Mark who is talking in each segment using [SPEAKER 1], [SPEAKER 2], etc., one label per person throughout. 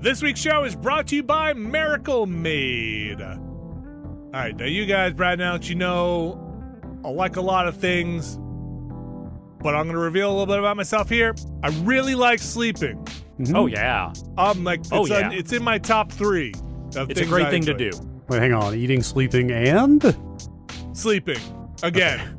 [SPEAKER 1] This week's show is brought to you by Miracle Made. All right, now you guys, Brad and Alex, you know I like a lot of things, but I'm going to reveal a little bit about myself here. I really like sleeping.
[SPEAKER 2] Mm-hmm.
[SPEAKER 3] Oh
[SPEAKER 1] Hmm.
[SPEAKER 3] yeah,
[SPEAKER 1] I'm like, it's,
[SPEAKER 3] Oh, yeah.
[SPEAKER 1] on, it's in my top three. of
[SPEAKER 3] it's a
[SPEAKER 1] things
[SPEAKER 3] great
[SPEAKER 1] I
[SPEAKER 3] thing to
[SPEAKER 1] enjoy.
[SPEAKER 3] do.
[SPEAKER 2] Wait, hang on. Eating, sleeping, and
[SPEAKER 1] Sleeping again.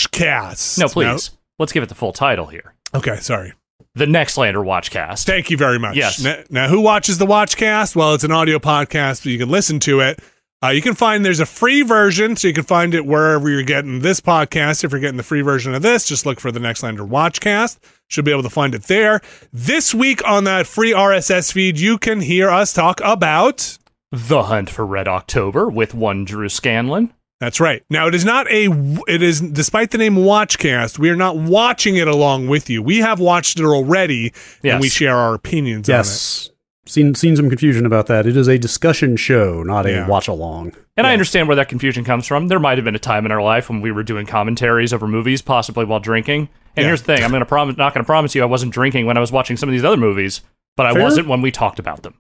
[SPEAKER 1] Watchcast.
[SPEAKER 3] No, please. Let's give it the full title here.
[SPEAKER 1] Now- okay, sorry.
[SPEAKER 3] The Next Lander Watchcast.
[SPEAKER 1] Thank you very much.
[SPEAKER 3] Yes.
[SPEAKER 1] Now, now, who watches the Watchcast? Well, it's an audio podcast, so you can listen to it. Uh, you can find there's a free version, so you can find it wherever you're getting this podcast. If you're getting the free version of this, just look for the Next Lander Watchcast. Should be able to find it there. This week on that free RSS feed, you can hear us talk about.
[SPEAKER 3] The Hunt for Red October with one Drew Scanlon.
[SPEAKER 1] That's right. Now it is not a. It is despite the name Watchcast, we are not watching it along with you. We have watched it already, and
[SPEAKER 3] Yes.
[SPEAKER 1] we share our opinions. on it.
[SPEAKER 2] Yes. Seen, seen some confusion about that. It is a discussion show, not
[SPEAKER 1] Yeah.
[SPEAKER 2] a watch along.
[SPEAKER 3] And I understand where that confusion comes from. There might have been a time in our life when we were doing commentaries over movies, possibly while drinking. And
[SPEAKER 1] Yeah.
[SPEAKER 3] here's the thing: I'm gonna promise, not going to promise you I wasn't drinking when I was watching some of these other movies, but I
[SPEAKER 2] Fair.
[SPEAKER 3] wasn't when we talked about them.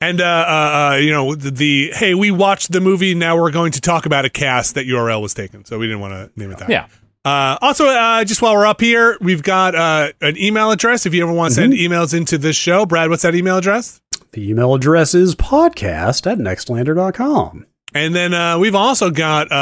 [SPEAKER 1] And uh, uh, uh, you know the, the hey, we watched the movie. Now we're going to talk about a cast that URL was taken, so we didn't want to name it that.
[SPEAKER 3] Yeah.
[SPEAKER 1] Uh, also, uh, just while we're up here, we've got uh, an email address. If you ever want to send
[SPEAKER 3] Mm-hmm.
[SPEAKER 1] emails into this show, Brad, what's that email address?
[SPEAKER 2] The email address is podcast at nextlander.com.
[SPEAKER 1] And then uh, we've also got uh,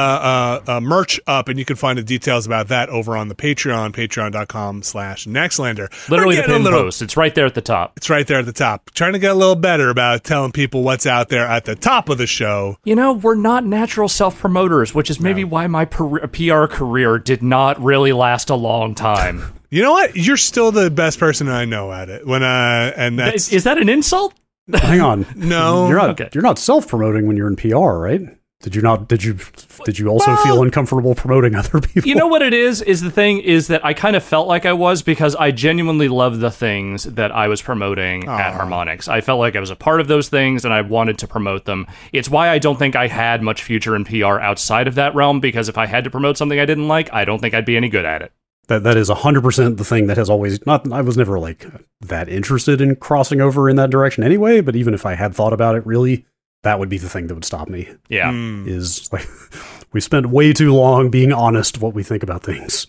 [SPEAKER 1] uh, uh, merch up, and you can find the details about that over on the Patreon, patreon.com slash Nextlander. We're
[SPEAKER 3] Literally the
[SPEAKER 1] getting a
[SPEAKER 3] pin
[SPEAKER 1] little-
[SPEAKER 3] post. It's right there at the top.
[SPEAKER 1] It's right there at the top. Trying to get a little better about telling people what's out there at the top of the show.
[SPEAKER 3] You know, we're not natural self promoters, which is maybe why my per- PR career did not really last a long time.
[SPEAKER 1] You know what? You're still the best person I know at it. When uh, and that's
[SPEAKER 3] is, is that an insult?
[SPEAKER 2] Hang on.
[SPEAKER 1] No.
[SPEAKER 2] You're not
[SPEAKER 3] Okay.
[SPEAKER 2] you're not self-promoting when you're in PR, right? Did you not did you did you also feel uncomfortable promoting other people?
[SPEAKER 3] You know what it is? Is the thing is that I kind of felt like I was because I genuinely loved the things that I was promoting at Harmonix. I felt like I was a part of those things and I wanted to promote them. It's why I don't think I had much future in PR outside of that realm because if I had to promote something I didn't like, I don't think I'd be any good at it.
[SPEAKER 2] that that is 100% the thing that has always not I was never like that interested in crossing over in that direction anyway, but even if I had thought about it really, that would be the thing that would stop me.
[SPEAKER 3] Yeah.
[SPEAKER 1] Hmm.
[SPEAKER 2] Is like we spent way too long being honest what we think about things.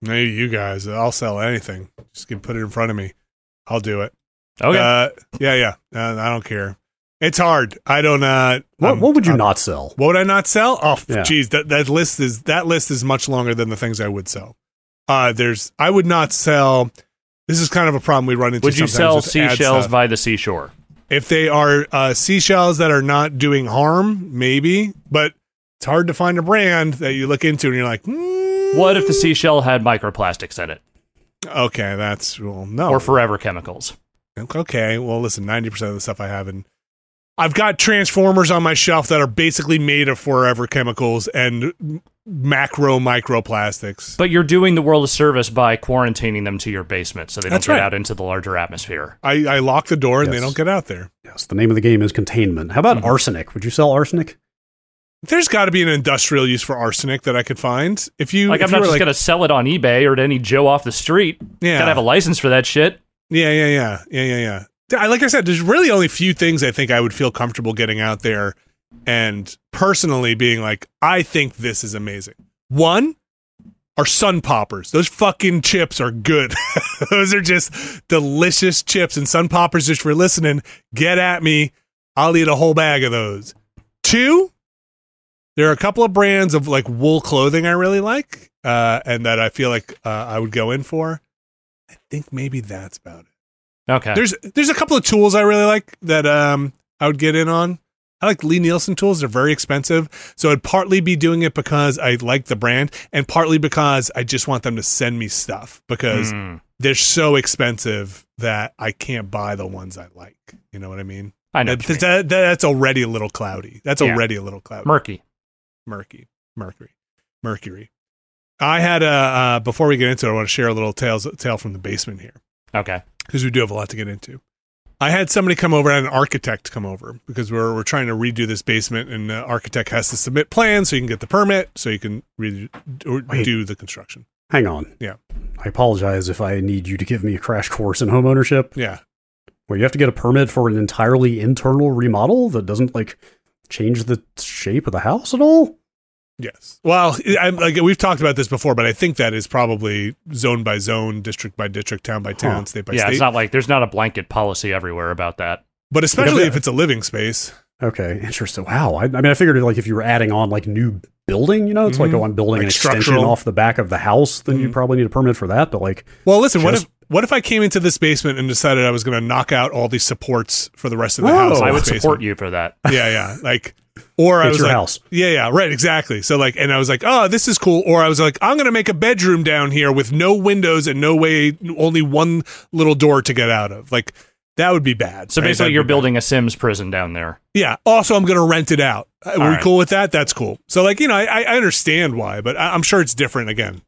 [SPEAKER 1] maybe you guys. I'll sell anything. Just can put it in front of me. I'll do it.
[SPEAKER 3] Okay.
[SPEAKER 1] Uh, yeah, yeah. Uh, I don't care. It's hard. I don't. Uh,
[SPEAKER 2] What
[SPEAKER 1] um,
[SPEAKER 2] what would you
[SPEAKER 1] um,
[SPEAKER 2] not sell?
[SPEAKER 1] What would I not sell? Oh, f-
[SPEAKER 2] Yeah.
[SPEAKER 1] geez, that that list is that list is much longer than the things I would sell. Uh, there's I would not sell. This is kind of a problem we run into.
[SPEAKER 3] Would you
[SPEAKER 1] sometimes with
[SPEAKER 3] sell
[SPEAKER 1] uh, ad
[SPEAKER 3] seashells
[SPEAKER 1] stuff.
[SPEAKER 3] by the seashore?
[SPEAKER 1] if they are uh, seashells that are not doing harm? Maybe, but it's hard to find a brand that you look into and you're like, mm,
[SPEAKER 3] What if the seashell had microplastics in it
[SPEAKER 1] Okay, that's well, no.
[SPEAKER 3] or forever chemicals?
[SPEAKER 1] okay, well, listen, ninety percent of the stuff I have in. I've got transformers on my shelf that are basically made of forever chemicals and m- macro microplastics.
[SPEAKER 3] But you're doing the world a service by quarantining them to your basement so they don't
[SPEAKER 1] That's
[SPEAKER 3] get
[SPEAKER 1] right.
[SPEAKER 3] out into the larger atmosphere.
[SPEAKER 1] I, I lock the door and they
[SPEAKER 2] Yes.
[SPEAKER 1] don't get out there.
[SPEAKER 2] Yes, the name of the game is containment. How about arsenic? Would you sell arsenic?
[SPEAKER 1] There's got to be an industrial use for arsenic that I could find. If you,
[SPEAKER 3] Like
[SPEAKER 1] if
[SPEAKER 3] I'm
[SPEAKER 1] you
[SPEAKER 3] not
[SPEAKER 1] were
[SPEAKER 3] just
[SPEAKER 1] like,
[SPEAKER 3] gonna sell it on eBay or to any Joe off the street.
[SPEAKER 1] yeah,
[SPEAKER 3] Gotta have a license for that shit.
[SPEAKER 1] yeah, yeah, yeah, yeah, yeah, yeah. Th- I- Like I said, there's really only few things I think I would feel comfortable getting out there and personally being like, I think this is amazing. One are sun poppers. Those fucking chips are good. Those are just delicious chips. And sun poppers, just for listening, get at me. I'll eat a whole bag of those. Two, there are a couple of brands of like wool clothing I really like, uh, and that I feel like uh, I would go in for. I think maybe that's about it.
[SPEAKER 3] Okay.
[SPEAKER 1] There's there's a couple of tools I really like that um I would get in on. I like Lee Nielsen tools. They're very expensive, so I'd partly be doing it because I like the brand, and partly because I just want them to send me stuff because
[SPEAKER 3] Mm,
[SPEAKER 1] they're so expensive that I can't buy the ones I like. You know what I mean?
[SPEAKER 3] I know.
[SPEAKER 1] That-
[SPEAKER 3] what you mean.
[SPEAKER 1] that- that's already a little cloudy. That's
[SPEAKER 3] Yeah.
[SPEAKER 1] already a little cloudy
[SPEAKER 3] Murky.
[SPEAKER 1] murky mercury mercury i had a uh, before we get into it i want to share a little tales, tale from the basement here
[SPEAKER 3] Okay.
[SPEAKER 1] because we do have a lot to get into i had somebody come over I had an architect come over because we're, we're trying to redo this basement and the architect has to submit plans so you can get the permit so you can re- or
[SPEAKER 2] Wait.
[SPEAKER 1] do the construction
[SPEAKER 2] Hang on.
[SPEAKER 1] Yeah.
[SPEAKER 2] I apologize if I need you to give me a crash course in homeownership
[SPEAKER 1] yeah
[SPEAKER 2] where you have to get a permit for an entirely internal remodel that doesn't like change the shape of the house at all.
[SPEAKER 1] yes well I, like we've talked about this before but i think that is probably zone by zone district by district town by town
[SPEAKER 2] Huh.
[SPEAKER 1] state by
[SPEAKER 3] Yeah,
[SPEAKER 1] state
[SPEAKER 3] it's not like there's not a blanket policy everywhere about that.
[SPEAKER 1] but especially
[SPEAKER 2] Yeah.
[SPEAKER 1] if it's a living space
[SPEAKER 2] Okay, interesting. Wow. I, I mean, I figured like if you were adding on like new building, you know, it's like
[SPEAKER 1] Mhm.
[SPEAKER 2] oh, I'm building
[SPEAKER 1] Like
[SPEAKER 2] an extension
[SPEAKER 1] structural.
[SPEAKER 2] off the back of the house, then you
[SPEAKER 1] Mhm.
[SPEAKER 2] probably need a permit for that. But like,
[SPEAKER 1] Well, listen. what
[SPEAKER 2] Just-
[SPEAKER 1] if what if I came into this basement and decided I was going to knock out all these supports for the rest of the
[SPEAKER 2] Oh.
[SPEAKER 1] house? in
[SPEAKER 3] I would
[SPEAKER 1] this
[SPEAKER 3] support you for that.
[SPEAKER 1] basement? Yeah, yeah. Like, or I
[SPEAKER 2] It's
[SPEAKER 1] was
[SPEAKER 2] your
[SPEAKER 1] like,
[SPEAKER 2] house.
[SPEAKER 1] yeah, yeah, right, exactly. So like, and I was like, oh, this is cool. Or I was like, I'm going to make a bedroom down here with no windows and no way, only one little door to get out of. Like, that would be bad.
[SPEAKER 3] So
[SPEAKER 1] right?
[SPEAKER 3] basically
[SPEAKER 1] That'd
[SPEAKER 3] you're
[SPEAKER 1] be bad.
[SPEAKER 3] building a Sims prison down there.
[SPEAKER 1] Yeah. Also, I'm going to rent it out. Uh, Are we
[SPEAKER 3] right.
[SPEAKER 1] cool with that? That's cool. So, like, you know, I, I understand why, but I, I'm sure it's different. Again,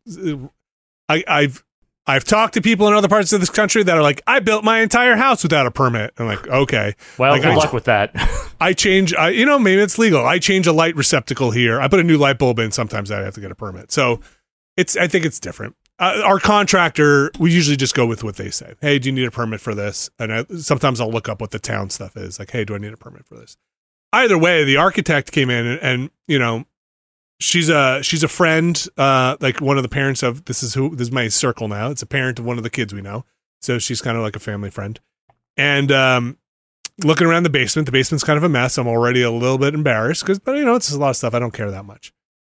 [SPEAKER 1] I, I've I've talked to people in other parts of this country that are like, I built my entire house without a permit. I'm like, okay,
[SPEAKER 3] Well,
[SPEAKER 1] Like,
[SPEAKER 3] good
[SPEAKER 1] I-
[SPEAKER 3] luck with that.
[SPEAKER 1] I change. I, you know, maybe it's legal. I change a light receptacle here. I put a new light bulb in. Sometimes I have to get a permit. So, it's. I think it's different. uh, our contractor, we usually just go with what they say. Hey, do you need a permit for this? And I, sometimes I'll look up what the town stuff is. Like, hey, do I need a permit for this? Either way, the architect came in and, and you know, she's a she's a friend, uh, like one of the parents of this is who this is my circle now. It's a parent of one of the kids we know, so she's kind of like a family friend. And um, looking around the basement, the basement's kind of a mess. I'm already a little bit embarrassed because, but you know, it's a lot of stuff. I don't care that much.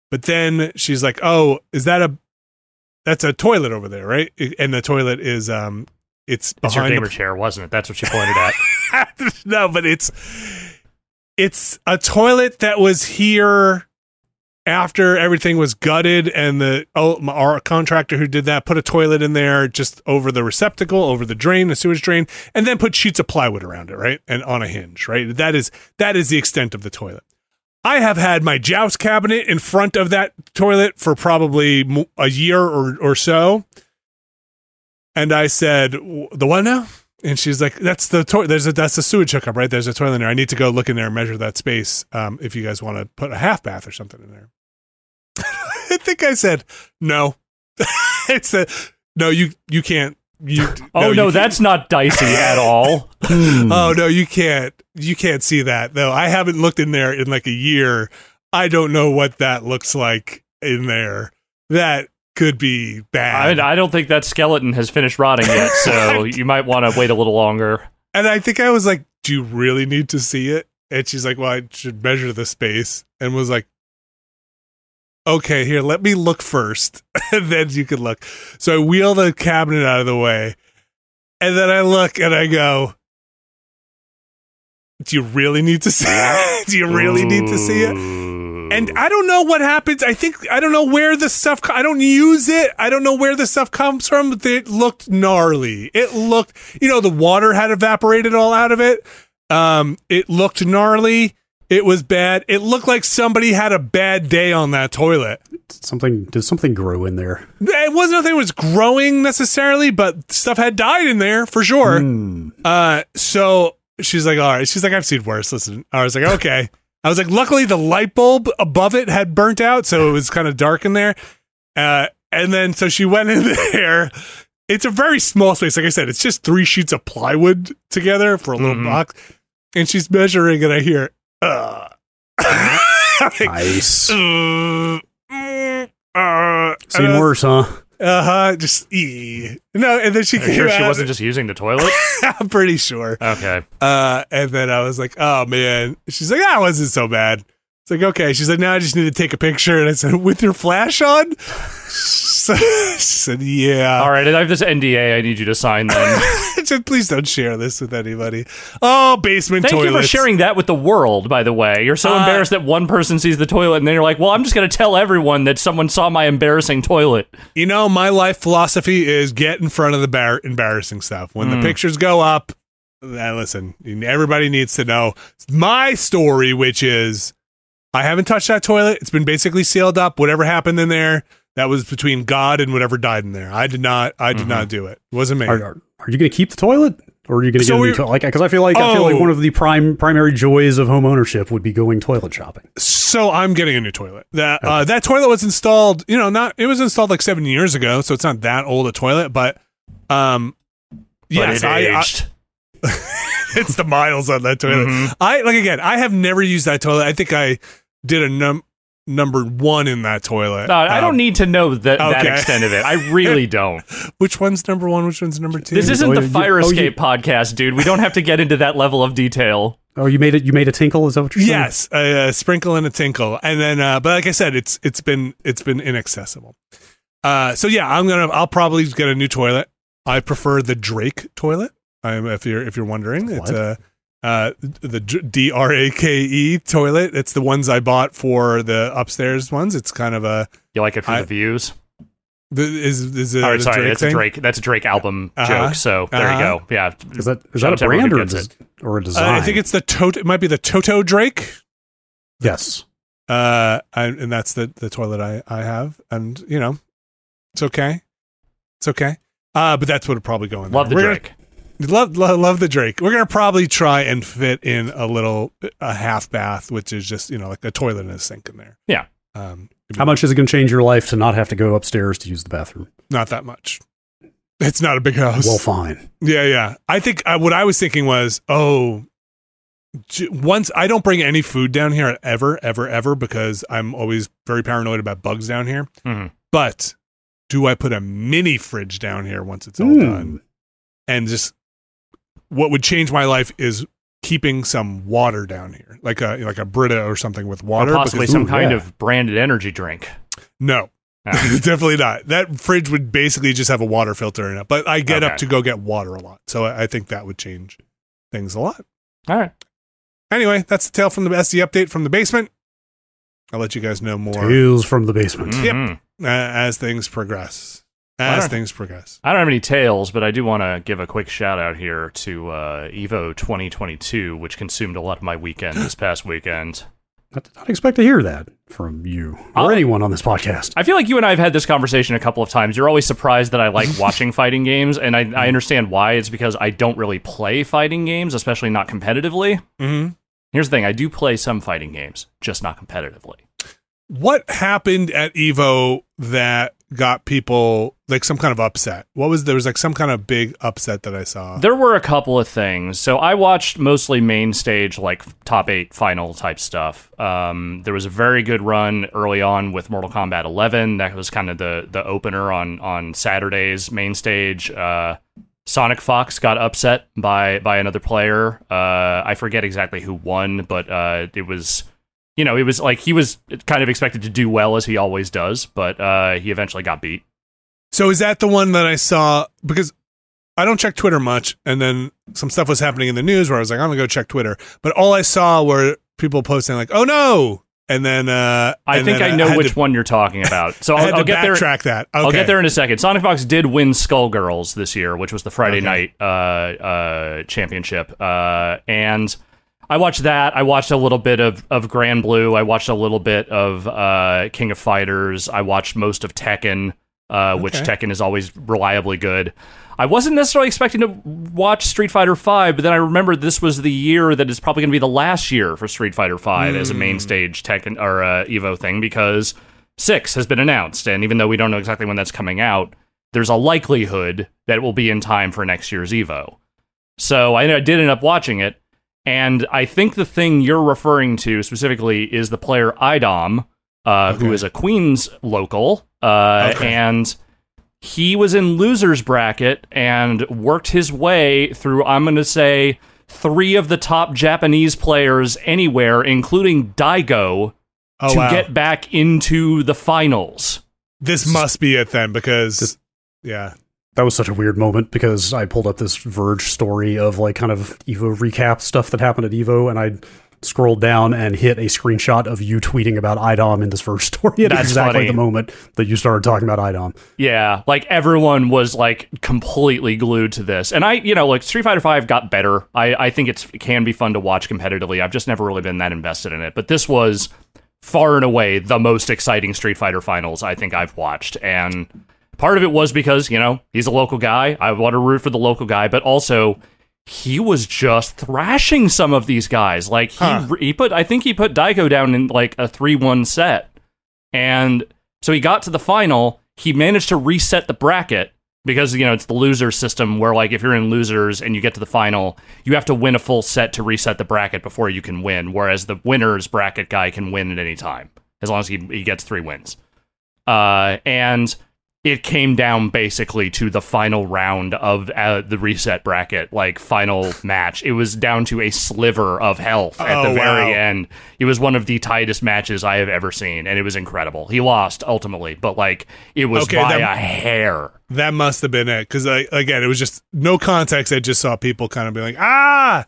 [SPEAKER 1] But then she's like, "Oh, is that a that's a toilet over there, right? It- And the toilet is um, it's
[SPEAKER 3] It's your
[SPEAKER 1] behind
[SPEAKER 3] gamer chair, wasn't it? That's what you pointed at.
[SPEAKER 1] the, no, but it's it's a toilet that was here after everything was gutted and the oh my, our contractor who did that put a toilet in there just over the receptacle over the drain the sewage drain and then put sheets of plywood around it right and on a hinge right that is that is the extent of the toilet i have had my joust cabinet in front of that toilet for probably mo- a year or, or so and i said "W- the what now and she's like, "That's the to- there's a that's the sewage hookup, right? There's a toilet in there. I need to go look in there and measure that space. Um, if you guys want to put a half bath or something in there." I think I said no. it's a no. You you can't. You
[SPEAKER 3] Oh no,
[SPEAKER 1] you can't."
[SPEAKER 3] that's not dicey at all. Hmm.
[SPEAKER 1] Oh no, you can't. You can't see that though. I haven't looked in there in like a year. I don't know what that looks like in there. That could be
[SPEAKER 3] I,
[SPEAKER 1] bad.
[SPEAKER 3] I don't think that skeleton has finished rotting yet, so you might want to wait a little longer.
[SPEAKER 1] And I think I was like, "Do you really need to see it?" And she's like, "Well, I should measure the space." And was like, "Okay, here, let me look first, and then you can look." So I wheel the cabinet out of the way, and then I look and I go, "Do you really need to see? It? Do you really need to see it?" And I don't know what happens. I think I don't know where the stuff. co- I don't use it. I don't know where the stuff comes from. But it looked gnarly. It looked, you know, the water had evaporated all out of it. Um, it looked gnarly. It was bad. It looked like somebody had a bad day on that toilet.
[SPEAKER 2] Something did something grow in there?
[SPEAKER 1] It wasn't nothing that was growing necessarily, but stuff had died in there for sure. Uh, so she's like, all right. She's like, I've seen worse. Listen, I was like, okay. I was like, luckily the light bulb above it had burnt out, so it was kind of dark in there. Uh, and then so she went in there. It's a very small space. Like I said, it's just three sheets of plywood together for a little
[SPEAKER 3] Mhm.
[SPEAKER 1] box. And she's measuring, and I hear, uh. like,
[SPEAKER 2] Nice.
[SPEAKER 1] uh, mm, uh,
[SPEAKER 2] Seen worse, huh?
[SPEAKER 1] Uh huh. Just e. No, and then she
[SPEAKER 3] Are you
[SPEAKER 1] came
[SPEAKER 3] sure
[SPEAKER 1] out.
[SPEAKER 3] she wasn't just using the toilet?
[SPEAKER 1] I'm pretty sure.
[SPEAKER 3] Okay.
[SPEAKER 1] Uh, and then I was like, oh man. She's like, that wasn't so bad. It's like, okay. She's like, now I just need to take a picture. And I said, with your flash on? So- she said, yeah.
[SPEAKER 3] All right, I have this NDA I need you to sign then.
[SPEAKER 1] I said, please don't share this with anybody. Oh, basement
[SPEAKER 3] Thank
[SPEAKER 1] toilets.
[SPEAKER 3] you for sharing that with the world, by the way. You're so
[SPEAKER 1] Uh,
[SPEAKER 3] embarrassed that one person sees the toilet and then you're like, well, I'm just going to tell everyone that someone saw my embarrassing toilet.
[SPEAKER 1] You know, my life philosophy is get in front of the bar- embarrassing stuff. When
[SPEAKER 3] Mm.
[SPEAKER 1] the pictures go up, uh, listen, everybody needs to know my story, which is I haven't touched that toilet. It's been basically sealed up. Whatever happened in there, that was between God and whatever died in there. I did not. I did
[SPEAKER 3] Mhm.
[SPEAKER 1] not do it. It wasn't me.
[SPEAKER 2] Are, are, are you going to keep the toilet, or are you going to
[SPEAKER 1] So
[SPEAKER 2] get a new
[SPEAKER 1] we're-
[SPEAKER 2] toilet? Like, because I feel like I feel
[SPEAKER 1] Oh.
[SPEAKER 2] like one of the prime primary joys of home ownership would be going toilet shopping.
[SPEAKER 1] so I'm getting a new toilet. That uh, that toilet was installed, you know, not it was installed like seven years ago, so it's not that old a toilet, but um,
[SPEAKER 3] But
[SPEAKER 1] yes,
[SPEAKER 3] it
[SPEAKER 1] I, I-
[SPEAKER 3] aged.
[SPEAKER 1] it's the miles on that toilet.
[SPEAKER 3] Mhm.
[SPEAKER 1] I like again. I have never used that toilet. I think I did a num number one in that toilet.
[SPEAKER 3] No, I don't
[SPEAKER 1] Um,
[SPEAKER 3] need to know that, that
[SPEAKER 1] okay.
[SPEAKER 3] extent of it. I really don't.
[SPEAKER 1] which one's number one. Which one's number two.
[SPEAKER 3] This isn't
[SPEAKER 2] Oh,
[SPEAKER 3] the
[SPEAKER 2] you-
[SPEAKER 3] fire
[SPEAKER 2] oh, you-
[SPEAKER 3] escape podcast, dude. We don't have to get into that level of detail.
[SPEAKER 2] Oh, you made it. You made a tinkle. Is that what you're saying?
[SPEAKER 1] yes, a, a sprinkle and a tinkle, and then. Uh, but like I said, it's it's been it's been inaccessible. Uh, so yeah, I'm gonna. I'll probably get a new toilet. I prefer the Drake toilet. I'm if you're if you're wondering, it's
[SPEAKER 2] What?
[SPEAKER 1] a. Uh, the D R A K E toilet. It's the ones I bought for the upstairs ones. It's kind of a
[SPEAKER 3] You like it from
[SPEAKER 1] I-
[SPEAKER 3] the views?
[SPEAKER 1] the- is is it
[SPEAKER 3] All
[SPEAKER 1] a
[SPEAKER 3] right, sorry,
[SPEAKER 1] Drake
[SPEAKER 3] that's
[SPEAKER 1] thing?
[SPEAKER 3] a Drake. That's a Drake album
[SPEAKER 1] Uh-huh.
[SPEAKER 3] joke. So there
[SPEAKER 1] Uh-huh.
[SPEAKER 3] you go. Yeah,
[SPEAKER 2] Is that is
[SPEAKER 3] Shout
[SPEAKER 2] that
[SPEAKER 3] out to
[SPEAKER 2] a brand
[SPEAKER 3] everyone
[SPEAKER 2] or
[SPEAKER 3] who
[SPEAKER 2] a,
[SPEAKER 3] gets
[SPEAKER 2] des- or a
[SPEAKER 1] Uh,
[SPEAKER 2] design?
[SPEAKER 1] I think it's the Toto. It might be the Toto Drake.
[SPEAKER 2] yes.
[SPEAKER 1] Uh, I, and that's the the toilet I I have, and you know, it's okay, it's okay. Uh, but that's what would probably go in.
[SPEAKER 3] love the
[SPEAKER 1] there. We're
[SPEAKER 3] Drake.
[SPEAKER 1] Gonna, love, love love the Drake. We're gonna probably try and fit in a little a half bath, which is just you know like a toilet and a sink in there.
[SPEAKER 3] Yeah.
[SPEAKER 1] Um,
[SPEAKER 2] How much is it going to change your life to not have to go upstairs to use the bathroom?
[SPEAKER 1] Not that much. It's not a big house.
[SPEAKER 2] Well, fine.
[SPEAKER 1] yeah, yeah. I think uh, what I was thinking was, oh, j- once I don't bring any food down here ever, ever, ever because I'm always very paranoid about bugs down here.
[SPEAKER 3] Mhm.
[SPEAKER 1] But do I put a mini fridge down here once it's all
[SPEAKER 2] Hmm.
[SPEAKER 1] done? And just what would change my life is keeping some water down here, like a like a Brita or something with water.
[SPEAKER 3] or possibly
[SPEAKER 1] because-
[SPEAKER 3] some
[SPEAKER 2] Ooh,
[SPEAKER 3] kind
[SPEAKER 2] yeah.
[SPEAKER 3] of branded energy drink.
[SPEAKER 1] no,
[SPEAKER 3] Ah.
[SPEAKER 1] Definitely not. That fridge would basically just have a water filter in it. But I get
[SPEAKER 3] Okay.
[SPEAKER 1] up to go get water a lot, so I, I think that would change things a lot.
[SPEAKER 3] All right.
[SPEAKER 1] Anyway, that's the tale from the that's the update from the basement. I'll let you guys know more uh,
[SPEAKER 2] Hmm. Tales from the basement.
[SPEAKER 1] Yep.
[SPEAKER 3] Mhm.
[SPEAKER 1] as things progress. As
[SPEAKER 3] Alright.
[SPEAKER 1] things progress.
[SPEAKER 3] I don't have any tales, but I do want to give a quick shout out here to uh, Evo 2022, which consumed a lot of my weekend this past weekend.
[SPEAKER 2] I did not expect to hear that from you or
[SPEAKER 3] I'll-
[SPEAKER 2] anyone on this podcast.
[SPEAKER 3] I feel like you and I have had this conversation a couple of times. You're always surprised that I like watching fighting games, and
[SPEAKER 1] Mm-hmm.
[SPEAKER 3] I, I understand why. It's because I don't really play fighting games, especially not competitively.
[SPEAKER 1] Mm-hmm.
[SPEAKER 3] Here's the thing I do play some fighting games, just not competitively.
[SPEAKER 1] What happened at Evo that got people like some kind of upset? What was there was like some kind of big upset that I saw.
[SPEAKER 3] There were a couple of things. So I watched mostly main stage, like top eight final type stuff. Um, there was a very good run early on with Mortal Kombat 11. That was kind of the the opener on on Saturday's main stage. Uh, Sonic Fox got upset by by another player. Uh, I forget exactly who won, but uh, it was. You know, it was like he was kind of expected to do well as he always does, but uh, he eventually got beat.
[SPEAKER 1] So is that the one that I saw? Because I don't check Twitter much, and then some stuff was happening in the news where I was like, I'm gonna go check Twitter. But all I saw were people posting like, "Oh no!" and then uh,
[SPEAKER 3] I
[SPEAKER 1] and
[SPEAKER 3] think
[SPEAKER 1] then
[SPEAKER 3] I know
[SPEAKER 1] had
[SPEAKER 3] which
[SPEAKER 1] to-
[SPEAKER 3] one you're talking about. So
[SPEAKER 1] I had
[SPEAKER 3] I'll,
[SPEAKER 1] to
[SPEAKER 3] I'll get there.
[SPEAKER 1] backtrack that. Okay.
[SPEAKER 3] I'll get there in a second. Sonic Fox did win Skullgirls this year, which was the Friday
[SPEAKER 1] Okay.
[SPEAKER 3] night uh, uh, championship. Uh, and I watched that. I watched a little bit of, of Grand Blue. I watched a little bit of uh, King of Fighters. I watched most of Tekken, uh, which
[SPEAKER 1] Okay.
[SPEAKER 3] Tekken is always reliably good. I wasn't necessarily expecting to watch Street Fighter Five, but then I remembered this was the year that is probably going to be the last year for Street Fighter Five as a
[SPEAKER 1] Hmm.
[SPEAKER 3] main stage Tekken or uh, Evo thing because six has been announced, and even though we don't know exactly when that's coming out, there's a likelihood that it will be in time for next year's Evo. So I, I did end up watching it, and I think the thing you're referring to specifically is the player Idom, uh, who
[SPEAKER 1] Okay.
[SPEAKER 3] is a Queens local, uh,
[SPEAKER 1] Okay.
[SPEAKER 3] and he was in losers bracket and worked his way through. I'm going to say three of the top Japanese players anywhere, including Daigo,
[SPEAKER 1] oh,
[SPEAKER 3] to
[SPEAKER 1] wow.
[SPEAKER 3] get back into the finals.
[SPEAKER 1] this must be it then because
[SPEAKER 2] This-
[SPEAKER 1] yeah,
[SPEAKER 2] That was such a weird moment because I pulled up this Verge story of like kind of Evo recap stuff that happened at Evo, and I scrolled down and hit a screenshot of you tweeting about IDOM in this Verge story at
[SPEAKER 3] That's
[SPEAKER 2] exactly
[SPEAKER 3] funny.
[SPEAKER 2] the moment that you started talking about IDOM.
[SPEAKER 3] Yeah, like everyone was like completely glued to this. And I, you know, like Street Fighter Five got better. I, I think it's it can be fun to watch competitively. I've just never really been that invested in it. But this was far and away the most exciting Street Fighter finals I think I've watched. And part of it was because, you know, he's a local guy. I want to root for the local guy, but also he was just thrashing some of these guys. Like he
[SPEAKER 1] Huh.
[SPEAKER 3] he put I think he put Daigo down in like a 3-1 set. And so he got to the final. He managed to reset the bracket because you know it's the loser system where like if you're in losers and you get to the final, you have to win a full set to reset the bracket before you can win. Whereas the winners bracket guy can win at any time as long as he he gets three wins. Uh, and it came down basically to the final round of uh, the reset bracket, like final match. It was down to a sliver of health at
[SPEAKER 1] Oh,
[SPEAKER 3] the very
[SPEAKER 1] wow.
[SPEAKER 3] end. It was one of the tightest matches I have ever seen, and it was incredible. He lost ultimately, but like it was
[SPEAKER 1] Okay,
[SPEAKER 3] by
[SPEAKER 1] then-
[SPEAKER 3] a hair.
[SPEAKER 1] that must have been it because I again it was just no context. I just saw people kind of be like ah,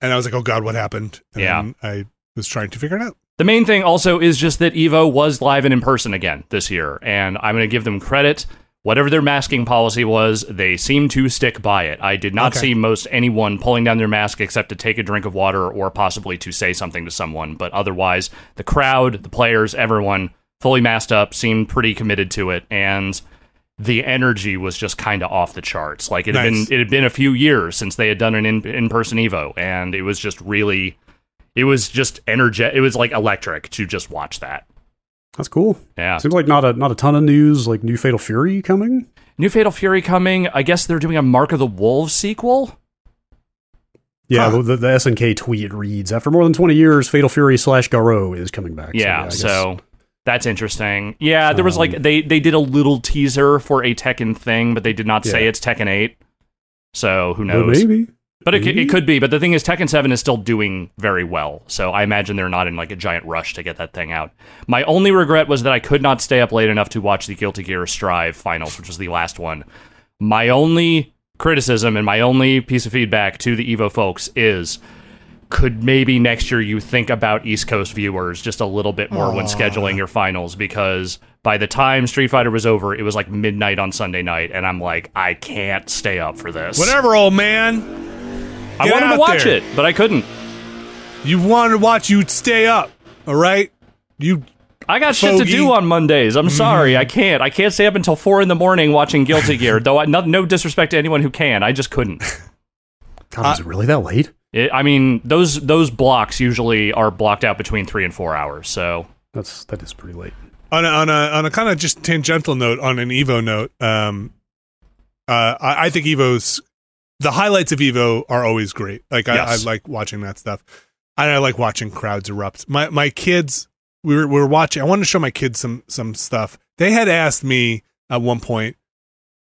[SPEAKER 1] and I was like, oh god, what happened? And
[SPEAKER 3] Yeah.
[SPEAKER 1] then I was trying to figure it out.
[SPEAKER 3] The main thing also is just that Evo was live and in person again this year, and I'm going to give them credit. Whatever their masking policy was, they seem to stick by it. I did not
[SPEAKER 1] Okay.
[SPEAKER 3] see most anyone pulling down their mask except to take a drink of water or possibly to say something to someone, but otherwise, the crowd, the players, everyone fully masked up, seemed pretty committed to it, and the energy was just kind of off the charts. Like it had
[SPEAKER 1] Nice.
[SPEAKER 3] been it had been a few years since they had done an in in person Evo, and it was just really it was just energetic. It was like electric to just watch that.
[SPEAKER 2] That's cool.
[SPEAKER 3] Yeah.
[SPEAKER 2] Seems like not a not a ton of news, like new Fatal Fury coming.
[SPEAKER 3] New Fatal Fury coming. I guess they're doing a Mark of the Wolves sequel.
[SPEAKER 2] Yeah,
[SPEAKER 1] Huh.
[SPEAKER 2] the, the SNK tweet reads: After more than twenty years, Fatal Fury slash Garo is coming back.
[SPEAKER 3] Yeah,
[SPEAKER 2] I guess- um,
[SPEAKER 3] so that's interesting. Yeah, there was like they they did a little teaser for a Tekken thing, but they did not say
[SPEAKER 2] Yeah.
[SPEAKER 3] it's Tekken 8. So who
[SPEAKER 2] Well,
[SPEAKER 3] knows?
[SPEAKER 2] maybe.
[SPEAKER 3] But it, could- it
[SPEAKER 2] Maybe?
[SPEAKER 3] could be. But the thing is, Tekken 7 is still doing very well. So I imagine they're not in like a giant rush to get that thing out. My only regret was that I could not stay up late enough to watch the Guilty Gear Strive finals, which was the last one. My only criticism and my only piece of feedback to the Evo folks is could maybe next year you think about East Coast viewers just a little bit more when scheduling your finals because by the time Street Fighter was over, it was like midnight on Sunday night, and I'm like, I can't stay up for this.
[SPEAKER 1] Whatever, old man.
[SPEAKER 3] I
[SPEAKER 1] Get
[SPEAKER 3] wanted
[SPEAKER 1] out
[SPEAKER 3] to watch
[SPEAKER 1] there.
[SPEAKER 3] it, but I couldn't.
[SPEAKER 1] You wanted to watch, you'd stay up. All right? You
[SPEAKER 3] I got shit to
[SPEAKER 1] Fogey. Mm-hmm.
[SPEAKER 3] do on Mondays. I'm sorry, I can't. I can't stay up until four in the morning watching Guilty Gear. though, I, no, no disrespect to anyone who can, I just couldn't.
[SPEAKER 2] God, is it really that late?
[SPEAKER 3] It, I mean, those those blocks usually are blocked out between three and four hours. So
[SPEAKER 2] That's that is pretty late.
[SPEAKER 1] on a, on a on a kind of just tangential note, on an Evo note, um, uh, I, I think Evo's the highlights of Evo are always great. Like I,
[SPEAKER 3] Yes.
[SPEAKER 1] I like watching that stuff. And I like watching crowds erupt. My my kids, we were we were watching. I wanted to show my kids some some stuff. They had asked me at one point,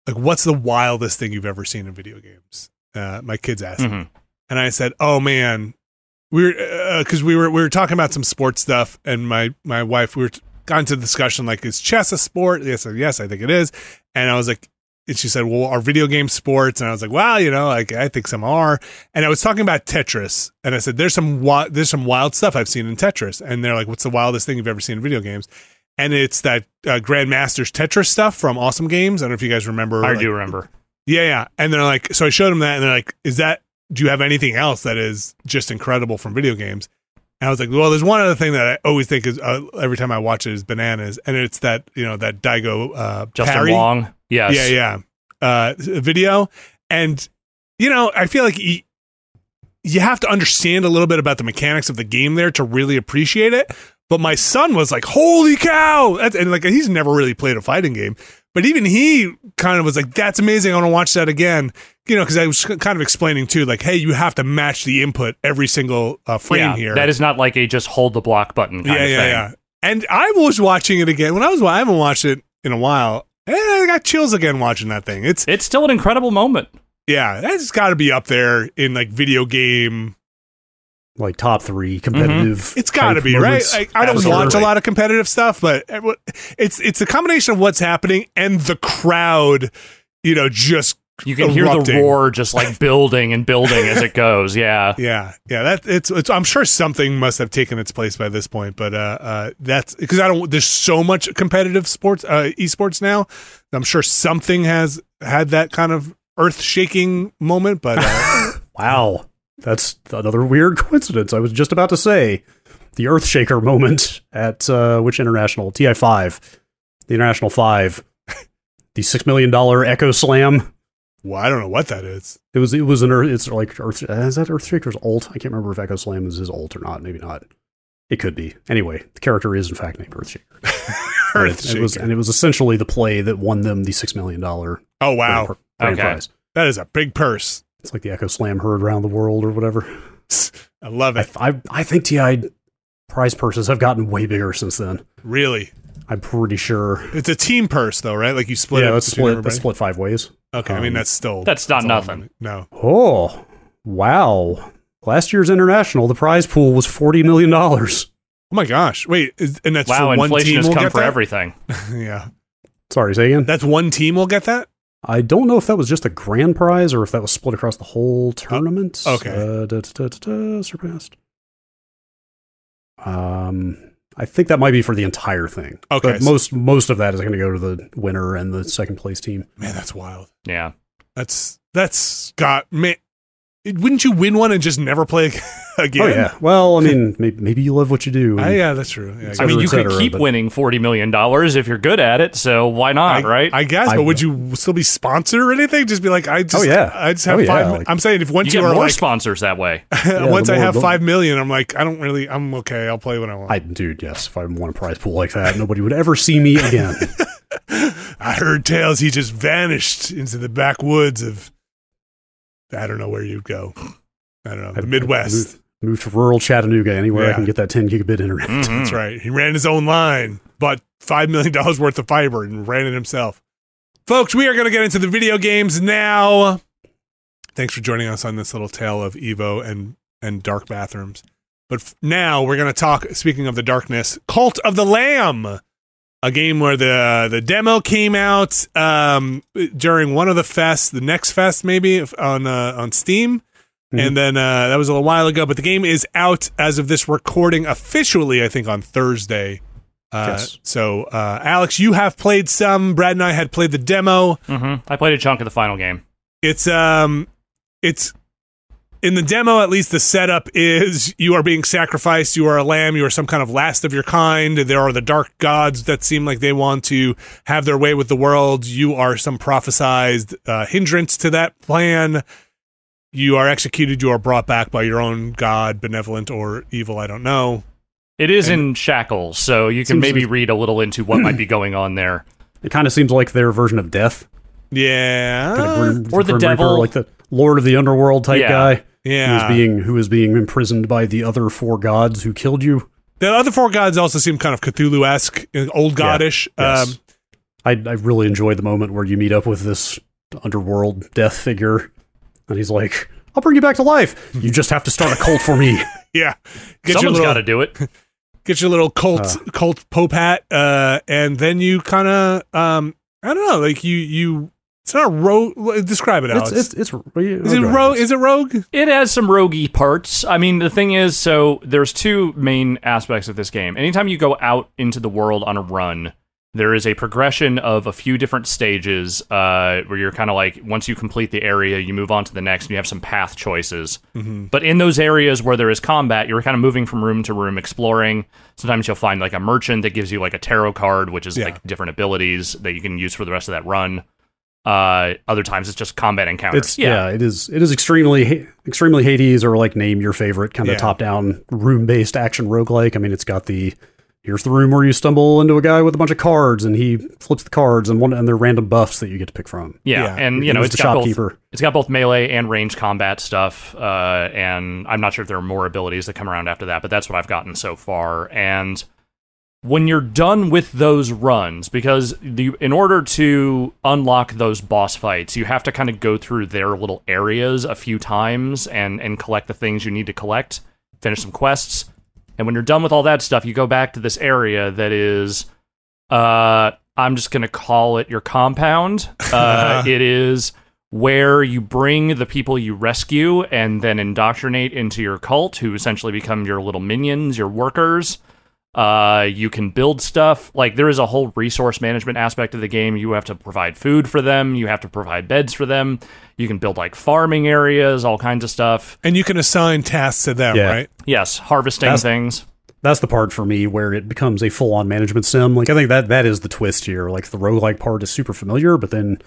[SPEAKER 1] like, "What's the wildest thing you've ever seen in video games?" Uh, my kids asked
[SPEAKER 3] mhm.
[SPEAKER 1] and I said, "Oh man, we we're because we were we were talking about some sports stuff, and my my wife we were t- got into the discussion like is chess a sport? Yes, yes, I think it is." And I was like, and she said, "Well, are video game sports?" And I was like, "Well, you know, like I think some are." And I was talking about Tetris, and I said, "There's some wi- there's some wild stuff I've seen in Tetris," and they're like, "What's the wildest thing you've ever seen in video games?" And it's that uh, Grandmaster's Tetris stuff from Awesome Games. I don't know if you guys remember.
[SPEAKER 3] I
[SPEAKER 1] like,
[SPEAKER 3] do remember.
[SPEAKER 1] yeah, yeah. And they're like, so I showed them that, and they're like, is that, do you have anything else that is just incredible from video games? And I was like, well, there's one other thing that I always think is uh, every time I watch it is bananas, and it's that you know that Daigo uh,
[SPEAKER 3] Justin
[SPEAKER 1] parry.
[SPEAKER 3] Long. Yes.
[SPEAKER 1] yeah, yeah, uh, video, and you know, I feel like y- you have to understand a little bit about the mechanics of the game there to really appreciate it. But my son was like, "Holy cow!" That's, and like, he's never really played a fighting game, but even he kind of was like, "That's amazing! I want to watch that again." You know, because I was kind of explaining too, like, "Hey, you have to match the input every single uh, frame
[SPEAKER 3] Yeah,
[SPEAKER 1] here."
[SPEAKER 3] That is not like a just hold the block button kind
[SPEAKER 1] yeah,
[SPEAKER 3] of
[SPEAKER 1] yeah,
[SPEAKER 3] thing.
[SPEAKER 1] yeah. And I was watching it again when I was. I haven't watched it in a while. And I got chills again watching that thing. It's
[SPEAKER 3] It's still an incredible moment.
[SPEAKER 1] yeah, that's got to be up there in like video game.
[SPEAKER 2] Like top three competitive.
[SPEAKER 1] Mm-hmm. It's got to
[SPEAKER 2] type
[SPEAKER 1] be right.
[SPEAKER 2] moments.
[SPEAKER 1] Like, I don't
[SPEAKER 3] Absolutely.
[SPEAKER 1] watch a lot of competitive stuff, but everyone- it's it's a combination of what's happening and the crowd. You know, just
[SPEAKER 3] You can hear the
[SPEAKER 1] Erupting.
[SPEAKER 3] roar just like building and building as it goes. Yeah.
[SPEAKER 1] yeah, yeah. That it's it's. I'm sure something must have taken its place by this point, but uh, uh that's because I don't. There's so much competitive sports, uh, esports now. I'm sure something has had that kind of earth shaking moment, but uh,
[SPEAKER 2] Wow, that's another weird coincidence. I was just about to say the Earthshaker moment at uh, which international TI five, the international five, the six million dollar Echo Slam.
[SPEAKER 1] well, I don't know what that is.
[SPEAKER 2] It was it was an Earth. It's like Earth. uh, Is that Earthshaker's alt? I can't remember if Echo Slam is his alt or not. Maybe not. It could be. Anyway, the character is in fact named Earthshaker. And
[SPEAKER 1] Earth
[SPEAKER 2] it, it was, and it was essentially the play that won them the six million dollar
[SPEAKER 1] Oh wow,
[SPEAKER 2] grand
[SPEAKER 3] Okay.
[SPEAKER 2] prize.
[SPEAKER 1] that is a big purse.
[SPEAKER 2] It's like the Echo Slam heard around the world or whatever.
[SPEAKER 1] I love
[SPEAKER 2] I,
[SPEAKER 1] it.
[SPEAKER 2] I, I think TI prize purses have gotten way bigger since then.
[SPEAKER 1] Really,
[SPEAKER 2] I'm pretty sure.
[SPEAKER 1] it's a team purse though, right? Like you split.
[SPEAKER 2] yeah,
[SPEAKER 1] it
[SPEAKER 2] that's
[SPEAKER 1] between
[SPEAKER 2] split.
[SPEAKER 1] everybody.
[SPEAKER 2] That's split five ways.
[SPEAKER 1] Okay, I mean
[SPEAKER 2] um,
[SPEAKER 1] that's still
[SPEAKER 3] That's not
[SPEAKER 1] a lot of
[SPEAKER 3] nothing.
[SPEAKER 1] money. No,
[SPEAKER 2] Oh, wow! Last year's international, the prize pool was forty million dollars.
[SPEAKER 1] oh my gosh, wait, is, and that's
[SPEAKER 3] Wow,
[SPEAKER 1] for one
[SPEAKER 3] inflation
[SPEAKER 1] team
[SPEAKER 3] has
[SPEAKER 1] will
[SPEAKER 3] come
[SPEAKER 1] get
[SPEAKER 3] for
[SPEAKER 1] that?
[SPEAKER 3] everything.
[SPEAKER 1] yeah,
[SPEAKER 2] Sorry, say again.
[SPEAKER 1] that's one team will get that.
[SPEAKER 2] I don't know if that was just a grand prize or if that was split across the whole tournament.
[SPEAKER 1] Oh, okay.
[SPEAKER 2] Uh, da, da, da, da, da, surpassed. Um, I think that might be for the entire thing.
[SPEAKER 1] Okay,
[SPEAKER 2] But
[SPEAKER 1] so-
[SPEAKER 2] most most of that is going to go to the winner and the second place team.
[SPEAKER 1] Man, that's wild.
[SPEAKER 3] Yeah.
[SPEAKER 1] That's that's got man. it- Wouldn't you win one and just never play? again? again.
[SPEAKER 2] Oh yeah. Well, I mean, may- maybe you love what you do. and-
[SPEAKER 1] Ah, yeah, that's true. Yeah,
[SPEAKER 3] I mean,
[SPEAKER 2] Et
[SPEAKER 3] you
[SPEAKER 2] cetera,
[SPEAKER 3] could keep
[SPEAKER 2] but-
[SPEAKER 3] winning forty million dollars if you're good at it. So why not,
[SPEAKER 1] I-
[SPEAKER 3] right?
[SPEAKER 1] I guess,
[SPEAKER 2] I-
[SPEAKER 1] but would you still be sponsored or anything? Just be like, I just,
[SPEAKER 2] Oh, yeah.
[SPEAKER 1] I just have
[SPEAKER 2] Oh,
[SPEAKER 1] five
[SPEAKER 2] yeah,
[SPEAKER 1] mi-
[SPEAKER 2] like-
[SPEAKER 1] I'm saying if
[SPEAKER 3] you
[SPEAKER 1] once
[SPEAKER 3] get
[SPEAKER 1] you, are
[SPEAKER 3] more
[SPEAKER 1] like,
[SPEAKER 3] sponsors that way.
[SPEAKER 2] the
[SPEAKER 1] once I
[SPEAKER 2] more-
[SPEAKER 1] have
[SPEAKER 2] the-
[SPEAKER 1] five million, I'm like, I don't really, I'm okay. I'll play what I want.
[SPEAKER 2] I, dude, yes. If I won a prize pool like that, nobody would ever see me again.
[SPEAKER 1] I heard tales he just vanished into the backwoods of, I don't know where you'd go. I don't know, the
[SPEAKER 2] I'd- I'd
[SPEAKER 1] Midwest.
[SPEAKER 2] Move, move to rural Chattanooga, anywhere I
[SPEAKER 1] Yeah. Mm-hmm.
[SPEAKER 2] can get that 10 gigabit internet.
[SPEAKER 3] Mm-hmm. Hmm.
[SPEAKER 1] That's right. He ran his own line, bought $5 million worth of fiber and ran it himself. Folks, we are going to get into the video games now. Thanks for joining us on this little tale of Evo and, and dark bathrooms. But f- now we're going to talk, speaking of the darkness, Cult of the Lamb, a game where the, the demo came out um, during one of the fests, the next fest maybe, if- on, uh, on Steam. And then uh, that was a little while ago, but the game is out as of this recording officially, I think, on Thursday. Uh,
[SPEAKER 2] Yes.
[SPEAKER 1] So, uh, Alex, you have played some. Brad and I had played the demo.
[SPEAKER 3] hmm I played a chunk of the final game.
[SPEAKER 1] It's um, it's in the demo. At least the setup is you are being sacrificed. You are a lamb. You are some kind of last of your kind. There are the dark gods that seem like they want to have their way with the world. You are some prophesized uh, hindrance to that plan. You are executed. You are brought back by your own god, benevolent or evil. I don't know.
[SPEAKER 3] It is in shackles, so you can
[SPEAKER 2] Seems
[SPEAKER 3] maybe read a little into what might be going on there.
[SPEAKER 2] It kind of seems like their version of death.
[SPEAKER 1] Yeah.
[SPEAKER 2] Kind of Grim-
[SPEAKER 3] Uh, or the
[SPEAKER 2] Grim Reaper,
[SPEAKER 3] devil.
[SPEAKER 2] like the Lord of the Underworld type
[SPEAKER 3] Yeah.
[SPEAKER 2] guy. Who is
[SPEAKER 1] yeah.
[SPEAKER 2] being who is being imprisoned by the other four gods who killed you?
[SPEAKER 1] the other four gods also seem kind of Cthulhu esque, old godish.
[SPEAKER 2] Yes.
[SPEAKER 1] Um,
[SPEAKER 2] I, I really enjoyed the moment where you meet up with this underworld death figure, and he's like, "I'll bring you back to life. You just have to start a cult for me."
[SPEAKER 1] yeah. Get your
[SPEAKER 3] Someone's
[SPEAKER 1] little-
[SPEAKER 3] got to do it.
[SPEAKER 1] get your little cult cult pope hat uh and then you kind of um i don't know like you you it's not rogue describe it
[SPEAKER 2] It's
[SPEAKER 1] alex
[SPEAKER 2] it's, it's,
[SPEAKER 1] is it rogue is it rogue
[SPEAKER 3] It has some roguey parts. I mean, the thing is, so there's two main aspects of this game. Anytime you go out into the world on a run, there is a progression of a few different stages uh, where you're kind of like, once you complete the area, you move on to the next and you have some path choices.
[SPEAKER 2] Mm-hmm.
[SPEAKER 3] But in those areas where there is combat, you're kind of moving from room to room, exploring. Sometimes you'll find like a merchant that gives you like a tarot card, which is
[SPEAKER 1] Yeah.
[SPEAKER 3] like different abilities that you can use for the rest of that run. Uh, other times it's just combat encounters.
[SPEAKER 2] It's yeah. it is it is extremely ha- extremely Hades or like name your favorite kind of
[SPEAKER 1] Yeah.
[SPEAKER 2] top down room based action roguelike. I mean, it's got the here's the room where you stumble into a guy with a bunch of cards and he flips the cards and one and they're random buffs that you get to pick from.
[SPEAKER 3] Yeah,
[SPEAKER 1] Yeah.
[SPEAKER 3] and you
[SPEAKER 2] It
[SPEAKER 3] know
[SPEAKER 2] was
[SPEAKER 3] it's
[SPEAKER 2] the
[SPEAKER 3] got both.
[SPEAKER 2] shopkeeper.
[SPEAKER 3] It's got both melee and range combat stuff, uh, and I'm not sure if there are more abilities that come around after that, but that's what I've gotten so far. And when you're done with those runs, because the, in order to unlock those boss fights, you have to kind of go through their little areas a few times and and collect the things you need to collect, finish some quests, and when you're done with all that stuff, you go back to this area that is uh, I'm just going to call it your compound. Uh, it is where you bring the people you rescue and then indoctrinate into your cult, who essentially become your little minions, your workers. Uh, you can build stuff. Like, there is a whole resource management aspect of the game. You have to provide food for them, you have to provide beds for them. You can build like farming areas, all kinds of stuff.
[SPEAKER 1] and you can assign tasks to them
[SPEAKER 2] Yeah.
[SPEAKER 1] right
[SPEAKER 3] Yes, harvesting
[SPEAKER 2] That's-
[SPEAKER 3] things.
[SPEAKER 2] That's the part for me where it becomes a full on management sim. Like I think that that is the twist here. Like the roguelike part is super familiar, but then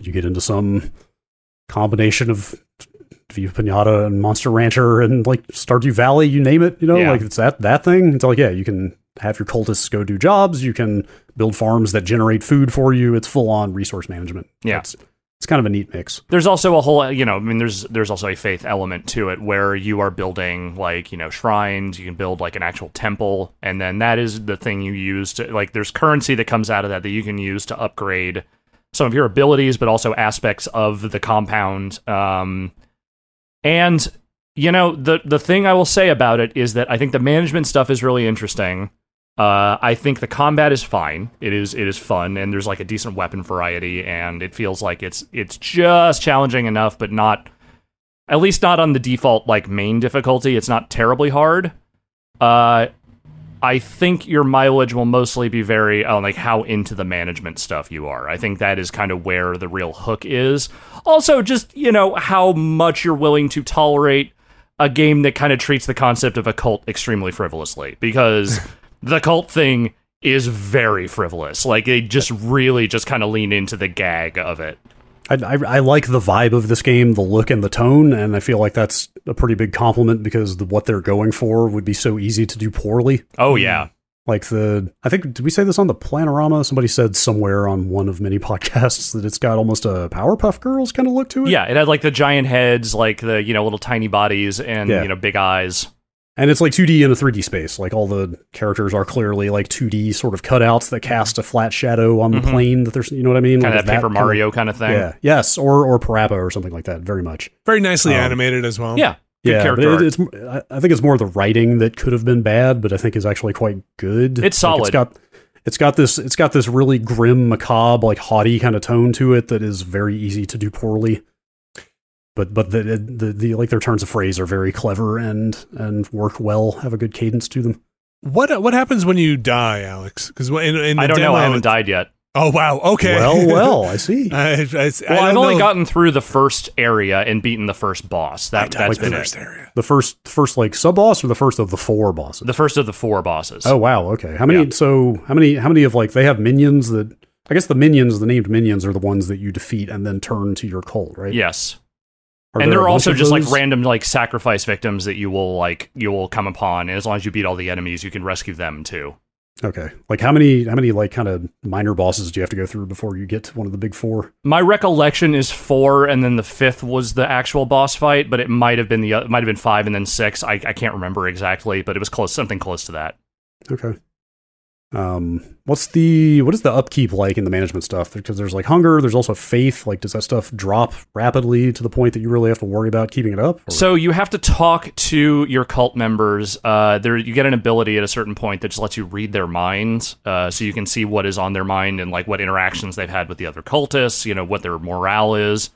[SPEAKER 2] you get into some combination of Viva Pinata and Monster Rancher and like Stardew Valley, you name it, you know,
[SPEAKER 3] Yeah.
[SPEAKER 2] like it's that that thing. It's like, yeah, you can have your cultists go do jobs, you can build farms that generate food for you. It's full on resource management.
[SPEAKER 3] Yeah.
[SPEAKER 2] It's it's kind of a neat mix.
[SPEAKER 3] there's also a whole you know i mean there's there's also a faith element to it where you are building like you know shrines you can build like an actual temple and then that is the thing you use to like there's currency that comes out of that that you can use to upgrade some of your abilities but also aspects of the compound um and you know the the thing i will say about it is that i think the management stuff is really interesting uh, I think the combat is fine. It is it is fun, and there's like a decent weapon variety, and it feels like it's it's just challenging enough, but not at least not on the default like main difficulty. It's not terribly hard. Uh, I think your mileage will mostly be very on like how into the management stuff you are. I think that is kind of where the real hook is. Also, just you know how much you're willing to tolerate a game that kind of treats the concept of a cult extremely frivolously because the cult thing is very frivolous. Like they just really just kind of lean into the gag of it.
[SPEAKER 2] I, I, I like the vibe of this game, the look and the tone, and I feel like that's a pretty big compliment because the, what they're going for would be so easy to do poorly.
[SPEAKER 3] Oh
[SPEAKER 1] Hmm.
[SPEAKER 3] yeah.
[SPEAKER 2] Like the, I think did we say this on the Planorama? Somebody said somewhere on one of many podcasts that it's got almost a Powerpuff Girls kind of look to it.
[SPEAKER 3] Yeah, it had like the giant heads, like the, you know, little tiny bodies and,
[SPEAKER 2] Yeah.
[SPEAKER 3] you know, big eyes.
[SPEAKER 2] And it's like 2D in a 3D space. Like all the characters are clearly like 2D sort of cutouts that cast a flat shadow on the plane that there's, you know what I mean?
[SPEAKER 3] Kind
[SPEAKER 2] Like
[SPEAKER 3] of Mm-hmm. that Paper
[SPEAKER 2] kind of-
[SPEAKER 3] Mario kind of thing.
[SPEAKER 2] yeah. Yes. Or, or Parappa or something like that. Very much.
[SPEAKER 1] Very nicely
[SPEAKER 2] Um,
[SPEAKER 1] animated as well.
[SPEAKER 3] Yeah. Good
[SPEAKER 2] yeah.
[SPEAKER 3] character
[SPEAKER 2] But
[SPEAKER 3] art.
[SPEAKER 2] it, it's, I I think it's more the writing that could have been bad, but I think is actually quite good.
[SPEAKER 3] It's
[SPEAKER 2] Like,
[SPEAKER 3] solid.
[SPEAKER 2] it's got, it's got this, it's got this really grim, macabre, like haughty kind of tone to it that is very easy to do poorly. But, but the, the, the, like their turns of phrase are very clever and, and work well, have a good cadence to them.
[SPEAKER 1] What what happens when you die, Alex? Because in, in the
[SPEAKER 3] I don't
[SPEAKER 1] demo,
[SPEAKER 3] know. I haven't
[SPEAKER 1] it's-
[SPEAKER 3] died yet.
[SPEAKER 1] Oh wow. Okay.
[SPEAKER 2] Well, well, I see.
[SPEAKER 1] I, I, I
[SPEAKER 3] Well,
[SPEAKER 1] don't
[SPEAKER 3] I've only
[SPEAKER 1] know.
[SPEAKER 3] gotten through the first area and beaten the first boss.
[SPEAKER 1] I
[SPEAKER 3] That
[SPEAKER 1] died
[SPEAKER 3] that's
[SPEAKER 1] in
[SPEAKER 3] been
[SPEAKER 1] the
[SPEAKER 3] it.
[SPEAKER 1] first area.
[SPEAKER 2] The first, first like sub boss, or the first of the four bosses.
[SPEAKER 3] The first of the four bosses.
[SPEAKER 2] Oh wow, okay. How many?
[SPEAKER 3] Yeah.
[SPEAKER 2] So how many? How many of like they have minions that? I guess the minions, the named minions, are the ones that you defeat and then turn to your cult, right?
[SPEAKER 3] Yes.
[SPEAKER 2] Are
[SPEAKER 3] and
[SPEAKER 2] there
[SPEAKER 3] there
[SPEAKER 2] a
[SPEAKER 3] are
[SPEAKER 2] bunch
[SPEAKER 3] also
[SPEAKER 2] of
[SPEAKER 3] just like
[SPEAKER 2] those?
[SPEAKER 3] random like sacrifice victims that you will like you will come upon, and as long as you beat all the enemies, you can rescue them too.
[SPEAKER 2] Okay, like how many? How many like kind of minor bosses do you have to go through before you get to one of the big four?
[SPEAKER 3] My recollection is four, and then the fifth was the actual boss fight, but it might have been the it might have been five and then six. I, I can't remember exactly, but it was close, something close to that.
[SPEAKER 2] Okay. Um, what's the what is the upkeep like in the management stuff? Because there's like hunger. There's also faith. Like, does that stuff drop rapidly to the point that you really have to worry about keeping it up? Or-
[SPEAKER 3] So you have to talk to your cult members. Uh, there, you get an ability at a certain point that just lets you read their minds, uh, so you can see what is on their mind and like what interactions they've had with the other cultists. You know what their morale is,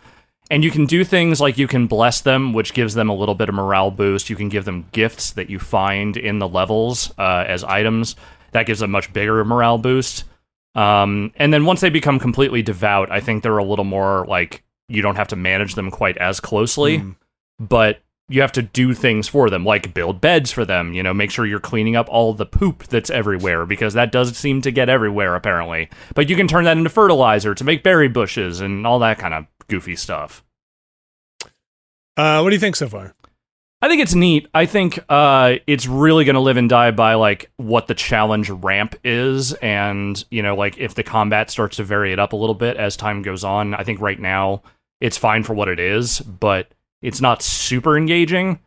[SPEAKER 3] and you can do things like you can bless them, which gives them a little bit of morale boost. You can give them gifts that you find in the levels uh, as items. That gives a much bigger morale boost. Um, and then once they become completely devout, I think they're a little more like you don't have to manage them quite as closely
[SPEAKER 1] Hmm.
[SPEAKER 3] but you have to do things for them, like build beds for them, you know, make sure you're cleaning up all the poop that's everywhere because that does seem to get everywhere apparently. But you can turn that into fertilizer to make berry bushes and all that kind of goofy stuff.
[SPEAKER 1] Uh, what do you think so far?
[SPEAKER 3] I think it's neat. I think uh, it's really going to live and die by like what the challenge ramp is, and you know, like if the combat starts to vary it up a little bit as time goes on. I think right now it's fine for what it is, but it's not super engaging,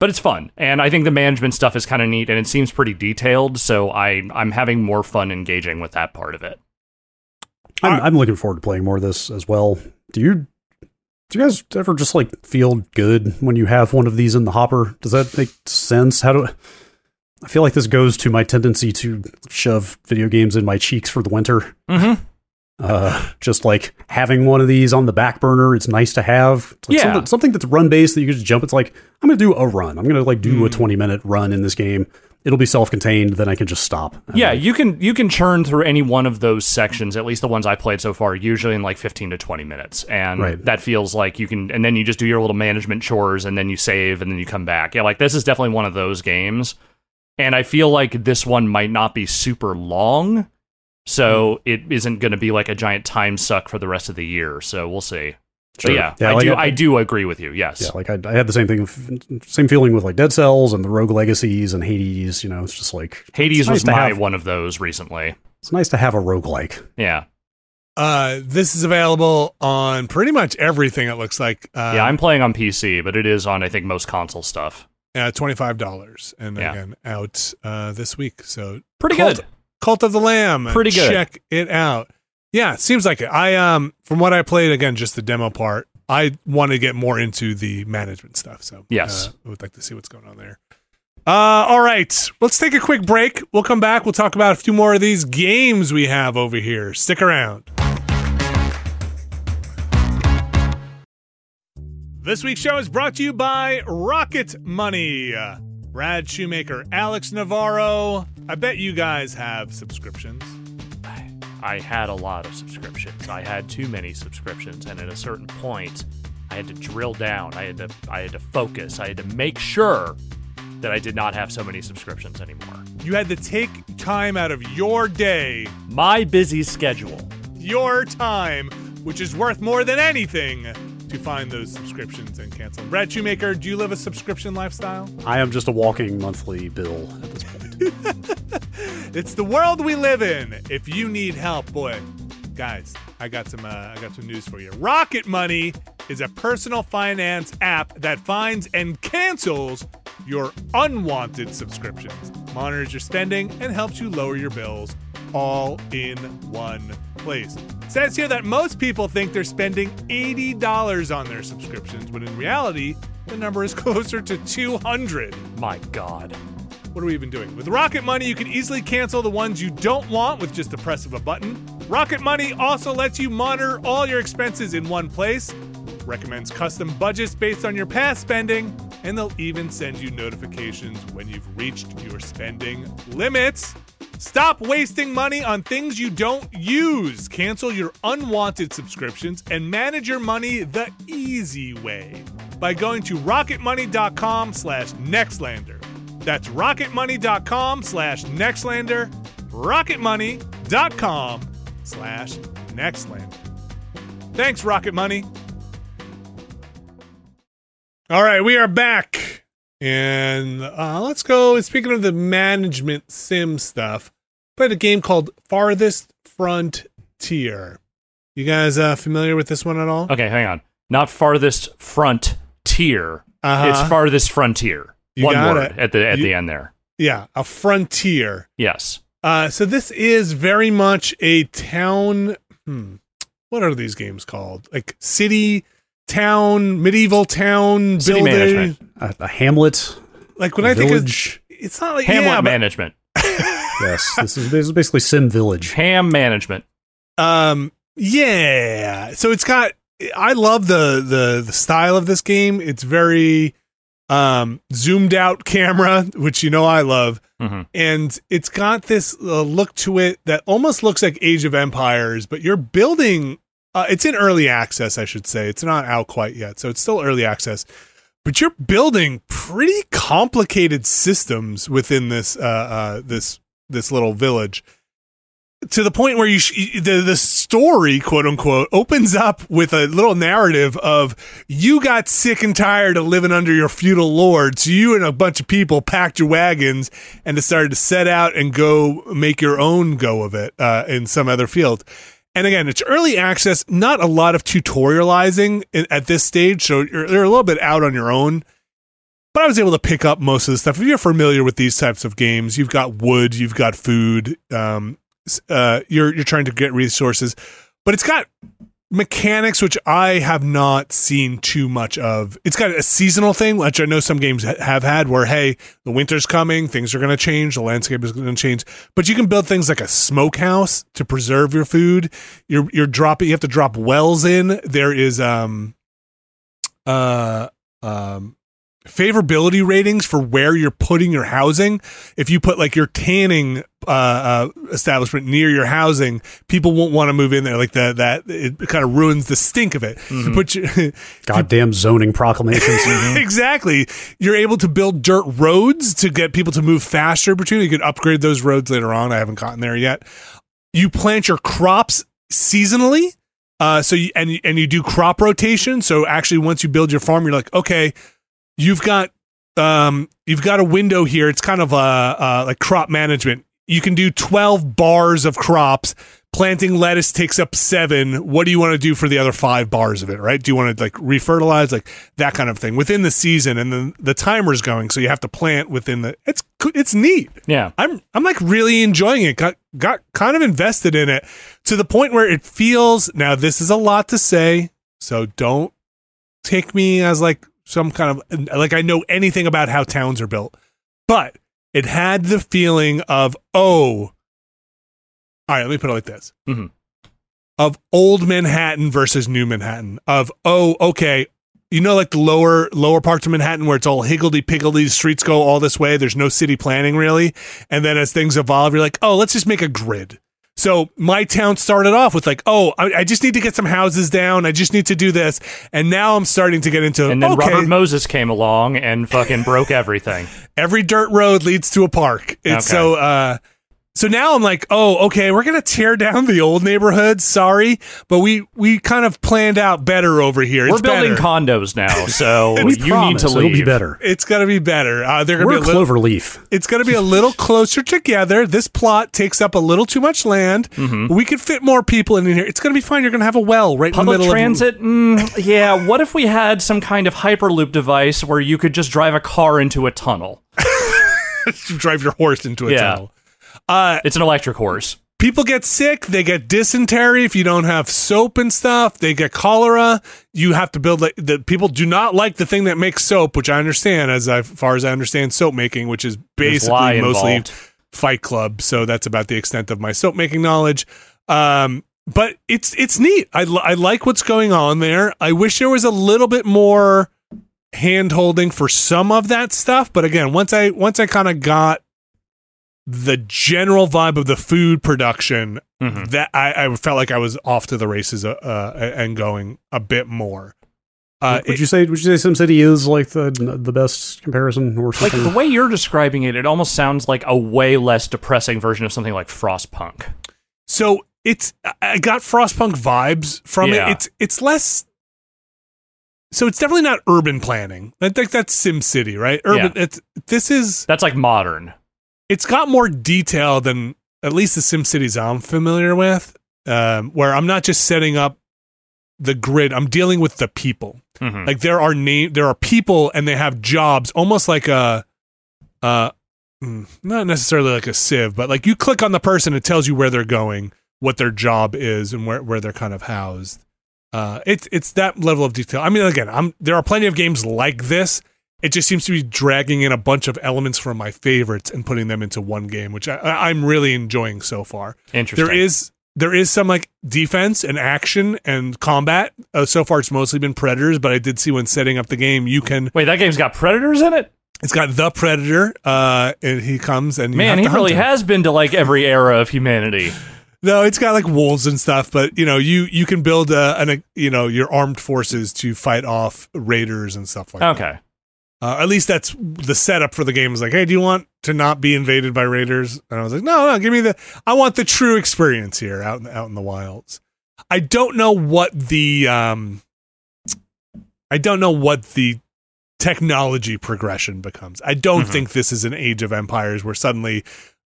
[SPEAKER 3] but it's fun, and I think the management stuff is kind of neat, and it seems pretty detailed. So I I'm having more fun engaging with that part of it.
[SPEAKER 2] I'm,
[SPEAKER 1] Alright.
[SPEAKER 2] I'm looking forward to playing more of this as well. Do you do you guys ever just like feel good when you have one of these in the hopper? Does that make sense? How do I, I feel like this goes to my tendency to shove video games in my cheeks for the winter?
[SPEAKER 3] Mm-hmm.
[SPEAKER 2] Uh, just like having one of these on the back burner, it's nice to have. It's like
[SPEAKER 3] Yeah.
[SPEAKER 2] something, something that's run based that you can just jump. It's like I'm gonna do a run. I'm gonna like do a
[SPEAKER 1] Mm.
[SPEAKER 2] 20 minute run in this game. It'll be self contained. Then I can just stop. And,
[SPEAKER 3] Yeah,
[SPEAKER 2] like,
[SPEAKER 3] you can you can churn through any one of those sections, at least the ones I played so far, usually in like fifteen to twenty minutes, and
[SPEAKER 2] Right.
[SPEAKER 3] that feels like you can. And then you just do your little management chores, and then you save, and then you come back. Yeah, like this is definitely one of those games, and I feel like this one might not be super long, so
[SPEAKER 2] Hmm.
[SPEAKER 3] it isn't going to be like a giant time suck for the rest of the year. So we'll see. But
[SPEAKER 2] sure.
[SPEAKER 3] yeah, I
[SPEAKER 2] like,
[SPEAKER 3] do I do agree with you. Yes.
[SPEAKER 2] Yeah, like I, I had the same thing, same feeling with like Dead Cells and the Rogue Legacies and Hades. You know, it's just like
[SPEAKER 3] Hades
[SPEAKER 2] It's nice
[SPEAKER 3] was
[SPEAKER 2] to
[SPEAKER 3] my
[SPEAKER 2] have-
[SPEAKER 3] one of those recently.
[SPEAKER 2] it's nice to have a roguelike.
[SPEAKER 3] Yeah.
[SPEAKER 1] Uh, this is available on pretty much everything. It looks like. Uh,
[SPEAKER 2] Um,
[SPEAKER 3] yeah, I'm playing on PC, but it is on I think most console stuff.
[SPEAKER 1] uh, twenty five dollars, and
[SPEAKER 3] Yeah.
[SPEAKER 1] again out uh, this week. So
[SPEAKER 3] Pretty
[SPEAKER 1] Cult-
[SPEAKER 3] good.
[SPEAKER 1] Cult of the Lamb,
[SPEAKER 3] Pretty good.
[SPEAKER 1] Check it out. Yeah, it seems like it. I um, from what I played again, just the demo part. I want to get more into the management stuff. So
[SPEAKER 3] Yes.
[SPEAKER 1] uh, I would like to see what's going on there. Uh, all right, let's take a quick break. We'll come back. We'll talk about a few more of these games we have over here. Stick around. This week's show is brought to you by Rocket Money. Brad Shoemaker, Alex Navarro. I bet you guys have subscriptions.
[SPEAKER 3] I had a lot of subscriptions. I had too many subscriptions, and at a certain point, I had to drill down. I had to I had to focus. I had to make sure that I did not have so many subscriptions anymore.
[SPEAKER 1] You had to take time out of your day,
[SPEAKER 3] My busy schedule.
[SPEAKER 1] your time, which is worth more than anything, to find those subscriptions and cancel. them. Brad Shoemaker, do you live a subscription lifestyle?
[SPEAKER 2] I am just a walking monthly bill at this point.
[SPEAKER 1] It's the world we live in. If you need help, boy, guys, I got some. Uh, I got some news for you. Rocket Money is a personal finance app that finds and cancels your unwanted subscriptions, monitors your spending, and helps you lower your bills, all in one place. It says here that most people think they're spending eighty dollars on their subscriptions, when in reality, the number is closer to two hundred. dollars
[SPEAKER 3] My God.
[SPEAKER 1] what are we even doing? With Rocket Money, you can easily cancel the ones you don't want with just the press of a button. Rocket Money also lets you monitor all your expenses in one place, recommends custom budgets based on your past spending, and they'll even send you notifications when you've reached your spending limits. Stop wasting money on things you don't use. Cancel your unwanted subscriptions and manage your money the easy way by going to rocketmoney.com slash nextlander. That's rocketmoney.com slash nextlander. Rocketmoney.com slash nextlander. Thanks, Rocket Money. All right, we are back. And uh, let's go. Speaking of the management sim stuff, played a game called Farthest Frontier. You guys uh, familiar with this one at all?
[SPEAKER 3] Okay, hang on. Not farthest front tier.
[SPEAKER 1] Uh-huh.
[SPEAKER 3] It's farthest frontier.
[SPEAKER 1] You
[SPEAKER 3] One
[SPEAKER 1] got
[SPEAKER 3] word
[SPEAKER 1] it.
[SPEAKER 3] at the at
[SPEAKER 1] You-
[SPEAKER 3] the end there.
[SPEAKER 1] Yeah, a frontier.
[SPEAKER 3] Yes.
[SPEAKER 1] Uh, so this is very much a town. Hmm, what are these games called? Like city, town, medieval town,
[SPEAKER 3] City
[SPEAKER 1] building.
[SPEAKER 3] management.
[SPEAKER 2] A, a hamlet,
[SPEAKER 1] Like when
[SPEAKER 2] a
[SPEAKER 1] I think of,
[SPEAKER 2] village.
[SPEAKER 1] it's not like
[SPEAKER 3] Ham
[SPEAKER 1] yeah, but,
[SPEAKER 3] management.
[SPEAKER 2] yes, this is, this is basically Sim Village.
[SPEAKER 3] Ham management.
[SPEAKER 1] um, yeah. So it's got. I love the the the style of this game. It's very um zoomed out camera, which you know I love.
[SPEAKER 3] Mhm.
[SPEAKER 1] and it's got this uh, look to it that almost looks like Age of Empires, but you're building. Uh, it's in early access, I should say. It's not out quite yet, so it's still early access. But you're building pretty complicated systems within this uh, uh, this this little village, to the point where you sh- the the story, quote unquote, opens up with a little narrative of you got sick and tired of living under your feudal lords. You and a bunch of people packed your wagons and decided to set out and go make your own go of it uh, in some other field. And again, it's early access, not a lot of tutorializing in, at this stage. So you're, you're a little bit out on your own. But I was able to pick up most of the stuff. If you're familiar with these types of games, you've got wood, you've got food, um, s- uh, you're, you're trying to get resources. But it's got mechanics which I have not seen too much of. It's got a seasonal thing, which I know some games ha- have had, where hey, the winter's coming, things are going to change, the landscape is going to change. But you can build things like a smokehouse to preserve your food. You're you're dropping, you have to drop wells in. There is um, uh, um. Favorability ratings for where you're putting your housing. If you put like your tanning uh, uh, establishment near your housing, people won't want to move in there. Like the, that, it kind of ruins the stink of it. You put your,
[SPEAKER 2] Goddamn zoning proclamations.
[SPEAKER 1] exactly. You're able to build dirt roads to get people to move faster between. You could upgrade those roads later on. I haven't gotten there yet. You plant your crops seasonally. Uh, so you, and and you do crop rotation. So actually, once you build your farm, you're like, okay, you've got um, you've got a window here. It's kind of uh, uh, like crop management. You can do twelve bars of crops. Planting lettuce takes up seven. What do you want to do for the other five bars of it? Right? Do you want to like refertilize, like that kind of thing within the season? And then the timer's going, so you have to plant within the. It's it's neat.
[SPEAKER 3] Yeah.
[SPEAKER 1] I'm I'm like really enjoying it. Got got kind of invested in it to the point where it feels now this is a lot to say, so don't take me as like some kind of like I know anything about how towns are built. But it had the feeling of oh all right, let me put it like this.
[SPEAKER 3] Mhm.
[SPEAKER 1] Of old Manhattan versus new Manhattan. Of oh, okay, you know like the lower lower parts of manhattan where it's all higgledy piggledy the streets go all this way there's no city planning really and then as things evolve you're like oh let's just make a grid So my town started off with like, oh, I, I just need to get some houses down. I just need to do this, and now I'm starting to get into
[SPEAKER 3] And then
[SPEAKER 1] okay,
[SPEAKER 3] Robert Moses came along and fucking broke everything.
[SPEAKER 1] every dirt road leads to a park. It's
[SPEAKER 3] Okay.
[SPEAKER 1] so uh so now I'm like, oh, okay, we're gonna tear down the old neighborhood. Sorry, but we we kind of planned out better over here.
[SPEAKER 3] We're
[SPEAKER 1] It's
[SPEAKER 3] building
[SPEAKER 1] better.
[SPEAKER 3] condos now, so
[SPEAKER 2] We
[SPEAKER 3] you
[SPEAKER 2] promise
[SPEAKER 3] need to leave.
[SPEAKER 2] It'll be better.
[SPEAKER 1] it's gonna be better. Uh, they're gonna
[SPEAKER 2] We're
[SPEAKER 1] be a little,
[SPEAKER 2] Cloverleaf.
[SPEAKER 1] it's gonna be a little closer together. This plot takes up a little too much land.
[SPEAKER 3] Mm-hmm.
[SPEAKER 1] We could fit more people in here. It's gonna be fine. You're gonna have a well right in
[SPEAKER 3] Public
[SPEAKER 1] the middle of
[SPEAKER 3] transit? Mm, yeah. What if we had some kind of hyperloop device where you could just drive a car into a tunnel?
[SPEAKER 1] drive your horse into a
[SPEAKER 3] Yeah.
[SPEAKER 1] tunnel. Uh,
[SPEAKER 3] It's an electric horse.
[SPEAKER 1] people get sick. They get dysentery if you don't have soap and stuff. They get cholera. You have to build like the people do not like the thing that makes soap, which I understand as I- far as I understand soap making, which is
[SPEAKER 3] There's lie
[SPEAKER 1] basically mostly
[SPEAKER 3] involved.
[SPEAKER 1] Fight Club. So that's about the extent of my soap making knowledge. Um, but it's it's neat. I li- I like what's going on there. I wish there was a little bit more hand holding for some of that stuff. But again, once I once I kind of got the general vibe of the food production,
[SPEAKER 3] Mhm.
[SPEAKER 1] that I, I felt like I was off to the races uh, uh, and going a bit more. Uh,
[SPEAKER 2] would you say would you say SimCity is like the the best comparison or
[SPEAKER 3] Like
[SPEAKER 2] something?
[SPEAKER 3] the way you're describing it, it almost sounds like a way less depressing version of something like Frostpunk.
[SPEAKER 1] So it's I- I got Frostpunk vibes from
[SPEAKER 3] Yeah.
[SPEAKER 1] it. It's it's less. So it's definitely not urban planning. I think that's Sim City, right? Urban. It's this is
[SPEAKER 3] That's like modern.
[SPEAKER 1] it's got more detail than at least the Sim Cities I'm familiar with, um, where I'm not just setting up the grid. I'm dealing with the people.
[SPEAKER 3] Mhm.
[SPEAKER 1] Like there are name, there are people, and they have jobs, almost like a, uh, mm, not necessarily like a sieve, but like you click on the person, it tells you where they're going, what their job is, and where where they're kind of housed. Uh, it's it's that level of detail. I mean, again, I'm there are plenty of games like this. It just seems to be dragging in a bunch of elements from my favorites and putting them into one game, which I, I- I'm really enjoying so far.
[SPEAKER 3] Interesting.
[SPEAKER 1] There is there is some like defense and action and combat. Uh, so far, it's mostly been predators, but I did see when setting up the game, you can.
[SPEAKER 3] Wait, that game's got predators in it.
[SPEAKER 1] It's got the predator, uh, and he comes and you have
[SPEAKER 3] Man,
[SPEAKER 1] to
[SPEAKER 3] he
[SPEAKER 1] hunt
[SPEAKER 3] really
[SPEAKER 1] him.
[SPEAKER 3] has been to like every era of humanity.
[SPEAKER 1] No, it's got like wolves and stuff, but you know, you you can build uh an a, you know your armed forces to fight off raiders and stuff like that.
[SPEAKER 3] Okay.
[SPEAKER 1] Uh, at least that's the setup for the game. Is like, hey, do you want to not be invaded by raiders? And I was like, no, no, give me the. I want the true experience here, out in the, out in the wilds. I don't know what the um, I don't know what the technology progression becomes. I don't
[SPEAKER 3] Mhm.
[SPEAKER 1] think this is an Age of Empires where suddenly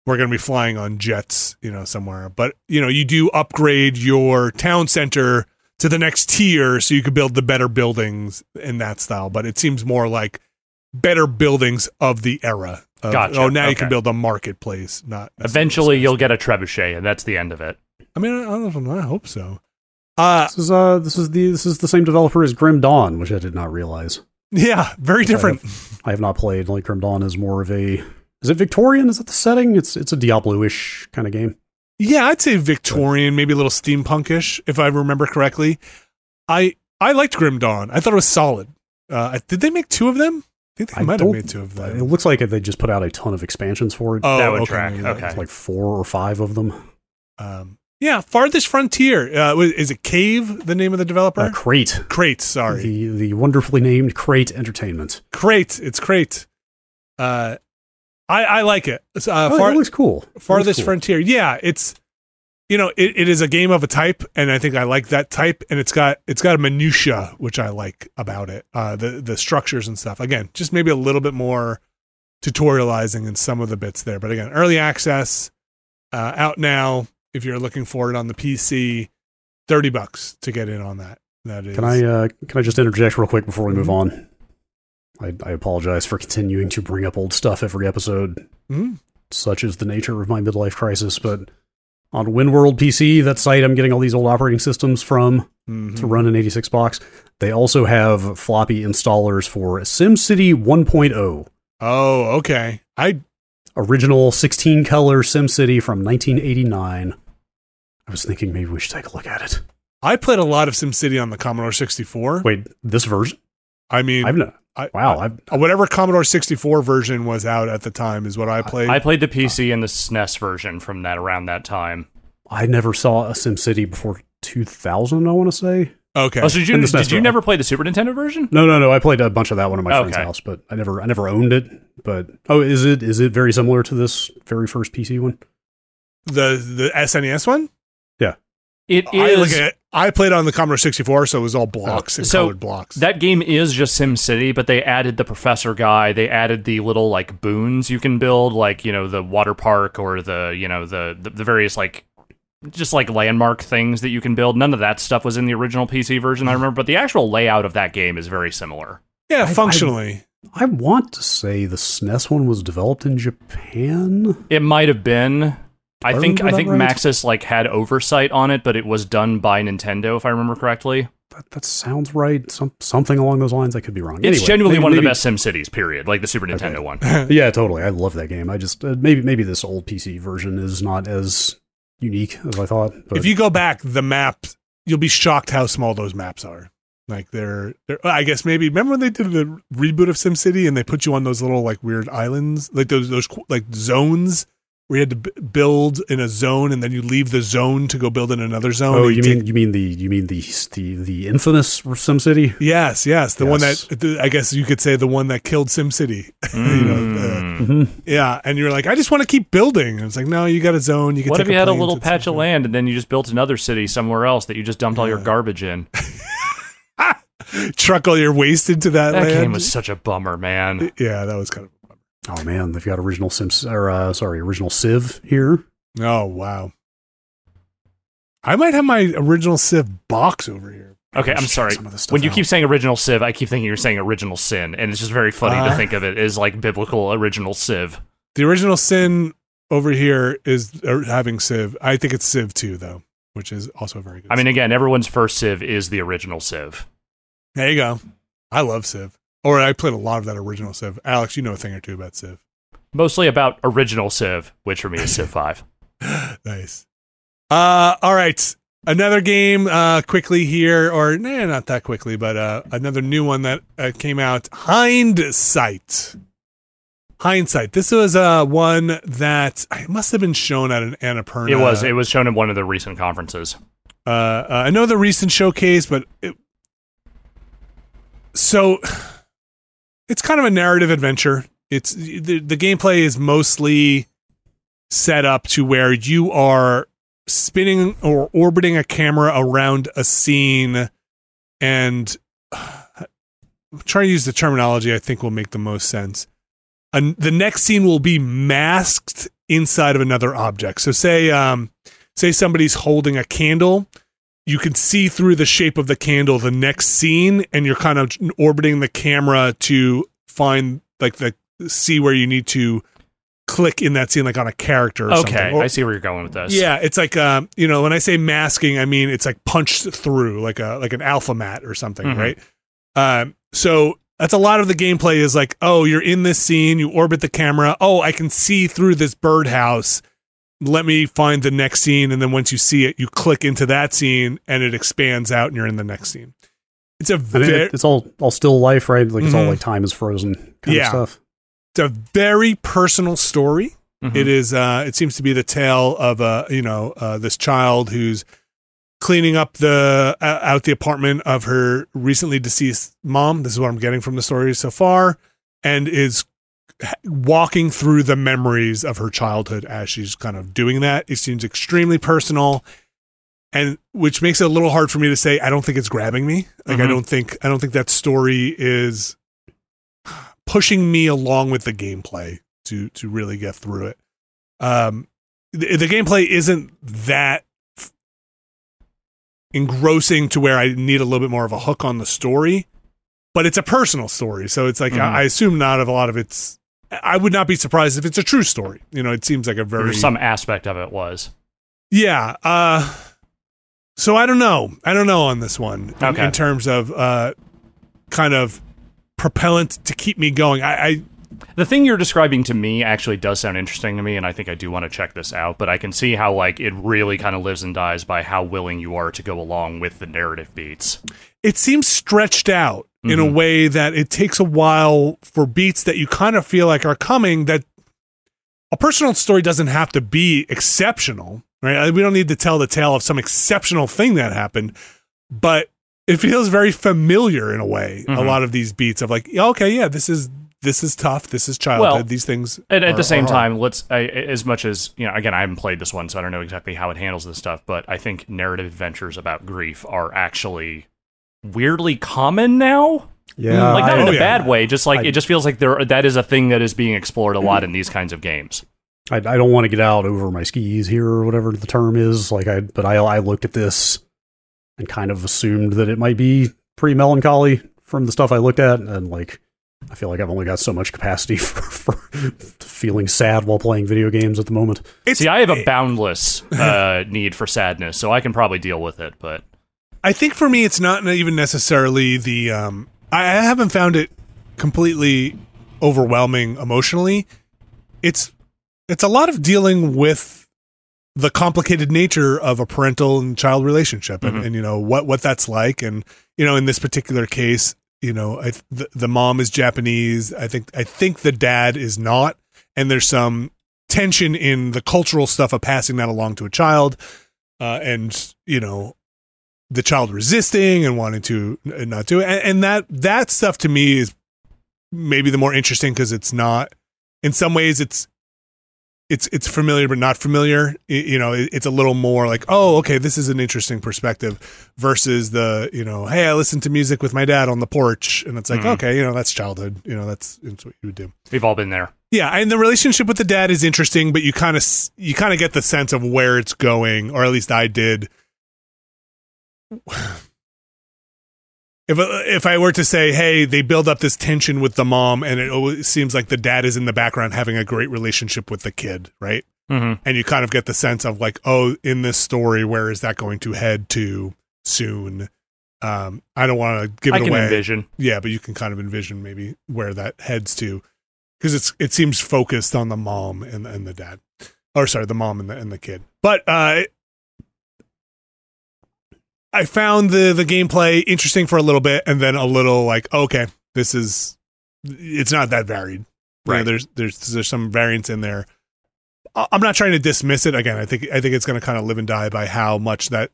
[SPEAKER 1] we're going to be flying on jets, you know, somewhere. But you know, you do upgrade your town center to the next tier so you could build the better buildings in that style. But it seems more like better buildings of the era. of,
[SPEAKER 3] Gotcha.
[SPEAKER 1] Oh, now you
[SPEAKER 3] Okay.
[SPEAKER 1] can build a marketplace, not necessarily
[SPEAKER 3] Eventually,
[SPEAKER 1] a-
[SPEAKER 3] you'll get a trebuchet, and that's the end of it.
[SPEAKER 1] I mean, I don't know if I'm, I hope so. Uh,
[SPEAKER 2] this is uh this is the this is the same developer as Grim Dawn, which I did not realize.
[SPEAKER 1] yeah, very different.
[SPEAKER 2] I have not played. Like Grim Dawn is more of a is it Victorian? Is that the setting? It's it's a Diablo-ish kind of game.
[SPEAKER 1] Yeah, I'd say Victorian, maybe a little steampunkish, if I remember correctly. I I liked Grim Dawn. I thought it was solid. Uh, I- did they make two of them? I think they
[SPEAKER 2] I
[SPEAKER 1] might have
[SPEAKER 2] don't-
[SPEAKER 1] made two of
[SPEAKER 2] It
[SPEAKER 1] them.
[SPEAKER 2] looks like they just put out a ton of expansions for it.
[SPEAKER 1] Oh,
[SPEAKER 3] that would
[SPEAKER 1] okay,
[SPEAKER 3] track.
[SPEAKER 1] maybe that was
[SPEAKER 3] Okay.
[SPEAKER 2] It's like four or five of them.
[SPEAKER 1] it. Um, yeah, Farthest Frontier. Uh, wa- is it Cave? The name of the developer?
[SPEAKER 2] Uh, Crate,
[SPEAKER 1] Crate. Sorry,
[SPEAKER 2] the the wonderfully named Crate Entertainment.
[SPEAKER 1] Crate. It's Crate. Uh, I I like it. It's, Uh,
[SPEAKER 2] oh,
[SPEAKER 1] Far-
[SPEAKER 2] it looks cool. It looks
[SPEAKER 1] Farthest
[SPEAKER 2] cool.
[SPEAKER 1] Frontier. Yeah, it's you know it, it is a game of a type, and I think I like that type, and it's got it's got a minutia which I like about it. Uh, the the structures and stuff. Again, just maybe a little bit more tutorializing in some of the bits there, but again, early access uh, out now. If you're looking for it on the PC, thirty bucks to get in on that. That is.
[SPEAKER 2] Can I uh, can I just interject real quick before we
[SPEAKER 1] Mm-hmm.
[SPEAKER 2] move on? I, I apologize for continuing to bring up old stuff every episode.
[SPEAKER 1] Mm.
[SPEAKER 2] Such is the nature of my midlife crisis. But on WinWorld PC, that site I'm getting all these old operating systems from to
[SPEAKER 1] Mhm.
[SPEAKER 2] run an 86 box, they also have floppy installers for SimCity 1.0,
[SPEAKER 1] Oh, okay. I
[SPEAKER 2] original 16 color SimCity from 1989. I was thinking maybe we should take a look at it.
[SPEAKER 1] I played a lot of SimCity on the Commodore 64.
[SPEAKER 2] Wait, this version?
[SPEAKER 1] I mean,
[SPEAKER 2] I've not.
[SPEAKER 1] I-
[SPEAKER 2] Wow, I've
[SPEAKER 1] Uh, whatever Commodore 64 version was out at the time is what I played.
[SPEAKER 2] Oh.
[SPEAKER 3] E I played the PC and the SNES version from that around that time.
[SPEAKER 2] I never saw a SimCity before 2000. I want to say.
[SPEAKER 1] Okay.
[SPEAKER 3] Oh, so did you
[SPEAKER 2] And the
[SPEAKER 3] did
[SPEAKER 2] SNES
[SPEAKER 3] you
[SPEAKER 2] version.
[SPEAKER 3] never play the Super Nintendo version?
[SPEAKER 2] No, no, no. I played a bunch of that one at my friend's
[SPEAKER 3] Okay.
[SPEAKER 2] house, but I never, I never owned it. But oh, is it is it very similar to this very first PC one?
[SPEAKER 1] the the SNES one.
[SPEAKER 3] It is. Uh,
[SPEAKER 1] I look at. I played on the Commodore 64, so it was all blocks and
[SPEAKER 3] So,
[SPEAKER 1] colored blocks.
[SPEAKER 3] That game is just Sim City, but they added the professor guy. They added the little like boons you can build, like you know the water park or the you know the the, the various like just like landmark things that you can build. None of that stuff was in the original PC version, I remember. But the actual layout of that game is very similar.
[SPEAKER 1] yeah,
[SPEAKER 2] I- I-
[SPEAKER 1] functionally.
[SPEAKER 2] I want to say the SNES one was developed in Japan.
[SPEAKER 3] It might have been. I
[SPEAKER 2] I
[SPEAKER 3] think I
[SPEAKER 2] remember
[SPEAKER 3] think
[SPEAKER 2] that right.
[SPEAKER 3] Maxis like had oversight on it, but it was done by Nintendo, if I remember correctly.
[SPEAKER 2] That, that sounds right. Some something along those lines. I could be wrong.
[SPEAKER 3] it's
[SPEAKER 2] Anyway,
[SPEAKER 3] genuinely
[SPEAKER 2] maybe-
[SPEAKER 3] one of the
[SPEAKER 2] maybe-
[SPEAKER 3] best Sim Cities, period. Like the Super Nintendo one.
[SPEAKER 2] Yeah, totally. I love that game. I just uh, maybe maybe this old PC version is not as unique as I thought. But
[SPEAKER 1] if you go back, the map, you'll be shocked how small those maps are. Like they're, they're I guess maybe remember when they did the reboot of SimCity and they put you on those little like weird islands, like those those qu- like zones where you had to b- build in a zone and then you leave the zone to go build in another zone.
[SPEAKER 2] oh,
[SPEAKER 1] and
[SPEAKER 2] you
[SPEAKER 1] take-
[SPEAKER 2] mean you mean the you mean the the the infamous SimCity?
[SPEAKER 1] Yes, yes, the one
[SPEAKER 2] Yes.
[SPEAKER 1] that the, I guess you could say the one that killed SimCity.
[SPEAKER 3] Mm.
[SPEAKER 2] Mm-hmm.
[SPEAKER 1] Yeah, and you're like, I just want to keep building. And it's like, no, you got a zone. You can
[SPEAKER 3] What
[SPEAKER 1] take
[SPEAKER 3] if you had a
[SPEAKER 1] plane
[SPEAKER 3] little
[SPEAKER 1] to-
[SPEAKER 3] patch of land and then you just built another city somewhere else that you just dumped all your
[SPEAKER 1] Yeah.
[SPEAKER 3] garbage in?
[SPEAKER 1] truck all your waste into that,
[SPEAKER 3] That
[SPEAKER 1] land?
[SPEAKER 3] game was such a bummer, man.
[SPEAKER 1] yeah, that was kind of.
[SPEAKER 2] Oh man, they've got original Sims or uh, sorry, original Civ here.
[SPEAKER 1] Oh wow. I might have my original Civ box over here.
[SPEAKER 3] Okay, I'm
[SPEAKER 2] Check
[SPEAKER 3] sorry.
[SPEAKER 2] some of this stuff
[SPEAKER 3] When you
[SPEAKER 2] out.
[SPEAKER 3] keep saying original Civ, I keep thinking you're saying original sin, and it's just very funny to
[SPEAKER 1] Uh.
[SPEAKER 3] think of it as like biblical original Civ.
[SPEAKER 1] The original Sin over here is er, having Civ. I think it's Civ 2 though, which is also very good.
[SPEAKER 3] I mean, again, everyone's first Civ is the original Civ.
[SPEAKER 1] there you go. I love Civ. Or I played a lot of that original Civ. Alex, you know a thing or two about Civ.
[SPEAKER 3] Mostly about original Civ, which for me is Civ 5.
[SPEAKER 1] Nice. Uh, all right. Another game uh, quickly here, or nah, not that quickly, but uh, another new one that uh, came out Hindsight. Hindsight. This was uh, one that I must have been shown at an Annapurna.
[SPEAKER 3] It was it was shown in one of the recent conferences.
[SPEAKER 1] Uh, uh, I know the recent showcase, but it, so it's kind of a narrative adventure. It's the, the gameplay is mostly set up to where you are spinning or orbiting a camera around a scene and I'm trying to use the terminology I think will make the most sense. And the next scene will be masked inside of another object. So say um say somebody's holding a candle, you can see through the shape of the candle the next scene and you're kind of orbiting the camera to find like the see where you need to click in that scene like on a character or
[SPEAKER 3] Okay,
[SPEAKER 1] something. Or-
[SPEAKER 3] I see where you're going with this.
[SPEAKER 1] yeah, it's like um, you know, when I say masking, I mean it's like punched through, like a like an alpha mat or something,
[SPEAKER 3] Mhm.
[SPEAKER 1] right? Um, so that's a lot of the gameplay is like, oh, you're in this scene, you orbit the camera, oh, I can see through this birdhouse. Let me find the next scene, and then once you see it, you click into that scene, and it expands out, and you're in the next scene. It's a
[SPEAKER 2] I mean,
[SPEAKER 1] ver-
[SPEAKER 2] it, it's all all still life, right? Like it's all
[SPEAKER 1] Mhm.
[SPEAKER 2] like time is frozen kind
[SPEAKER 1] Yeah.
[SPEAKER 2] of stuff.
[SPEAKER 1] it's a very personal story.
[SPEAKER 3] Mhm.
[SPEAKER 1] It is. Uh, it seems to be the tale of uh, you know uh, this child who's cleaning up the uh, out the apartment of her recently deceased mom. This is what I'm getting from the story so far, and is h- walking through the memories of her childhood as she's kind of doing that. It seems extremely personal, and which makes it a little hard for me to say. I don't think it's grabbing me. Like I
[SPEAKER 3] Mhm.
[SPEAKER 1] don't think I don't think that story is pushing me along with the gameplay to to really get through it. Um, the, the gameplay isn't that f- engrossing to where I need a little bit more of a hook on the story, but it's a personal story, so it's like
[SPEAKER 3] Mhm.
[SPEAKER 1] I, I assume not of a lot of it's. I would not be surprised if it's a true story. You know, it seems like a
[SPEAKER 3] Or
[SPEAKER 1] very
[SPEAKER 3] some aspect of it was.
[SPEAKER 1] yeah. Uh, so I don't know. I don't know on this one in- in,
[SPEAKER 3] Okay.
[SPEAKER 1] terms of uh, kind of propellant to keep me going. I, I
[SPEAKER 3] The thing you're describing to me actually does sound interesting to me, and I think I do want to check this out. But I can see how like it really kind of lives and dies by how willing you are to go along with the narrative beats.
[SPEAKER 1] it seems stretched out in a
[SPEAKER 3] Mhm.
[SPEAKER 1] way that it takes a while for beats that you kind of feel like are coming that a personal story doesn't have to be exceptional right? We don't need to tell the tale of some exceptional thing that happened, but it feels very familiar in a way. A
[SPEAKER 3] Mhm.
[SPEAKER 1] lot of these beats of like, yeah, okay, yeah, this is this is tough. This is childhood.
[SPEAKER 3] Well,
[SPEAKER 1] these things.
[SPEAKER 3] And at
[SPEAKER 1] are-
[SPEAKER 3] the same
[SPEAKER 1] are hard.
[SPEAKER 3] time, let's I, as much as you know. Again, I haven't played this one, so I don't know exactly how it handles this stuff. But I think narrative adventures about grief are actually weirdly common now.
[SPEAKER 2] Yeah,
[SPEAKER 3] Mm, like not
[SPEAKER 2] I,
[SPEAKER 3] in a
[SPEAKER 1] Oh, yeah.
[SPEAKER 3] bad way. Just like
[SPEAKER 2] I-
[SPEAKER 3] it just feels like there that is a thing that is being explored a lot in these kinds of games.
[SPEAKER 2] I, I don't want to get out over my skis here or whatever the term is. Like I, but I, I looked at this and kind of assumed that it might be pretty melancholy from the stuff I looked at, and like I feel like I've only got so much capacity for, for feeling sad while playing video games at the moment.
[SPEAKER 1] It's-
[SPEAKER 3] See, I have a boundless uh, need for sadness, so I can probably deal with it. But
[SPEAKER 1] I think for me, it's not even necessarily the. Um, I I haven't found it completely overwhelming emotionally. It's it's a lot of dealing with the complicated nature of a parental and child relationship, and, and you know what what that's like, and you know in this particular case, you know I, th- the, the mom is Japanese. I think I think the dad is not, and there's some tension in the cultural stuff of passing that along to a child, uh, and you know the child resisting and wanting to n- uh, not do it and, and that that stuff to me is maybe the more interesting because it's not in some ways it's it's it's familiar but not familiar Y- you know it- it's a little more like oh okay this is an interesting perspective versus the you know hey i listened to music with my dad on the porch and it's like
[SPEAKER 3] Mhm.
[SPEAKER 1] okay you know that's childhood you know that's, that's what you would do
[SPEAKER 3] we've all been there.
[SPEAKER 1] yeah, and the relationship with the dad is interesting, but you kind of you kind of get the sense of where it's going, or at least I did. If if I were to say, hey, they build up this tension with the mom, and it always seems like the dad is in the background having a great relationship with the kid, right?
[SPEAKER 3] hmm
[SPEAKER 1] And you kind of get the sense of like, oh, in this story, where is that going to head to soon? Um, I don't want to give
[SPEAKER 3] I
[SPEAKER 1] it
[SPEAKER 3] can
[SPEAKER 1] away
[SPEAKER 3] envision.
[SPEAKER 1] yeah, but you can kind of envision maybe where that heads to, because it's it seems focused on the mom and and the dad, or sorry, the mom and the and the kid. But uh, I found the the gameplay interesting for a little bit, and then a little like okay, this is it's not that varied. You know,
[SPEAKER 3] Right.
[SPEAKER 1] there's there's there's some variance in there. I- I'm not trying to dismiss it again. I think I think it's going to kind of live and die by how much that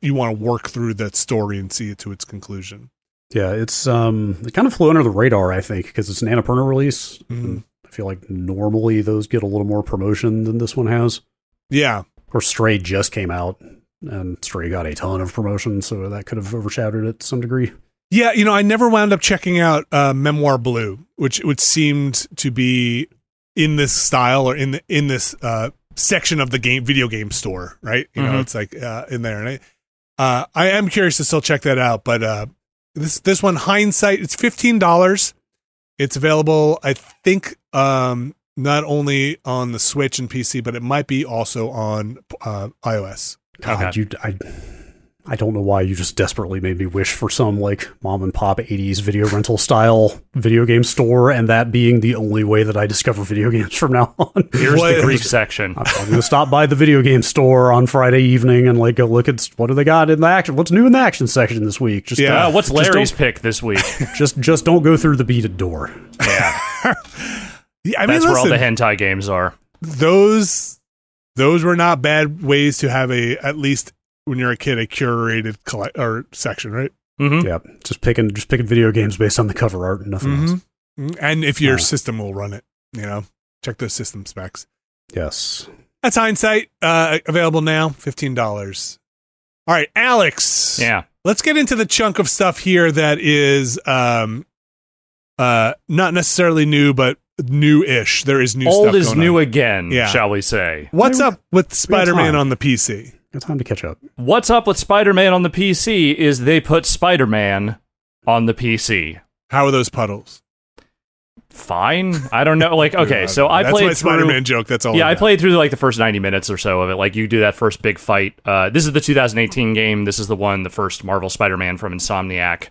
[SPEAKER 1] you want to work through that story and see it to its conclusion.
[SPEAKER 2] Yeah, it's um, it kind of flew under the radar, I think, because it's an Annapurna release.
[SPEAKER 1] Mhm.
[SPEAKER 2] I feel like normally those get a little more promotion than this one has.
[SPEAKER 1] Yeah.
[SPEAKER 2] Or Stray just came out, and Stray got a ton of promotion, so that could have overshadowed it to some degree.
[SPEAKER 1] Yeah, you know, I never wound up checking out uh, Memoir Blue, which which seemed to be in this style or in the, in this uh, section of the game video game store, right? You know,
[SPEAKER 3] Mhm.
[SPEAKER 1] it's like uh, in there, and I uh, I am curious to still check that out. But uh, this this one, hindsight, it's fifteen dollars. It's available, I think, um, not only on the Switch and PC, but it might be also on uh, iOS.
[SPEAKER 2] God,
[SPEAKER 3] Okay.
[SPEAKER 2] you, I, I don't know why you just desperately made me wish for some like mom and pop '80s video rental style video game store, and that being the only way that I discover video games from now on.
[SPEAKER 3] Here's
[SPEAKER 1] What-
[SPEAKER 3] the grief section.
[SPEAKER 2] I'm, I'm gonna stop by the video game store on Friday evening and like go look at what do they got in the action, what's new in the action section this week. Just
[SPEAKER 1] Yeah.
[SPEAKER 3] Uh,
[SPEAKER 2] uh,
[SPEAKER 3] what's
[SPEAKER 2] just
[SPEAKER 3] Larry's
[SPEAKER 2] don't-
[SPEAKER 3] pick this week?
[SPEAKER 2] Just just don't go through the beaded door.
[SPEAKER 1] Yeah, I mean,
[SPEAKER 3] That's where all
[SPEAKER 1] listen,
[SPEAKER 3] the hentai games are.
[SPEAKER 1] those those were not bad ways to have a at least when you're a kid a curated collect or section right
[SPEAKER 3] hmm Mm-hmm.
[SPEAKER 2] Yeah, just picking just picking video games based on the cover art and nothing else.
[SPEAKER 1] Mhm. and if your
[SPEAKER 2] Yeah.
[SPEAKER 1] system will run it you know check those system specs
[SPEAKER 2] Yes.
[SPEAKER 1] that's hindsight uh available now $15 all right alex
[SPEAKER 3] Yeah.
[SPEAKER 1] let's get into the chunk of stuff here that is um uh not necessarily new but new-ish there is new
[SPEAKER 3] Old
[SPEAKER 1] stuff
[SPEAKER 3] is
[SPEAKER 1] going
[SPEAKER 3] new
[SPEAKER 1] on.
[SPEAKER 3] again,
[SPEAKER 1] Yeah.
[SPEAKER 3] shall we say.
[SPEAKER 1] what's
[SPEAKER 2] Real-
[SPEAKER 1] up with spider-man
[SPEAKER 2] time.
[SPEAKER 1] on the pc
[SPEAKER 2] Got time to catch up.
[SPEAKER 3] What's up with Spider Man on the PC is they put Spider Man on the PC.
[SPEAKER 1] how are those puddles
[SPEAKER 3] Fine. I don't know. Like, okay,
[SPEAKER 1] Yeah,
[SPEAKER 3] so I
[SPEAKER 1] that's
[SPEAKER 3] played
[SPEAKER 1] my
[SPEAKER 3] through-
[SPEAKER 1] Spider-Man joke. That's all.
[SPEAKER 3] Yeah, I
[SPEAKER 1] got.
[SPEAKER 3] played through like the first 90 minutes or so of it. Like, you do that first big fight. Uh, this is the 2018 game. This is the one, the first Marvel Spider Man from Insomniac.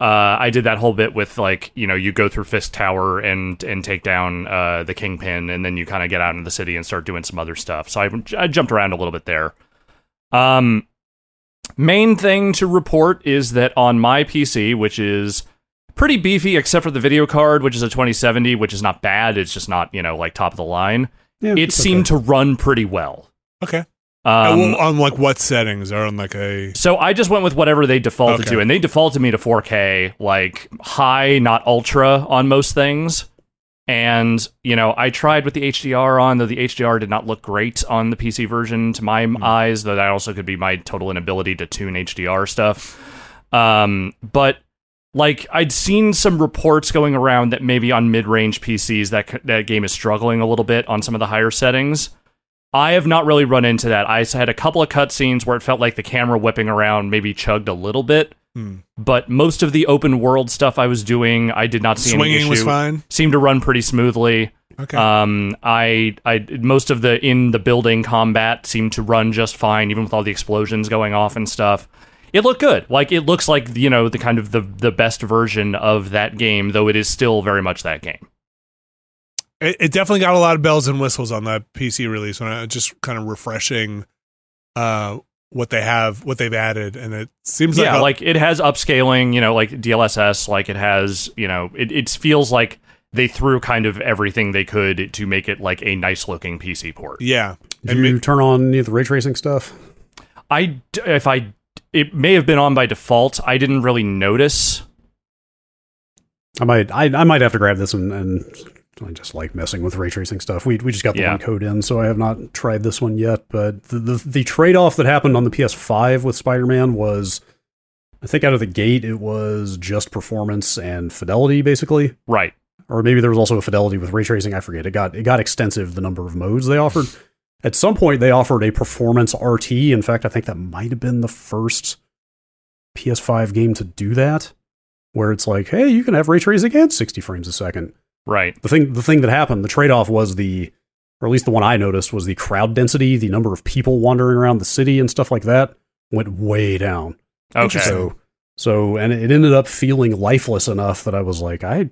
[SPEAKER 3] Uh, I did that whole bit with like you know you go through Fisk Tower and and take down uh, the Kingpin and then you kind of get out into the city and start doing some other stuff. So I, I jumped around a little bit there. Um, main thing to report is that on my PC, which is pretty beefy except for the video card, which is a 2070, which is not bad. It's just not you know like top of the line
[SPEAKER 2] Yeah,
[SPEAKER 3] it
[SPEAKER 2] it's okay.
[SPEAKER 3] seemed to run pretty well.
[SPEAKER 1] Okay. Uh,
[SPEAKER 3] Um,
[SPEAKER 1] well, on like what settings or on like a
[SPEAKER 3] so I just went with whatever they defaulted
[SPEAKER 1] Okay.
[SPEAKER 3] to, and they defaulted me to 4K, like high, not ultra, on most things. And you know, I tried with the HDR on, though the HDR did not look great on the PC version to my eyes. Though that also could be my total inability to tune HDR stuff. Um, but like I'd seen some reports going around that maybe on mid-range PCs that c- that game is struggling a little bit on some of the higher settings. I have not really run into that. I s- had a couple of cutscenes where it felt like the camera whipping around maybe chugged a little bit,
[SPEAKER 1] Hmm.
[SPEAKER 3] but most of the open world stuff I was doing, I did not see any
[SPEAKER 1] swinging
[SPEAKER 3] issue.
[SPEAKER 1] was fine.
[SPEAKER 3] Seemed to run pretty smoothly.
[SPEAKER 1] Okay.
[SPEAKER 3] Um, I, I, most of the in the building combat seemed to run just fine, even with all the explosions going off and stuff. It looked good. Like it looks like you know the kind of the the best version of that game, though it is still very much that game.
[SPEAKER 1] it, it definitely got a lot of bells and whistles on that PC release when I just kind of refreshing uh what they have, what they've added, and it seems
[SPEAKER 3] yeah,
[SPEAKER 1] like, a-
[SPEAKER 3] like it has upscaling, you know, like DLSS, like it has, you know, it, it feels like they threw kind of everything they could to make it like a nice looking PC port.
[SPEAKER 1] yeah.
[SPEAKER 2] Did
[SPEAKER 1] And
[SPEAKER 2] you
[SPEAKER 1] me-
[SPEAKER 2] turn on any of the ray tracing stuff?
[SPEAKER 3] I, d- if I, it may have been on by default. I didn't really notice.
[SPEAKER 2] I might I, I might have to grab this and, and I just like messing with ray tracing stuff. We we just got the
[SPEAKER 3] Yeah.
[SPEAKER 2] one code in, so I have not tried this one yet. But the the, the trade off that happened on the PS5 with Spider Man was, I think out of the gate it was just performance and fidelity basically,
[SPEAKER 3] Right.
[SPEAKER 2] or maybe there was also a fidelity with ray tracing. I forget. It got it got extensive the number of modes they offered. At some point they offered a performance RT. In fact, I think that might have been the first PS5 game to do that. Where it's like, hey, you can have ray tracing at 60 frames a second
[SPEAKER 3] Right.
[SPEAKER 2] the thing the thing that happened the trade-off was the or at least the one i noticed was the crowd density the number of people wandering around the city and stuff like that went way down
[SPEAKER 3] Okay.
[SPEAKER 2] so so and it ended up feeling lifeless enough that i was like i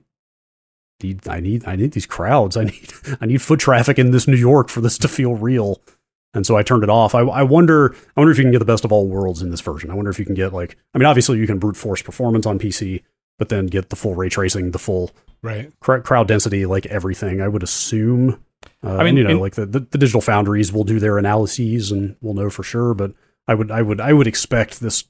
[SPEAKER 2] need i need i need these crowds i need i need foot traffic in this new york for this to feel real and so i turned it off I, I wonder i wonder if you can get the best of all worlds in this version i wonder if you can get like i mean obviously you can brute force performance on pc but then get the full ray tracing the full
[SPEAKER 1] right.
[SPEAKER 2] cr- crowd density, like everything, I would assume. Uh, I
[SPEAKER 3] mean,
[SPEAKER 2] mean, you know,
[SPEAKER 3] in-
[SPEAKER 2] like the, the, the digital foundries will do their analyses and we'll know for sure. But I would, I would, I would expect this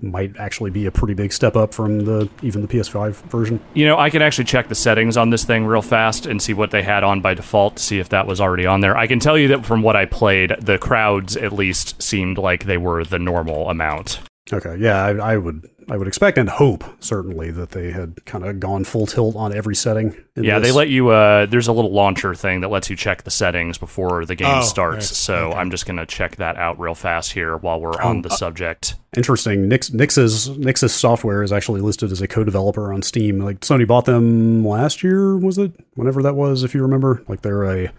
[SPEAKER 2] might actually be a pretty big step up from the even the PS5 version.
[SPEAKER 3] You know, I can actually check the settings on this thing real fast and see what they had on by default to see if that was already on there. I can tell you that from what I played, the crowds at least seemed like they were the normal amount.
[SPEAKER 2] Okay, yeah, I, I would, I would expect and hope certainly that they had kind of gone full tilt on every setting. in
[SPEAKER 3] Yeah,
[SPEAKER 2] this.
[SPEAKER 3] they let you. Uh, there's a little launcher thing that lets you check the settings before the game
[SPEAKER 1] Oh,
[SPEAKER 3] starts.
[SPEAKER 1] nice.
[SPEAKER 3] So I'm just gonna check that out real fast here while we're on the subject.
[SPEAKER 2] interesting. Nix, Nix's Nix's software is actually listed as a co-developer on Steam. Like Sony bought them last year, was it? Whenever that was, if you remember. Like they're a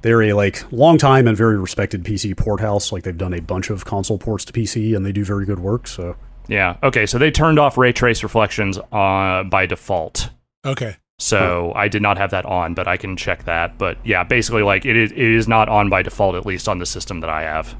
[SPEAKER 2] they're a like long time and very respected PC port house. Like they've done a bunch of console ports to PC, and they do very good work. So
[SPEAKER 3] Yeah. Okay. So they turned off ray trace reflections uh, by default.
[SPEAKER 1] Okay.
[SPEAKER 3] So I did not have that on, but I can check that. But yeah, basically, like it is, it is not on by default, at least on the system that I have.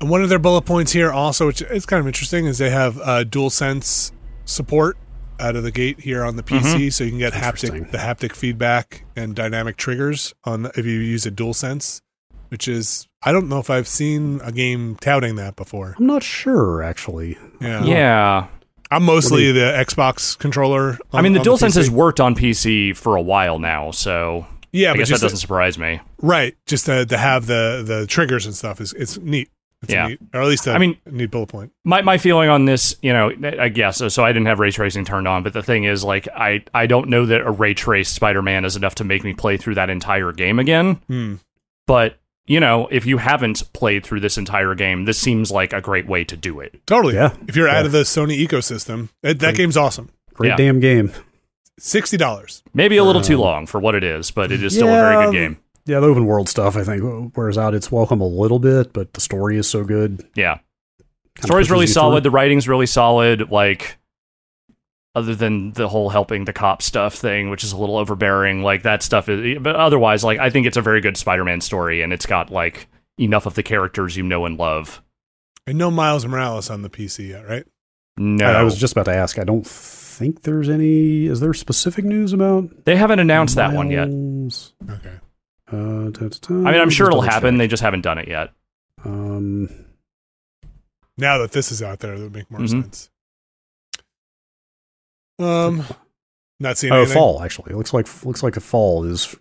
[SPEAKER 1] And one of their bullet points here also, which is kind of interesting, is they have uh, dual sense support out of the gate here on the PC,
[SPEAKER 3] Mm-hmm.
[SPEAKER 1] so you can get haptic
[SPEAKER 2] Interesting.
[SPEAKER 1] the haptic feedback and dynamic triggers on the, if you use a dual sense, which is I don't know if I've seen a game touting that before.
[SPEAKER 2] I'm not sure actually.
[SPEAKER 1] Yeah.
[SPEAKER 3] Yeah.
[SPEAKER 1] I'm mostly the Xbox controller.
[SPEAKER 3] I mean, the
[SPEAKER 1] on
[SPEAKER 3] DualSense
[SPEAKER 1] PC.
[SPEAKER 3] has worked on PC for a while now, so
[SPEAKER 1] yeah,
[SPEAKER 3] I
[SPEAKER 1] but
[SPEAKER 3] guess that
[SPEAKER 1] just
[SPEAKER 3] doesn't surprise me.
[SPEAKER 1] right. Just to, to have the the triggers and stuff is it's neat. It's
[SPEAKER 3] Yeah.
[SPEAKER 1] a neat, or at least a
[SPEAKER 3] I mean-
[SPEAKER 1] neat bullet point.
[SPEAKER 3] my my feeling on this, you know, I guess so. I didn't have ray tracing turned on, but the thing is, like, I I don't know that a ray traced Spider Man is enough to make me play through that entire game again.
[SPEAKER 1] Hmm.
[SPEAKER 3] But you know, if you haven't played through this entire game, this seems like a great way to do it.
[SPEAKER 1] Totally.
[SPEAKER 2] Yeah.
[SPEAKER 1] If you're
[SPEAKER 2] Yeah.
[SPEAKER 1] out of the Sony ecosystem, that, that
[SPEAKER 2] Great.
[SPEAKER 1] game's awesome.
[SPEAKER 2] Great
[SPEAKER 3] Yeah.
[SPEAKER 2] damn game.
[SPEAKER 1] Sixty dollars.
[SPEAKER 3] Maybe a little too
[SPEAKER 2] Um,
[SPEAKER 3] long for what it is, but it is still a very good
[SPEAKER 2] yeah.
[SPEAKER 3] game.
[SPEAKER 2] Yeah, the open world stuff I think wears out its welcome a little bit, but the story is so good.
[SPEAKER 3] Yeah,
[SPEAKER 2] Kinda
[SPEAKER 3] story's
[SPEAKER 2] pushes
[SPEAKER 3] really
[SPEAKER 2] you through.
[SPEAKER 3] solid. The writing's really solid. Like, other than the whole helping the cop stuff thing, which is a little overbearing, like that stuff is. But otherwise, like I think it's a very good Spider-Man story, and it's got like enough of the characters you know and love.
[SPEAKER 1] And no Miles Morales on the PC yet, right?
[SPEAKER 3] No,
[SPEAKER 2] I, I was just about to ask. I don't think there's any. Is there specific news about
[SPEAKER 3] they haven't announced that one yet.
[SPEAKER 2] Miles?
[SPEAKER 1] Okay.
[SPEAKER 2] Uh, I
[SPEAKER 3] I mean, I'm sure it'll happen. They just haven't done it yet.
[SPEAKER 2] Um,
[SPEAKER 1] Now that this is out there, that would make more
[SPEAKER 3] Mhm.
[SPEAKER 1] sense. Um, not seeing
[SPEAKER 2] oh,
[SPEAKER 1] anything.
[SPEAKER 2] fall actually. It looks like looks like a fall is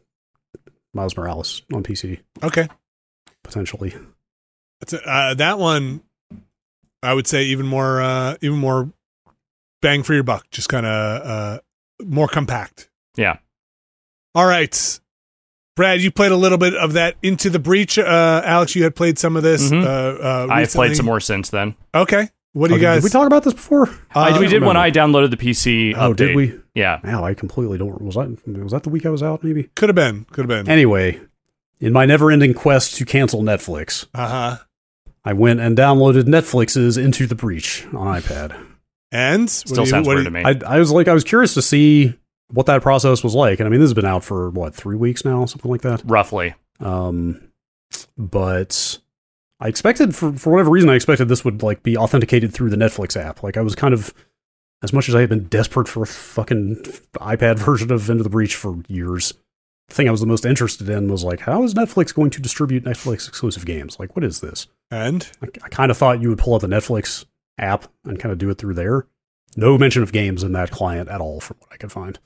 [SPEAKER 2] Miles Morales on PC
[SPEAKER 1] Okay,
[SPEAKER 2] potentially.
[SPEAKER 1] That's a, uh, that one. I would say even more, uh, even more bang for your buck. Just kind of uh, more compact.
[SPEAKER 3] Yeah.
[SPEAKER 1] All right, Brad, you played a little bit of that Into the Breach. Uh, Alex, you had played some of this.
[SPEAKER 3] Mhm.
[SPEAKER 1] Uh, uh,
[SPEAKER 3] I've played
[SPEAKER 1] recently.
[SPEAKER 3] some more since then.
[SPEAKER 1] Okay, what do
[SPEAKER 2] Oh,
[SPEAKER 1] you
[SPEAKER 2] did-
[SPEAKER 1] guys? Uh,
[SPEAKER 2] Did we talk about this before?
[SPEAKER 3] I, we
[SPEAKER 2] uh, I
[SPEAKER 3] did when
[SPEAKER 2] remember.
[SPEAKER 3] I downloaded the PC
[SPEAKER 2] oh,
[SPEAKER 3] update.
[SPEAKER 2] did we?
[SPEAKER 3] Yeah.
[SPEAKER 2] Wow, I completely don't. Was that was that the week I was out? Maybe.
[SPEAKER 1] Could have been. Could have been.
[SPEAKER 2] Anyway, in my never-ending quest to cancel Netflix,
[SPEAKER 1] Uh huh.
[SPEAKER 2] I went and downloaded Netflix's Into the Breach on iPad.
[SPEAKER 1] And What do
[SPEAKER 3] Still
[SPEAKER 1] you-
[SPEAKER 3] sounds
[SPEAKER 1] what do
[SPEAKER 3] weird
[SPEAKER 1] you-
[SPEAKER 3] to me.
[SPEAKER 2] I, I was like, I was curious to see what that process was like, and I mean, this has been out for what three weeks now, something like that.
[SPEAKER 3] Roughly.
[SPEAKER 2] Um, but I expected for for whatever reason, I expected this would like be authenticated through the Netflix app. Like I was kind of as much as I had been desperate for a fucking iPad version of Into the Breach for years. The thing I was the most interested in was like, how is Netflix going to distribute Netflix exclusive games? Like, what is this?
[SPEAKER 1] And
[SPEAKER 2] I, I kind of thought you would pull up the Netflix app and kind of do it through there. No mention of games in that client at all, from what I could find.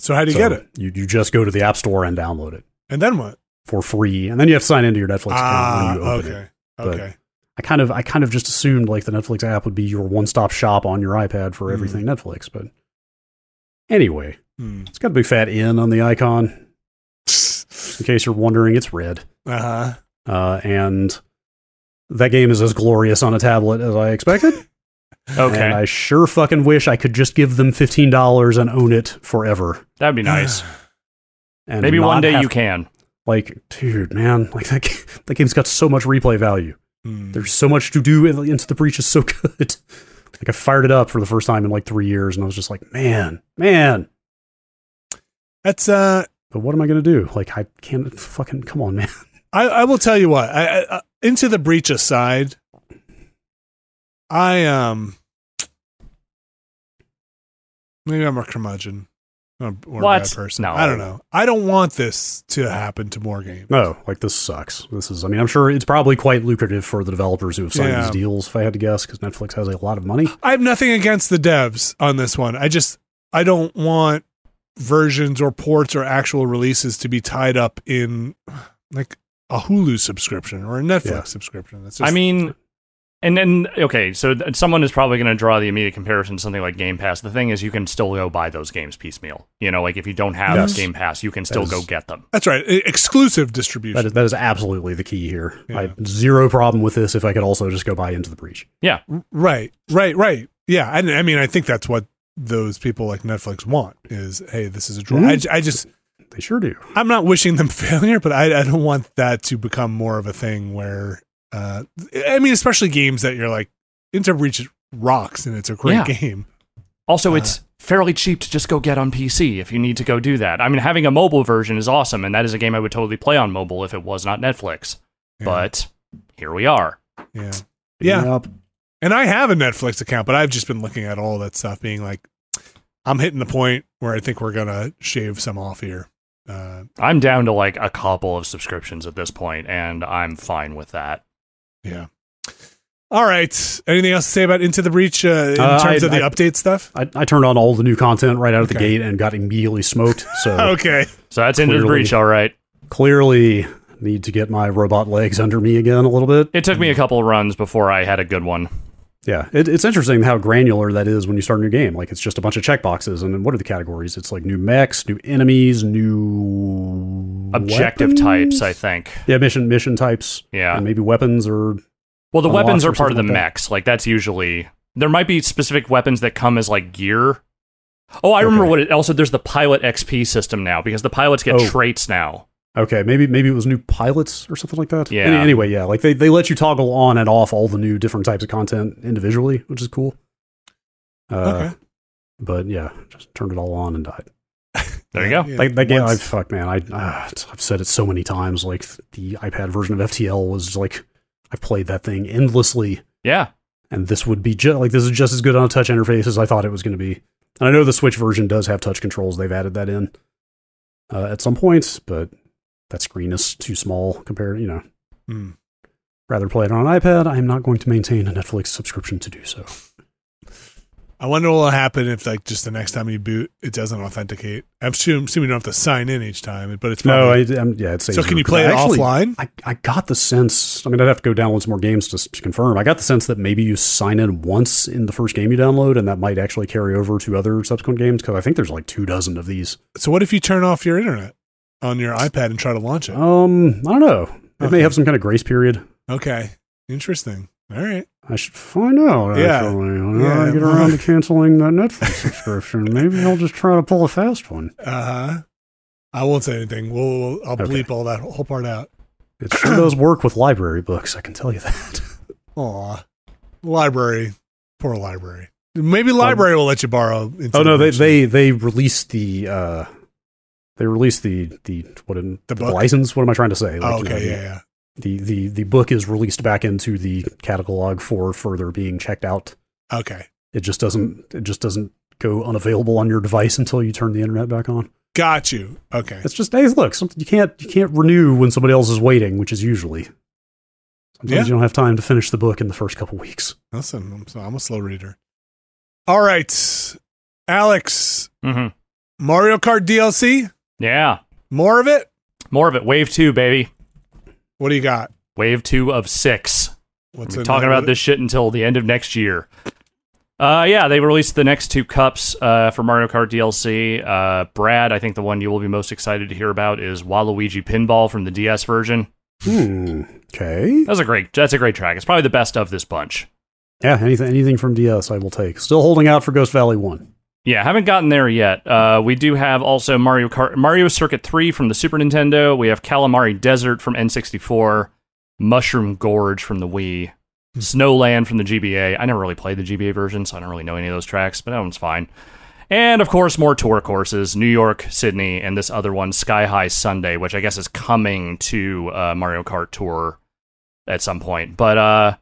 [SPEAKER 1] so how do you
[SPEAKER 2] So
[SPEAKER 1] get it?
[SPEAKER 2] You you just go to the App Store and download it
[SPEAKER 1] And then what?
[SPEAKER 2] for free, and then you have to sign into your Netflix
[SPEAKER 1] Ah,
[SPEAKER 2] account when you open
[SPEAKER 1] okay.
[SPEAKER 2] it. but-
[SPEAKER 1] Okay.
[SPEAKER 2] I kind of, I kind of just assumed like the Netflix app would be your one-stop shop on your iPad for
[SPEAKER 1] Hmm.
[SPEAKER 2] everything Netflix, but anyway,
[SPEAKER 1] Hmm.
[SPEAKER 2] it's got a big fat N on the icon. In case you're wondering, it's red,
[SPEAKER 1] Uh huh.
[SPEAKER 2] uh, and that game is as glorious on a tablet as I expected.
[SPEAKER 3] Okay.
[SPEAKER 2] And I sure fucking wish I could just give them fifteen dollars and own it forever.
[SPEAKER 3] That'd be nice.
[SPEAKER 2] And
[SPEAKER 3] Maybe
[SPEAKER 2] not
[SPEAKER 3] one day
[SPEAKER 2] have-
[SPEAKER 3] you can.
[SPEAKER 2] Like, dude, man, like that. Game, that game's got so much replay value.
[SPEAKER 1] Hmm.
[SPEAKER 2] There's so much to do, and Into the Breach is so good. Like I fired it up for the first time in like three years, and I was just like, man, man.
[SPEAKER 1] That's uh.
[SPEAKER 2] But what am I gonna do? Like I can't fucking come on, man.
[SPEAKER 1] I I will tell you what. I, I, I into the breach aside. I um. Maybe I'm a curmudgeon. I'm a- Or A bad
[SPEAKER 3] What?
[SPEAKER 1] person.
[SPEAKER 3] No.
[SPEAKER 1] I don't know. I don't want this to happen to more games.
[SPEAKER 2] No, like this sucks. This is. I mean, I'm sure it's probably quite lucrative for the developers who have signed
[SPEAKER 1] Yeah.
[SPEAKER 2] these deals. If I had to guess, because Netflix has a lot of money.
[SPEAKER 1] I have nothing against the devs on this one. I just I don't want versions or ports or actual releases to be tied up in like a Hulu subscription or a Netflix
[SPEAKER 2] Yeah.
[SPEAKER 1] subscription. That's just,
[SPEAKER 3] I mean, and then okay, so th- someone is probably going to draw the immediate comparison to something like Game Pass. The thing is, you can still go buy those games piecemeal. You know, like if you don't have
[SPEAKER 2] Yes.
[SPEAKER 3] Game Pass, you can still
[SPEAKER 2] is-
[SPEAKER 3] go get them.
[SPEAKER 1] that's right. e- Exclusive distribution.
[SPEAKER 2] That is that is absolutely the key here. I
[SPEAKER 1] Yeah.
[SPEAKER 2] had zero problem with this if I could also just go buy Into the Breach.
[SPEAKER 1] right. Right. Right. Yeah. I, I mean, I think that's what those people like Netflix want is, hey, this is a draw.
[SPEAKER 2] Mhm.
[SPEAKER 1] I j I I just
[SPEAKER 2] They sure do.
[SPEAKER 1] I'm not wishing them failure, but I, I don't want that to become more of a thing where, uh, I mean, especially games that you're like, Into Breach rocks and it's a great
[SPEAKER 3] Yeah.
[SPEAKER 1] game.
[SPEAKER 3] Also, it's
[SPEAKER 2] Uh-huh.
[SPEAKER 3] fairly cheap to just go get on PC if you need to go do that. I mean, having a mobile version is awesome, and that is a game I would totally play on mobile if it was not Netflix.
[SPEAKER 1] Yeah,
[SPEAKER 3] But here we are.
[SPEAKER 1] yeah. Yeah.
[SPEAKER 2] Yep.
[SPEAKER 1] And I have a Netflix account, but I've just been looking at all that stuff, being like, I'm hitting the point where I think we're going to shave some off here. Uh,
[SPEAKER 3] I'm down to like a couple of subscriptions at this point, and I'm fine with that.
[SPEAKER 1] yeah. All right. Anything else to say about Into the Breach uh, in
[SPEAKER 2] Uh,
[SPEAKER 1] terms
[SPEAKER 2] I-
[SPEAKER 1] of the
[SPEAKER 2] I-
[SPEAKER 1] update stuff?
[SPEAKER 2] I, I turned on all the new content right out of the
[SPEAKER 1] Okay.
[SPEAKER 2] gate and got immediately smoked. So
[SPEAKER 3] Uh,
[SPEAKER 1] Okay.
[SPEAKER 3] So that's into the
[SPEAKER 2] Clearly.
[SPEAKER 3] breach, all right.
[SPEAKER 2] clearly need to get my robot legs under me again a little bit.
[SPEAKER 3] It took me a couple of runs before I had a good one.
[SPEAKER 2] Yeah, it, it's interesting how granular that is when you start a new game. Like it's just a bunch of checkboxes, and then what are the categories? It's like new mechs, new enemies, new
[SPEAKER 3] objective
[SPEAKER 2] weapons?
[SPEAKER 3] types, I think.
[SPEAKER 2] yeah, mission mission types,
[SPEAKER 3] Yeah.
[SPEAKER 2] and maybe weapons or
[SPEAKER 3] Well, the
[SPEAKER 2] unlocks
[SPEAKER 3] weapons
[SPEAKER 2] or
[SPEAKER 3] are part of the
[SPEAKER 2] something like that.
[SPEAKER 3] mechs. Like that's usually there might be specific weapons that come as like gear. Oh, I remember
[SPEAKER 2] Okay.
[SPEAKER 3] what it also there's the pilot XP system now because the pilots get
[SPEAKER 2] Oh.
[SPEAKER 3] traits now.
[SPEAKER 2] okay, maybe maybe it was new pilots or something like that.
[SPEAKER 3] Yeah.
[SPEAKER 2] Any- anyway, yeah, like they they let you toggle on and off all the new different types of content individually, which is cool. Uh,
[SPEAKER 1] okay.
[SPEAKER 2] But yeah, just turned it all on and died.
[SPEAKER 3] There you go.
[SPEAKER 1] Yeah.
[SPEAKER 2] That, that game, I,
[SPEAKER 1] Once-
[SPEAKER 2] fuck, man. I, uh, I've said it so many times. Like the iPad version of FTL was like, I played that thing endlessly,
[SPEAKER 3] Yeah.
[SPEAKER 2] and this would be just like this is just as good on a touch interface as I thought it was going to be. And I know the Switch version does have touch controls; they've added that in uh, at some point, but that screen is too small compared. You know,
[SPEAKER 1] Mm.
[SPEAKER 2] rather play it on an iPad. I am not going to maintain a Netflix subscription to do so.
[SPEAKER 1] I wonder what will happen if, like, just the next time you boot, it doesn't authenticate. I'm assuming, assuming you don't have to sign in each time, but it's
[SPEAKER 2] No, I,
[SPEAKER 1] probably,
[SPEAKER 2] I'm, yeah, it's
[SPEAKER 1] so can you play it offline?
[SPEAKER 2] I, I got the sense. I mean, I'd have to go download some more games to, s- to confirm. I got the sense that maybe you sign in once in the first game you download, and that might actually carry over to other subsequent games because I think there's like two dozen of these.
[SPEAKER 1] So what if you turn off your internet on your iPad and try to launch it?
[SPEAKER 2] Um, I don't know. It
[SPEAKER 1] Okay.
[SPEAKER 2] may have some kind of grace period.
[SPEAKER 1] Okay, interesting. All right,
[SPEAKER 2] I should find out.
[SPEAKER 1] Yeah.
[SPEAKER 2] Actually, when I
[SPEAKER 1] Yeah.
[SPEAKER 2] get around to canceling that Netflix subscription, maybe I'll just try to pull a fast one.
[SPEAKER 1] uh huh. I won't say anything. We'll, we'll I'll
[SPEAKER 2] Okay.
[SPEAKER 1] bleep all that whole part out.
[SPEAKER 2] It sure does work with library books. I can tell you that.
[SPEAKER 1] Aw, library, poor library. Maybe library will let you borrow.
[SPEAKER 2] Oh no, they
[SPEAKER 1] information.
[SPEAKER 2] they they released the uh they released the the what in
[SPEAKER 1] The book?
[SPEAKER 2] license. What am I trying to say? Like,
[SPEAKER 1] Oh,
[SPEAKER 2] you know,
[SPEAKER 1] okay,
[SPEAKER 2] the-
[SPEAKER 1] yeah, yeah.
[SPEAKER 2] The, the the book is released back into the catalog for further being checked out.
[SPEAKER 1] Okay,
[SPEAKER 2] It just doesn't it just doesn't go unavailable on your device until you turn the internet back on.
[SPEAKER 1] got you. Okay,
[SPEAKER 2] It's just hey, look, something you can't you can't renew when somebody else is waiting, which is usually. Sometimes
[SPEAKER 1] Yeah.
[SPEAKER 2] you don't have time to finish the book in the first couple weeks.
[SPEAKER 1] listen, I'm, so- I'm a slow reader. All right, Alex,
[SPEAKER 3] hmm
[SPEAKER 1] Mario Kart DLC,
[SPEAKER 3] Yeah.
[SPEAKER 1] more of it.
[SPEAKER 3] More of it. Wave two, baby.
[SPEAKER 1] What do you got?
[SPEAKER 3] Wave two of six.
[SPEAKER 1] What's
[SPEAKER 3] We're
[SPEAKER 1] in
[SPEAKER 3] talking
[SPEAKER 1] there
[SPEAKER 3] about
[SPEAKER 1] with it?
[SPEAKER 3] this shit until the end of next year. Uh, yeah, they released the next two cups uh, for Mario Kart DLC. Uh, Brad, I think the one you will be most excited to hear about is Waluigi Pinball from the DS version.
[SPEAKER 2] Hmm. Okay.
[SPEAKER 3] That's a great. That's a great track. It's probably the best of this bunch.
[SPEAKER 2] Yeah. Anything anything from DS, I will take. Still holding out for Ghost Valley One.
[SPEAKER 3] Yeah, haven't gotten there yet. Uh, we do have also Mario Kart, Mario Circuit 3 from the Super Nintendo. We have Calamari Desert from N64, Mushroom Gorge from the Wii, Snowland from the GBA. I never really played the GBA version, so I don't really know any of those tracks, but that one's fine. And of course, more tour courses New York, Sydney, and this other one, Sky High Sunday, which I guess is coming to uh, Mario Kart Tour at some point. But uh,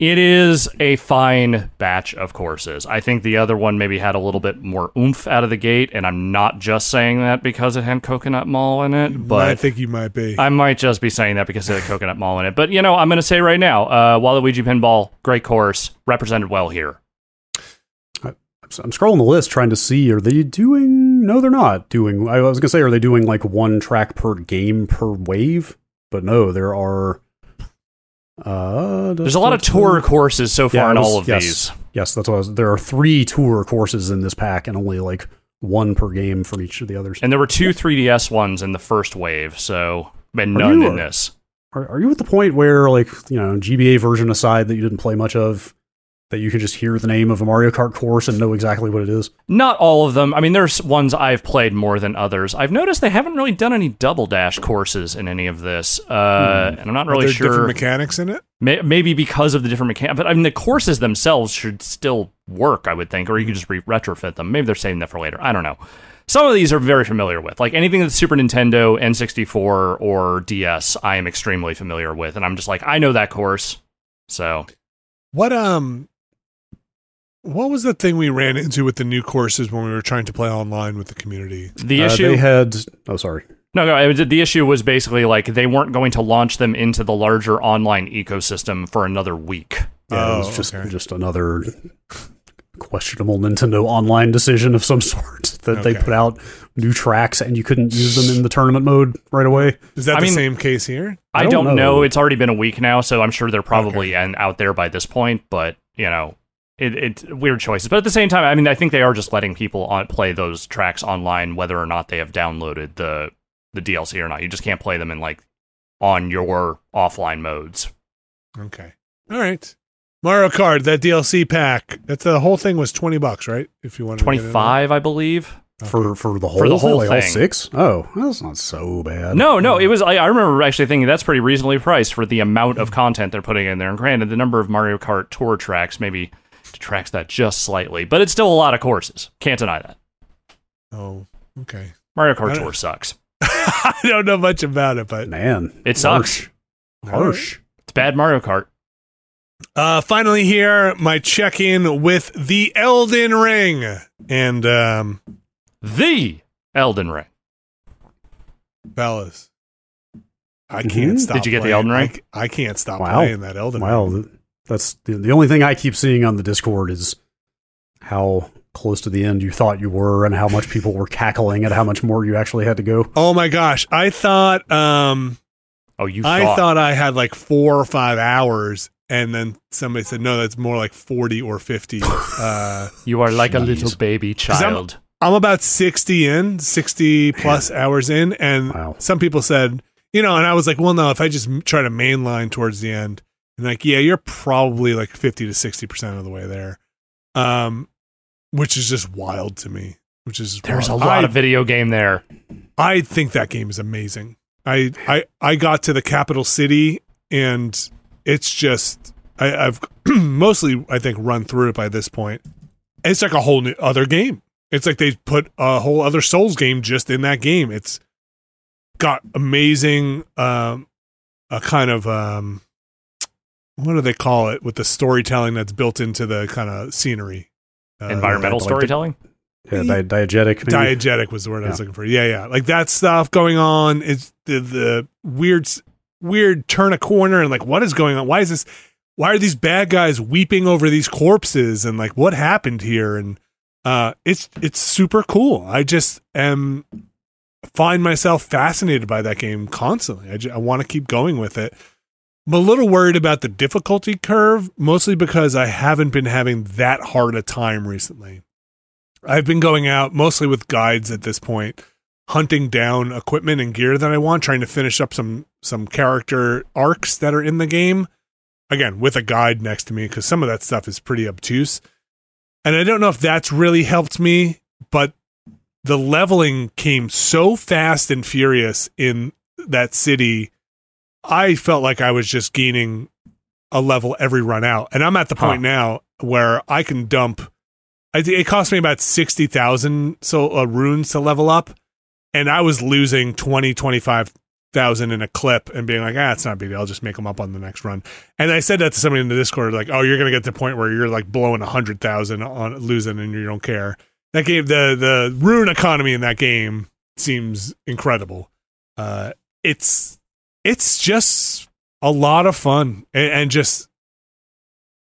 [SPEAKER 3] it is a fine batch of courses. I think the other one maybe had a little bit more oomph out of the gate, and I'm not just saying that because it had coconut mall in it,
[SPEAKER 1] I
[SPEAKER 3] but
[SPEAKER 1] think you might be.
[SPEAKER 3] I might just be saying that because it had coconut mall in it. But you know, I'm going to say right now, uh, Waluigi Pinball, great course, represented well here.
[SPEAKER 2] So I'm scrolling the list trying to see are they doing? No, they're not doing. I was gonna say are they doing like one track per game per wave? But no, there are. Uh,
[SPEAKER 3] There's a lot of tour courses so far
[SPEAKER 2] Yeah, I
[SPEAKER 3] in
[SPEAKER 2] was-
[SPEAKER 3] all of
[SPEAKER 2] yes.
[SPEAKER 3] these.
[SPEAKER 2] Yes, that's what I was. There are three tour courses in this pack, and only like one per game for each of the others.
[SPEAKER 3] And there were two 3DS ones in the first wave, so and
[SPEAKER 2] Are
[SPEAKER 3] none
[SPEAKER 2] you-
[SPEAKER 3] in this.
[SPEAKER 2] Are, are you at the point where, like, you know, GBA version aside that you didn't play much of, that you can just hear the name of a Mario Kart course and know exactly what it is?
[SPEAKER 3] Not all of them. I mean, there's ones I've played more than others. I've noticed they haven't really done any double dash courses in any of this, uh,
[SPEAKER 2] Hmm.
[SPEAKER 3] and I'm not
[SPEAKER 1] Are
[SPEAKER 3] really
[SPEAKER 1] there
[SPEAKER 3] sure.
[SPEAKER 1] different mechanics in it?
[SPEAKER 3] May- maybe because of the different mechanics, but I mean, the courses themselves should still work, I would think, or you could just re- retrofit them. Maybe they're saving that for later. I don't know. Some of these are very familiar with, like anything that's Super Nintendo, N64, or DS. I am extremely familiar with, and I'm just like, I know that course. So
[SPEAKER 1] What um what was the thing we ran into with the new courses when we were trying to play online with the community?
[SPEAKER 3] the
[SPEAKER 2] Uh,
[SPEAKER 3] issue,
[SPEAKER 2] they had. Oh, sorry.
[SPEAKER 3] no, no, it was, the issue was basically like they weren't going to launch them into the larger online ecosystem for another week.
[SPEAKER 2] Yeah, it
[SPEAKER 1] Oh,
[SPEAKER 2] was just
[SPEAKER 1] okay.
[SPEAKER 2] just another questionable Nintendo online decision of some sort that they
[SPEAKER 1] Okay.
[SPEAKER 2] put out new tracks and you couldn't use them in the tournament mode right away.
[SPEAKER 1] Is that
[SPEAKER 3] I
[SPEAKER 1] the
[SPEAKER 3] mean-
[SPEAKER 1] same case here?
[SPEAKER 3] I
[SPEAKER 2] I don't
[SPEAKER 3] don't, know.
[SPEAKER 2] know.
[SPEAKER 3] It's already been a week now, so I'm sure they're probably and out there by this point. But you know, it, it's weird choices. But at the same time, I mean, I think they are just letting people on, play those tracks online, whether or not they have downloaded the the DLC or not. You just can't play them in like on your offline modes.
[SPEAKER 1] Okay. All right. Mario Kart, that DLC pack. That's the whole thing was twenty bucks, right? If you wanted
[SPEAKER 3] Twenty five, I believe.
[SPEAKER 2] For for the whole
[SPEAKER 3] the whole
[SPEAKER 2] like,
[SPEAKER 3] thing.
[SPEAKER 2] all six? Oh, that's not so bad.
[SPEAKER 3] No, no, it was. I, I remember actually thinking that's pretty reasonably priced for the amount of content they're putting in there. And granted, the number of Mario Kart Tour tracks maybe detracts that just slightly, but it's still a lot of courses. Can't deny that.
[SPEAKER 1] in it. Oh, okay.
[SPEAKER 3] Mario
[SPEAKER 1] I
[SPEAKER 3] Kart
[SPEAKER 1] don't-
[SPEAKER 3] Tour sucks.
[SPEAKER 1] I don't know much about it, but
[SPEAKER 2] man,
[SPEAKER 3] It sucks.
[SPEAKER 2] harsh. Harsh.
[SPEAKER 3] It's bad Mario Kart.
[SPEAKER 1] Uh, finally, here my check-in with the Elden Ring, and um,
[SPEAKER 3] The Elden Ring.
[SPEAKER 1] fellas, I can't
[SPEAKER 2] Mhm.
[SPEAKER 1] stop.
[SPEAKER 3] Mm-hmm. Did you get the
[SPEAKER 1] playing.
[SPEAKER 3] Elden Ring?
[SPEAKER 1] I c- I, can't stop
[SPEAKER 2] Wow.
[SPEAKER 1] playing that Elden Ring.
[SPEAKER 2] Wow, th- that's the, the only thing I keep seeing on the Discord is how close to the end you thought you were, and how much people were cackling at how much more you actually had to go.
[SPEAKER 1] Oh my gosh! I thought um
[SPEAKER 3] Oh, you
[SPEAKER 1] I
[SPEAKER 3] thought.
[SPEAKER 1] thought I had like four or five hours, and then somebody said no, that's more like forty or fifty. uh,
[SPEAKER 3] You are like a little
[SPEAKER 2] Jeez.
[SPEAKER 3] baby
[SPEAKER 1] 'Cause I'm-
[SPEAKER 3] child.
[SPEAKER 1] I'm about sixty in, sixty plus hours in, and
[SPEAKER 2] Wow.
[SPEAKER 1] some people said you know, and I was like, well, no, if I just m- try to mainline towards the end, and like, yeah, you're probably like fifty to sixty percent of the way there, um, which is just wild to me. Which is
[SPEAKER 3] There's a
[SPEAKER 1] wild.
[SPEAKER 3] lot
[SPEAKER 1] Oh, I Uh,
[SPEAKER 3] of video game there.
[SPEAKER 1] I think that game is amazing. I I I got to the capital city and it's just I, I've mostly I think run through it by this point. It's like a whole new other game. It's like they put a whole other Souls game just in that game. It's got amazing um a kind of um what do they call it with the storytelling that's built into the kind of scenery Uh,
[SPEAKER 3] Environmental
[SPEAKER 2] like the-
[SPEAKER 3] storytelling.
[SPEAKER 2] Yeah, di- diegetic. Maybe.
[SPEAKER 1] diegetic was the word I was
[SPEAKER 2] Yeah.
[SPEAKER 1] looking for. Yeah, yeah, like that stuff going on. It's the the weird, s- weird turn a corner and like what is going on? Why is this? Why are these bad guys weeping over these corpses and like what happened here? And uh, it's it's super cool. I just am find myself fascinated by that game constantly. I, ju- I want to keep going with it. I'm a little worried about the difficulty curve, mostly because I haven't been having that hard a time recently. I've been going out mostly with guides at this point, hunting down equipment and gear that I want, trying to finish up some some character arcs that are in the game. Again, with a guide next to me because some of that stuff is pretty obtuse. And I don't know if that's really helped me, but the leveling came so fast and furious in that city. I felt like I was just gaining a level every run out. And I'm at the point
[SPEAKER 3] Huh.
[SPEAKER 1] now where I can dump I think it cost me about 60,000 so uh, runes to level up and I was losing 20 25,000 in a clip and being like, "Ah, it's not a big deal. I'll just make them up on the next run." And I said that to somebody in the Discord like, "Oh, you're going to get to the point where you're like blowing 100,000 on losing and you don't care." That game the the rune economy in that game seems incredible. Uh it's it's just a lot of fun and, and just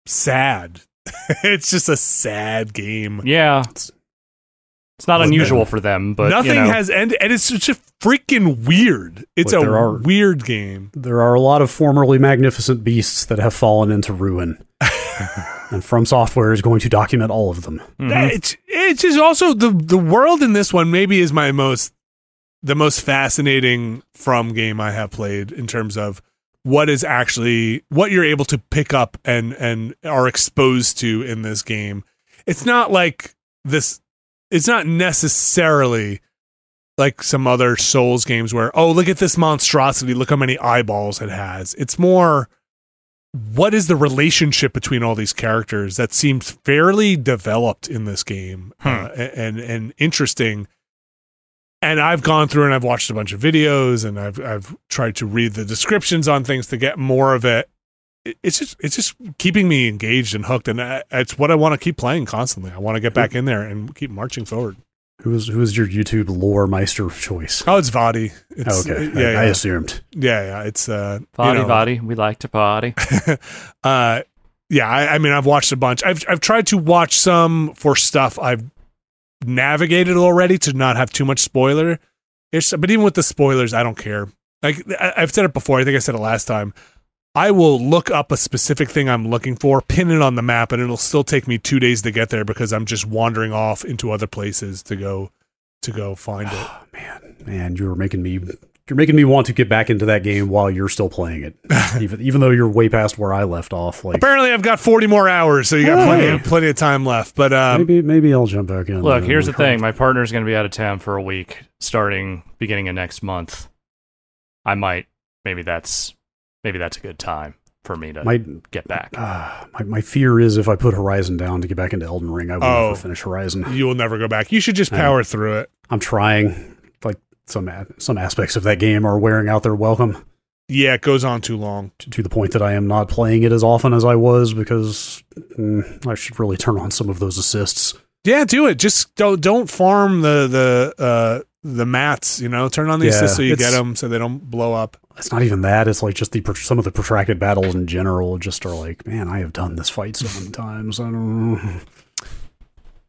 [SPEAKER 1] sad. it's just a sad game.
[SPEAKER 3] Yeah.
[SPEAKER 2] It's-
[SPEAKER 3] It's not
[SPEAKER 1] Well,
[SPEAKER 3] unusual for them, but
[SPEAKER 1] Nothing
[SPEAKER 3] you know,
[SPEAKER 1] has ended, and it's just freaking weird. It's
[SPEAKER 2] But
[SPEAKER 1] a
[SPEAKER 2] there are-
[SPEAKER 1] weird game.
[SPEAKER 2] There are a lot of formerly magnificent beasts that have fallen into ruin, and From Software is going to document all of them.
[SPEAKER 3] mhm.
[SPEAKER 1] That- It's, it's just also the the world in this one maybe is my most the most fascinating from game I have played in terms of what is actually what you're able to pick up and and are exposed to in this game. It's not like this it's not necessarily like some other Souls games where, oh, look at this monstrosity, look how many eyeballs it has. It's more what is the relationship between all these characters that seems fairly developed in this game
[SPEAKER 3] Hmm.
[SPEAKER 1] uh, a- and and interesting. And I've gone through and I've watched a bunch of videos and I've I've tried to read the descriptions on things to get more of it. It- It's just it's just keeping me engaged and hooked, and I- it's what I want to keep playing constantly. I want to get back in there and keep marching forward.
[SPEAKER 2] Who is who is your YouTube lore meister of choice?
[SPEAKER 1] Oh, it's Vadi. It's,
[SPEAKER 2] okay,
[SPEAKER 1] Yeah,
[SPEAKER 2] I,
[SPEAKER 1] yeah,
[SPEAKER 2] I
[SPEAKER 1] yeah,
[SPEAKER 2] assumed.
[SPEAKER 1] yeah. It's uh, you
[SPEAKER 3] Party,
[SPEAKER 1] know,
[SPEAKER 3] party. We like to party.
[SPEAKER 1] uh, yeah. I, I mean, I've watched a bunch. I've I've tried to watch some for stuff I've navigated already to not have too much spoiler. Ish, but even with the spoilers, I don't care. Like I, I've said it before. I think I said it last time. I will look up a specific thing I'm looking for, pin it on the map, and it'll still take me two days to get there because I'm just wandering off into other places to go to go find it.
[SPEAKER 2] Man, you were making me you're making me want to get back into that game while you're still playing it. even even though you're way past where I left off. Like
[SPEAKER 1] Apparently, I've got 40 more hours, so you got plenty of,
[SPEAKER 2] Hey.
[SPEAKER 1] plenty of time left. But um,
[SPEAKER 2] maybe maybe I'll jump back in.
[SPEAKER 3] Look,
[SPEAKER 2] Uh,
[SPEAKER 3] here's the
[SPEAKER 2] probably-
[SPEAKER 3] thing. My partner's going to be out of town for a week starting beginning of next month. I might maybe that's maybe that's a good time for me to
[SPEAKER 2] My,
[SPEAKER 3] get back.
[SPEAKER 2] ah, my my fear is if I put Horizon down to get back into Elden Ring, I will
[SPEAKER 1] Oh.
[SPEAKER 2] never finish Horizon.
[SPEAKER 1] you will never go back. You should just
[SPEAKER 2] I
[SPEAKER 1] power through it.
[SPEAKER 2] I'm trying. Like some a- some aspects of that game are wearing out their welcome
[SPEAKER 1] Yeah, it goes on too long.
[SPEAKER 2] to, to the point that I am not playing it as often as I was because mm, I should really turn on some of those assists.
[SPEAKER 1] Yeah, do it. Just don't don't farm the the uh, the mats. You know, turn on these
[SPEAKER 2] Yeah,
[SPEAKER 1] just so you get
[SPEAKER 2] it's-
[SPEAKER 1] them so they don't blow up.
[SPEAKER 2] It's not even that. It's like just the some of the protracted battles in general just are like, man, I have done this fight so many times. I don't.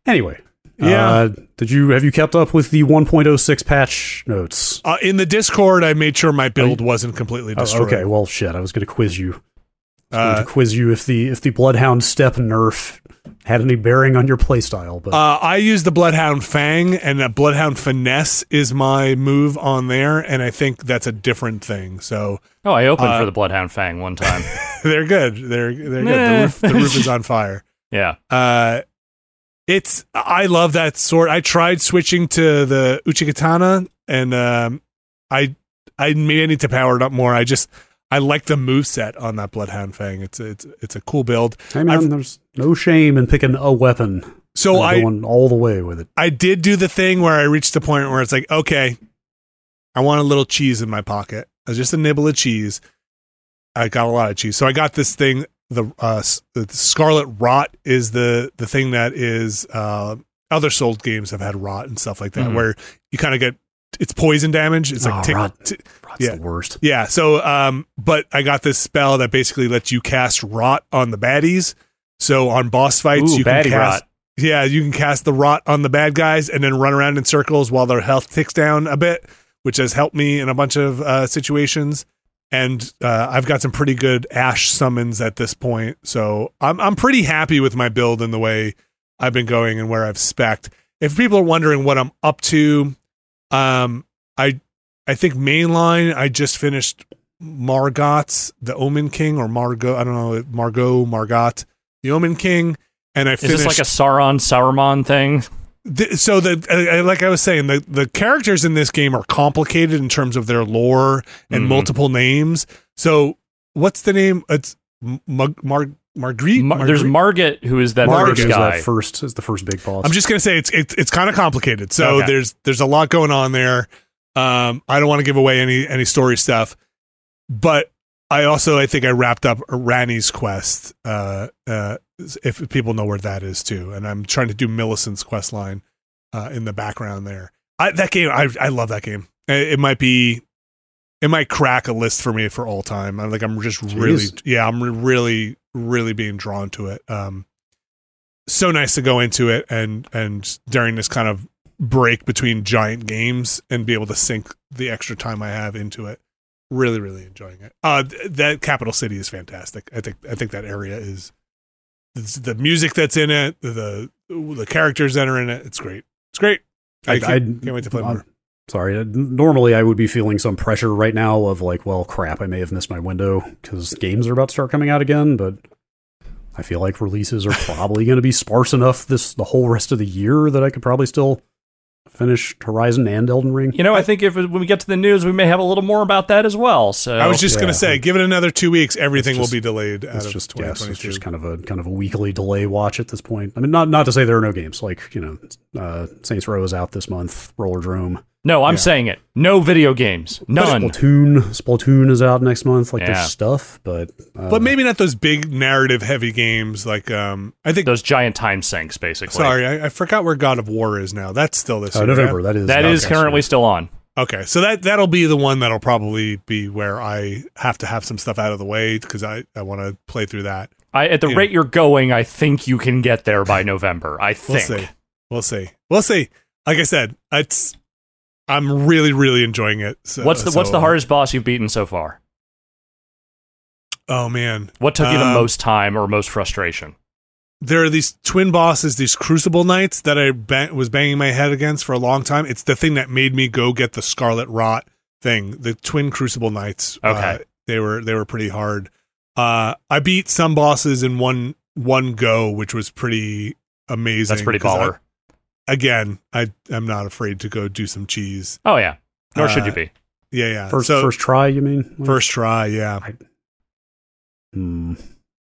[SPEAKER 2] Anyway,
[SPEAKER 1] Yeah.
[SPEAKER 2] Uh, did you have you kept up with the 1.06 patch notes?
[SPEAKER 1] Uh, in the Discord, I made sure my build wasn't completely
[SPEAKER 2] Oh,
[SPEAKER 1] destroyed.
[SPEAKER 2] okay. Well, shit. I was going to quiz you. I was
[SPEAKER 1] Uh,
[SPEAKER 2] going to quiz you if the if the Bloodhound step nerf had any bearing on your playstyle, but
[SPEAKER 1] Uh, I use the Bloodhound Fang, and the Bloodhound Finesse is my move on there, and I think that's a different thing. So
[SPEAKER 3] Oh, I opened
[SPEAKER 1] Uh,
[SPEAKER 3] for the Bloodhound Fang one time.
[SPEAKER 1] they're good. They're they're good. The
[SPEAKER 3] Nah.
[SPEAKER 1] roof, the roof is on fire.
[SPEAKER 3] yeah.
[SPEAKER 1] Uh, it's I love that sword. I tried switching to the Uchikatana, and um, I I maybe I need to power it up more. I just I like the move set on that Bloodhound Fang. It's it's it's a cool build.
[SPEAKER 2] hey man,
[SPEAKER 1] I've-
[SPEAKER 2] there's no shame in picking a weapon.
[SPEAKER 1] So
[SPEAKER 2] and
[SPEAKER 1] I
[SPEAKER 2] going all the way with it.
[SPEAKER 1] I did do the thing where I reached the point where it's like, okay, I want a little cheese in my pocket. I was just a nibble of cheese. I got a lot of cheese. So I got this thing. The, uh, s- the Scarlet Rot is the the thing that is uh, other sold games have had rot and stuff like that,
[SPEAKER 3] Mhm.
[SPEAKER 1] where you kind of get it's poison damage. It's like
[SPEAKER 2] Mm-hmm. Oh,
[SPEAKER 1] tick-
[SPEAKER 2] rot.
[SPEAKER 1] tick-
[SPEAKER 2] That's
[SPEAKER 1] Yeah.
[SPEAKER 2] the worst.
[SPEAKER 1] yeah. So, um, but I got this spell that basically lets you cast rot on the baddies. So on boss fights,
[SPEAKER 3] Ooh,
[SPEAKER 1] you can
[SPEAKER 3] baddie
[SPEAKER 1] cast.
[SPEAKER 3] rot.
[SPEAKER 1] Yeah, you can cast the rot on the bad guys and then run around in circles while their health ticks down a bit, which has helped me in a bunch of uh, situations. And uh, I've got some pretty good ash summons at this point, so I'm I'm pretty happy with my build and the way I've been going and where I've specced. If people are wondering what I'm up to, um, I I think mainline. I just finished Margot's The Omen King or Margot. I don't know Margot Margot The Omen King, and I
[SPEAKER 3] Is
[SPEAKER 1] finished.
[SPEAKER 3] this like a Sauron Sauron thing?
[SPEAKER 1] Th- so the uh, uh, like I was saying, the the characters in this game are complicated in terms of their lore and
[SPEAKER 3] Mhm.
[SPEAKER 1] multiple names. So what's the name? It's M- Mug- Mar- Marguerite.
[SPEAKER 3] Mar- there's
[SPEAKER 1] Marguerite?
[SPEAKER 3] Margot, who is that
[SPEAKER 1] Margot
[SPEAKER 3] Margot
[SPEAKER 1] is
[SPEAKER 2] is
[SPEAKER 3] guy.
[SPEAKER 2] that first is the first big boss.
[SPEAKER 1] I'm just gonna say it's it's, it's kind of complicated. So
[SPEAKER 3] Okay.
[SPEAKER 1] there's there's a lot going on there. Um, I don't want to give away any any story stuff, but I also I think I wrapped up Rani's quest. Uh, uh, if people know where that is too, and I'm trying to do Millicent's quest line uh, in the background there. I, that game, I I love that game. It, it might be. It might crack a list for me for all time. I'm like, I'm just really,
[SPEAKER 2] Jeez.
[SPEAKER 1] yeah, I'm re- really, really being drawn to it. Um, so nice to go into it and and during this kind of break between giant games and be able to sink the extra time I have into it. Really, really enjoying it. Uh, th- that capital city is fantastic. I think I think that area is it's the music that's in it, the the characters that are in it. It's great. It's great. I,
[SPEAKER 2] I-
[SPEAKER 1] can't,
[SPEAKER 2] I-
[SPEAKER 1] can't wait to play
[SPEAKER 2] I'm-
[SPEAKER 1] more.
[SPEAKER 2] Sorry. uh, n- Normally, I would be feeling some pressure right now of like, well, crap, I may have missed my window because games are about to start coming out again. But I feel like releases are probably going to be sparse enough this the whole rest of the year that I could probably still finish Horizon and Elden Ring.
[SPEAKER 3] You know, I think if when we get to the news, we may have a little more about that as well. So
[SPEAKER 1] I was just
[SPEAKER 2] yeah.
[SPEAKER 1] gonna say, give it another two weeks, everything
[SPEAKER 2] just-
[SPEAKER 1] will be delayed out
[SPEAKER 2] it's
[SPEAKER 1] of
[SPEAKER 2] just
[SPEAKER 1] twenty
[SPEAKER 2] yes,
[SPEAKER 1] twenty
[SPEAKER 2] it's
[SPEAKER 1] two.
[SPEAKER 2] just kind of a kind of a weekly delay watch at this point. I mean, not not to say there are no games like you know, uh, Saints Row is out this month, Roller Drome,
[SPEAKER 3] no, I'm
[SPEAKER 1] Yeah.
[SPEAKER 3] saying it. No video games, none.
[SPEAKER 2] Splatoon, Splatoon is out next month. Like
[SPEAKER 3] Yeah.
[SPEAKER 2] there's stuff, but uh,
[SPEAKER 1] But maybe not those big narrative heavy games like um I think
[SPEAKER 3] Those giant time sinks, basically.
[SPEAKER 1] sorry, I, I forgot where God of War is now. That's still this
[SPEAKER 2] uh,
[SPEAKER 1] year,
[SPEAKER 2] November that is
[SPEAKER 3] that
[SPEAKER 2] out
[SPEAKER 3] is
[SPEAKER 2] next
[SPEAKER 3] currently
[SPEAKER 2] year.
[SPEAKER 3] still on.
[SPEAKER 1] Okay, so that that'll be the one that'll probably be where I have to have some stuff out of the way because I I want to play through that.
[SPEAKER 3] I, at the
[SPEAKER 1] Yeah.
[SPEAKER 3] rate you're going, I think you can get there by November. I
[SPEAKER 1] We'll
[SPEAKER 3] think.
[SPEAKER 1] see. We'll see. We'll see. Like I said, it's I'm really really enjoying it. So,
[SPEAKER 3] what's the What's
[SPEAKER 1] so,
[SPEAKER 3] the
[SPEAKER 1] uh,
[SPEAKER 3] hardest boss you've beaten so far?
[SPEAKER 1] Oh man,
[SPEAKER 3] What took you the
[SPEAKER 1] Um,
[SPEAKER 3] most time or most frustration?
[SPEAKER 1] there are these twin bosses, these Crucible Knights that I ba- was banging my head against for a long time. It's the thing that made me go get the Scarlet Rot thing, the twin Crucible Knights. uh,
[SPEAKER 3] Okay.
[SPEAKER 1] they were they were pretty hard. Uh, I beat some bosses in one one go, which was pretty amazing.
[SPEAKER 3] That's pretty
[SPEAKER 1] 'cause I-
[SPEAKER 3] baller.
[SPEAKER 1] again, I am not afraid to go do some cheese.
[SPEAKER 3] oh yeah. Nor should you
[SPEAKER 1] uh,
[SPEAKER 3] be.
[SPEAKER 1] Yeah, yeah.
[SPEAKER 2] First,
[SPEAKER 1] so,
[SPEAKER 2] first try, you mean?
[SPEAKER 1] first try, yeah.
[SPEAKER 2] Hmm.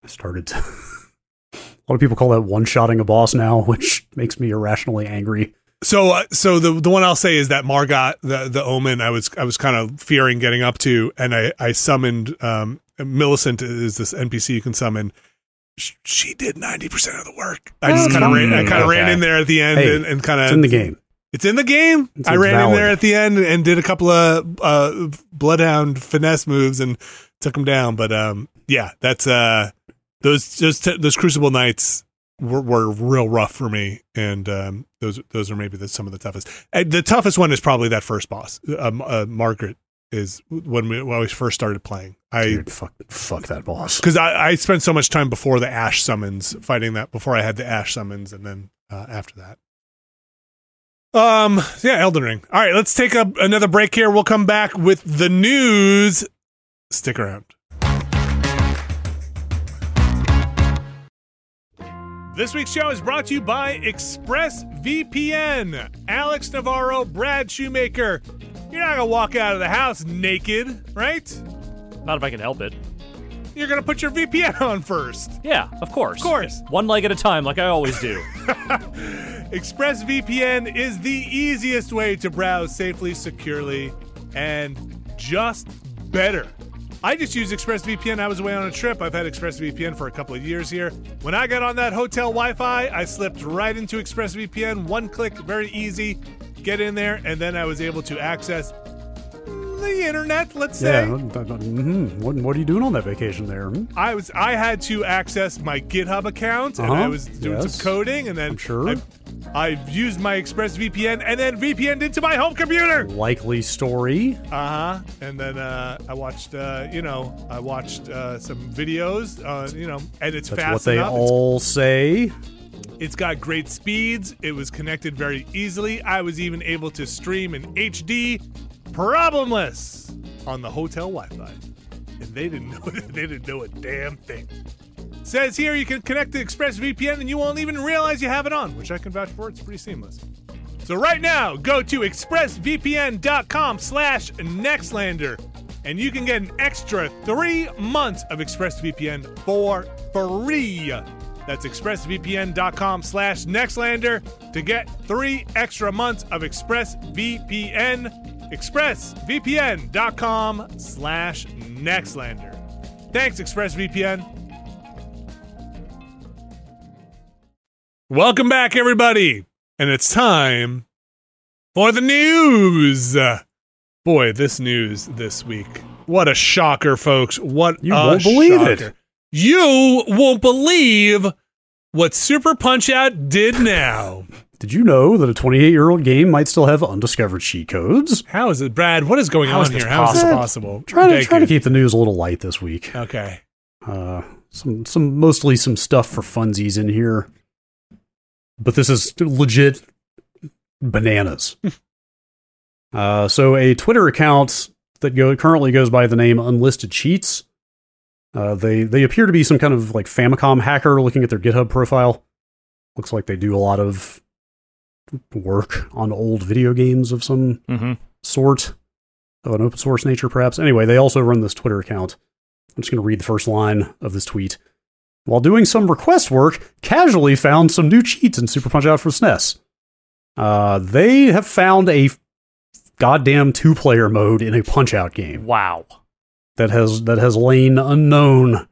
[SPEAKER 2] I started. To a lot of people call that one-shotting a boss now, which makes me irrationally angry.
[SPEAKER 1] So, uh, so the the one I'll say is that Margot, the the omen, I was I was kind of fearing getting up to, and I I summoned um Millicent is this NPC you can summon. Sh- She did ninety percent of the work. I just kind of ran, I kind of
[SPEAKER 3] Okay.
[SPEAKER 1] ran in there at the end
[SPEAKER 2] Hey,
[SPEAKER 1] and, and kind of
[SPEAKER 2] It's in the game.
[SPEAKER 1] It's in the game.
[SPEAKER 2] It's
[SPEAKER 1] I ran in
[SPEAKER 2] invalid.
[SPEAKER 1] there at the end and did a couple of uh, bloodhound finesse moves and took him down. But um, yeah, that's uh, those those t- those crucible nights were, were real rough for me, and um, those those are maybe the, some of the toughest. Uh, the toughest one is probably that first boss, um, uh, Margaret, is when we when we first started playing. I
[SPEAKER 2] Dude, fuck, fuck that boss.
[SPEAKER 1] because I, I spent so much time before the ash summons fighting that before I had the ash summons and then uh, after that. Um, yeah, Elden Ring. All right, let's take a, another break here. We'll come back with the news. Stick around. This week's show is brought to you by ExpressVPN. Alex Navarro, Brad Shoemaker. You're not gonna walk out of the house naked, right? Uh,
[SPEAKER 3] Not if I can help it.
[SPEAKER 1] You're gonna put your VPN on first.
[SPEAKER 3] Yeah, of course.
[SPEAKER 1] Of course.
[SPEAKER 3] One leg at a time, like I always do.
[SPEAKER 1] ExpressVPN is the easiest way to browse safely, securely, and just better. I just used ExpressVPN. I was away on a trip. I've had ExpressVPN for a couple of years here. When I got on that hotel Wi Fi, I slipped right into ExpressVPN. One click, very easy. Get in there, and then I was able to access the internet, let's say.
[SPEAKER 2] Yeah. mhm. What, what are you doing on that vacation there? hmm?
[SPEAKER 1] I was I had to access my GitHub account and
[SPEAKER 2] Uh-huh,
[SPEAKER 1] I was doing
[SPEAKER 2] yes.
[SPEAKER 1] some coding and then
[SPEAKER 2] I'm sure.
[SPEAKER 1] I, I used my ExpressVPN and then VPN'd into my home computer.
[SPEAKER 2] Likely story.
[SPEAKER 1] Uh huh. And then uh, I watched uh, you know I watched uh, some videos uh, you know and it's
[SPEAKER 2] That's
[SPEAKER 1] fast
[SPEAKER 2] what they
[SPEAKER 1] enough. It's-
[SPEAKER 2] all say.
[SPEAKER 1] it's got great speeds. It was connected very easily. I was even able to stream in HD, problemless, on the hotel Wi-Fi, and they didn't know they didn't know a damn thing. Says here you can connect to ExpressVPN and you won't even realize you have it on, which I can vouch for. It's pretty seamless. So right now, go to expressvpn.com slash nextlander and you can get an extra three months of ExpressVPN for free. That's expressvpn.com slash nextlander to get three extra months of ExpressVPN. expressvpn.com slash nextlander. Thanks, ExpressVPN. Welcome back, everybody. And it's time for the news. Boy, this news this week. What a shocker, folks. What
[SPEAKER 2] You
[SPEAKER 1] a
[SPEAKER 2] won't believe it.
[SPEAKER 1] shocker. You won't believe what Super Punch Out did now.
[SPEAKER 2] Did you know that a 28 year old game might still have undiscovered cheat codes?
[SPEAKER 1] How is it, Brad? What is going
[SPEAKER 3] How
[SPEAKER 1] on
[SPEAKER 3] is this
[SPEAKER 1] here? How is this
[SPEAKER 2] possible?
[SPEAKER 1] possible?
[SPEAKER 2] Trying to
[SPEAKER 1] Thank
[SPEAKER 2] try
[SPEAKER 1] you.
[SPEAKER 2] to keep the news a little light this week.
[SPEAKER 1] Okay.
[SPEAKER 2] Uh, some some mostly some stuff for funsies in here, but this is legit bananas. uh, so a Twitter account that go, currently goes by the name Unlisted Cheats. Uh, they they appear to be some kind of like Famicom hacker. Looking at their GitHub profile, looks like they do a lot of work on old video games of some
[SPEAKER 3] hmm
[SPEAKER 2] Mm-hmm. sort of an open source nature, perhaps. Anyway, they also run this Twitter account. I'm just going to read the first line of this tweet. While doing some request work, casually found some new cheats in Super Punch Out for SNES. Uh, they have found a f- goddamn two player mode in a Punch Out game
[SPEAKER 3] Wow.
[SPEAKER 2] that has that has lain unknown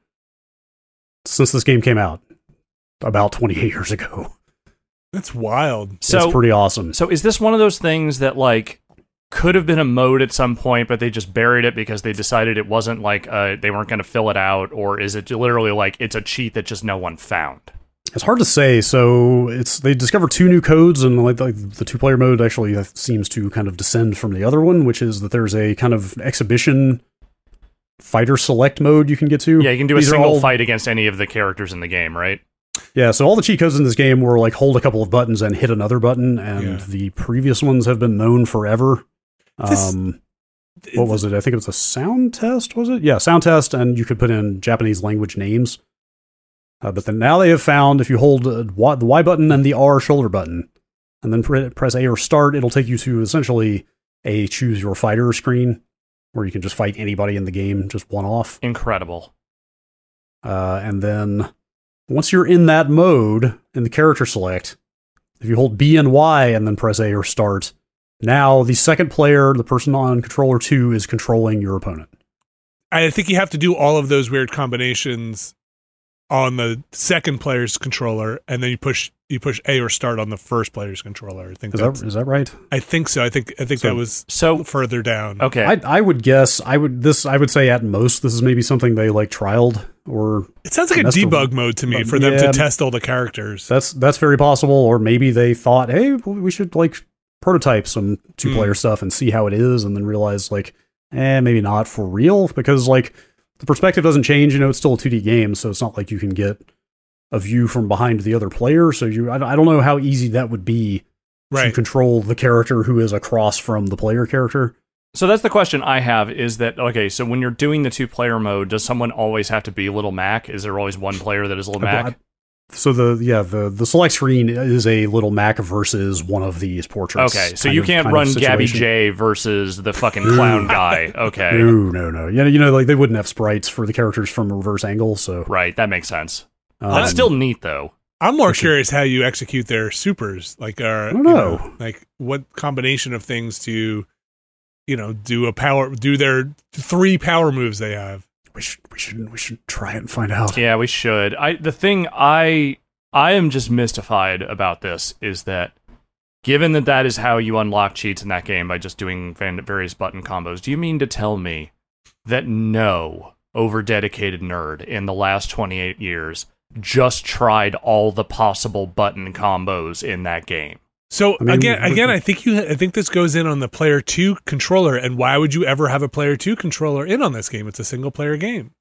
[SPEAKER 2] since this game came out about 28 years ago.
[SPEAKER 1] That's wild.
[SPEAKER 2] it's
[SPEAKER 3] So,
[SPEAKER 2] pretty awesome.
[SPEAKER 3] so is this one of those things that like could have been a mode at some point, but they just buried it because they decided it wasn't like uh, they weren't going to fill it out, or is it literally like it's a cheat that just no one found?
[SPEAKER 2] It's hard to say. So it's they discover two new codes, and like, like the two player mode actually uh, seems to kind of descend from the other one, which is that there's a kind of exhibition fighter select mode you can get to.
[SPEAKER 3] Yeah, you can do a
[SPEAKER 2] These are
[SPEAKER 3] single
[SPEAKER 2] all-
[SPEAKER 3] fight against any of the characters in the game, right?
[SPEAKER 2] Yeah, so all the cheat codes in this game were like hold a couple of buttons and hit another button, and
[SPEAKER 1] Yeah.
[SPEAKER 2] the previous ones have been known forever.
[SPEAKER 1] This-
[SPEAKER 2] Um, what was it? I think it was a sound test, was it? Yeah, sound test, and you could put in Japanese language names. Uh, but then now they have found if you hold uh, Y- the Y button and the R shoulder button, and then pre- press A or start, it'll take you to essentially a choose your fighter screen where you can just fight anybody in the game, just one off.
[SPEAKER 3] Incredible.
[SPEAKER 2] Uh, and then once you're in that mode in the character select, if you hold B and Y and then press A or start, now the second player, the person on controller two, is controlling your opponent.
[SPEAKER 1] I think you have to do all of those weird combinations on the second player's controller, and then you push you push A or start on the first player's controller. I think
[SPEAKER 2] Is
[SPEAKER 1] that's,
[SPEAKER 2] that is that right?
[SPEAKER 1] I think so. I think I think
[SPEAKER 2] So- Oh,
[SPEAKER 1] that was
[SPEAKER 3] So
[SPEAKER 1] further down.
[SPEAKER 3] okay,
[SPEAKER 2] I I would guess I would this I would say at most this is maybe something they like trialed or
[SPEAKER 1] It sounds like a
[SPEAKER 2] That's the- Um,
[SPEAKER 1] debug mode to me for them
[SPEAKER 2] Yeah.
[SPEAKER 1] to test all the characters.
[SPEAKER 2] that's that's very possible or maybe they thought hey we should like prototype some two player
[SPEAKER 1] Mm.
[SPEAKER 2] stuff and see how it is and then realize like eh maybe not for real because like the perspective doesn't change you know it's still a 2D game so it's not like you can get a view from behind the other player so you I, don't- I don't know how easy that would be to
[SPEAKER 1] right.
[SPEAKER 2] control the character who is across from the player character
[SPEAKER 3] so that's the question I have is that okay? So when you're doing the two player mode, does someone always have to be Little Mac? Is there always one player that is Little
[SPEAKER 2] I-
[SPEAKER 3] Mac?
[SPEAKER 2] so the yeah the the select screen is a little Mac versus one of these portraits.
[SPEAKER 3] Okay, so
[SPEAKER 2] kind
[SPEAKER 3] you
[SPEAKER 2] of-
[SPEAKER 3] can't
[SPEAKER 2] kind of
[SPEAKER 3] run Gabby
[SPEAKER 2] situation.
[SPEAKER 3] J versus the fucking clown guy. Okay,
[SPEAKER 2] No, no, no. You know, you know, like they wouldn't have sprites for the characters from a reverse angle. So
[SPEAKER 3] right, that makes sense.
[SPEAKER 2] um,
[SPEAKER 3] That's still neat though.
[SPEAKER 1] I'm more
[SPEAKER 2] Which is-
[SPEAKER 1] curious how you execute their supers. Like, uh,
[SPEAKER 2] I don't
[SPEAKER 1] you
[SPEAKER 2] know.
[SPEAKER 1] like what combination of things to, you know, do a power, do their three power moves they have.
[SPEAKER 2] we should we should we should try it and find out.
[SPEAKER 3] Yeah, we should. I the thing I I am just mystified about this is that given that that is how you unlock cheats in that game by just doing fan- various button combos, do you mean to tell me that no over dedicated nerd in the last 28 years just tried all the possible button combos in that game?
[SPEAKER 1] So
[SPEAKER 2] I mean,
[SPEAKER 1] again,
[SPEAKER 2] we-
[SPEAKER 1] again, I think you, I think this goes in on the player two controller. And why would you ever have a player two controller in on this game? It's a single player game.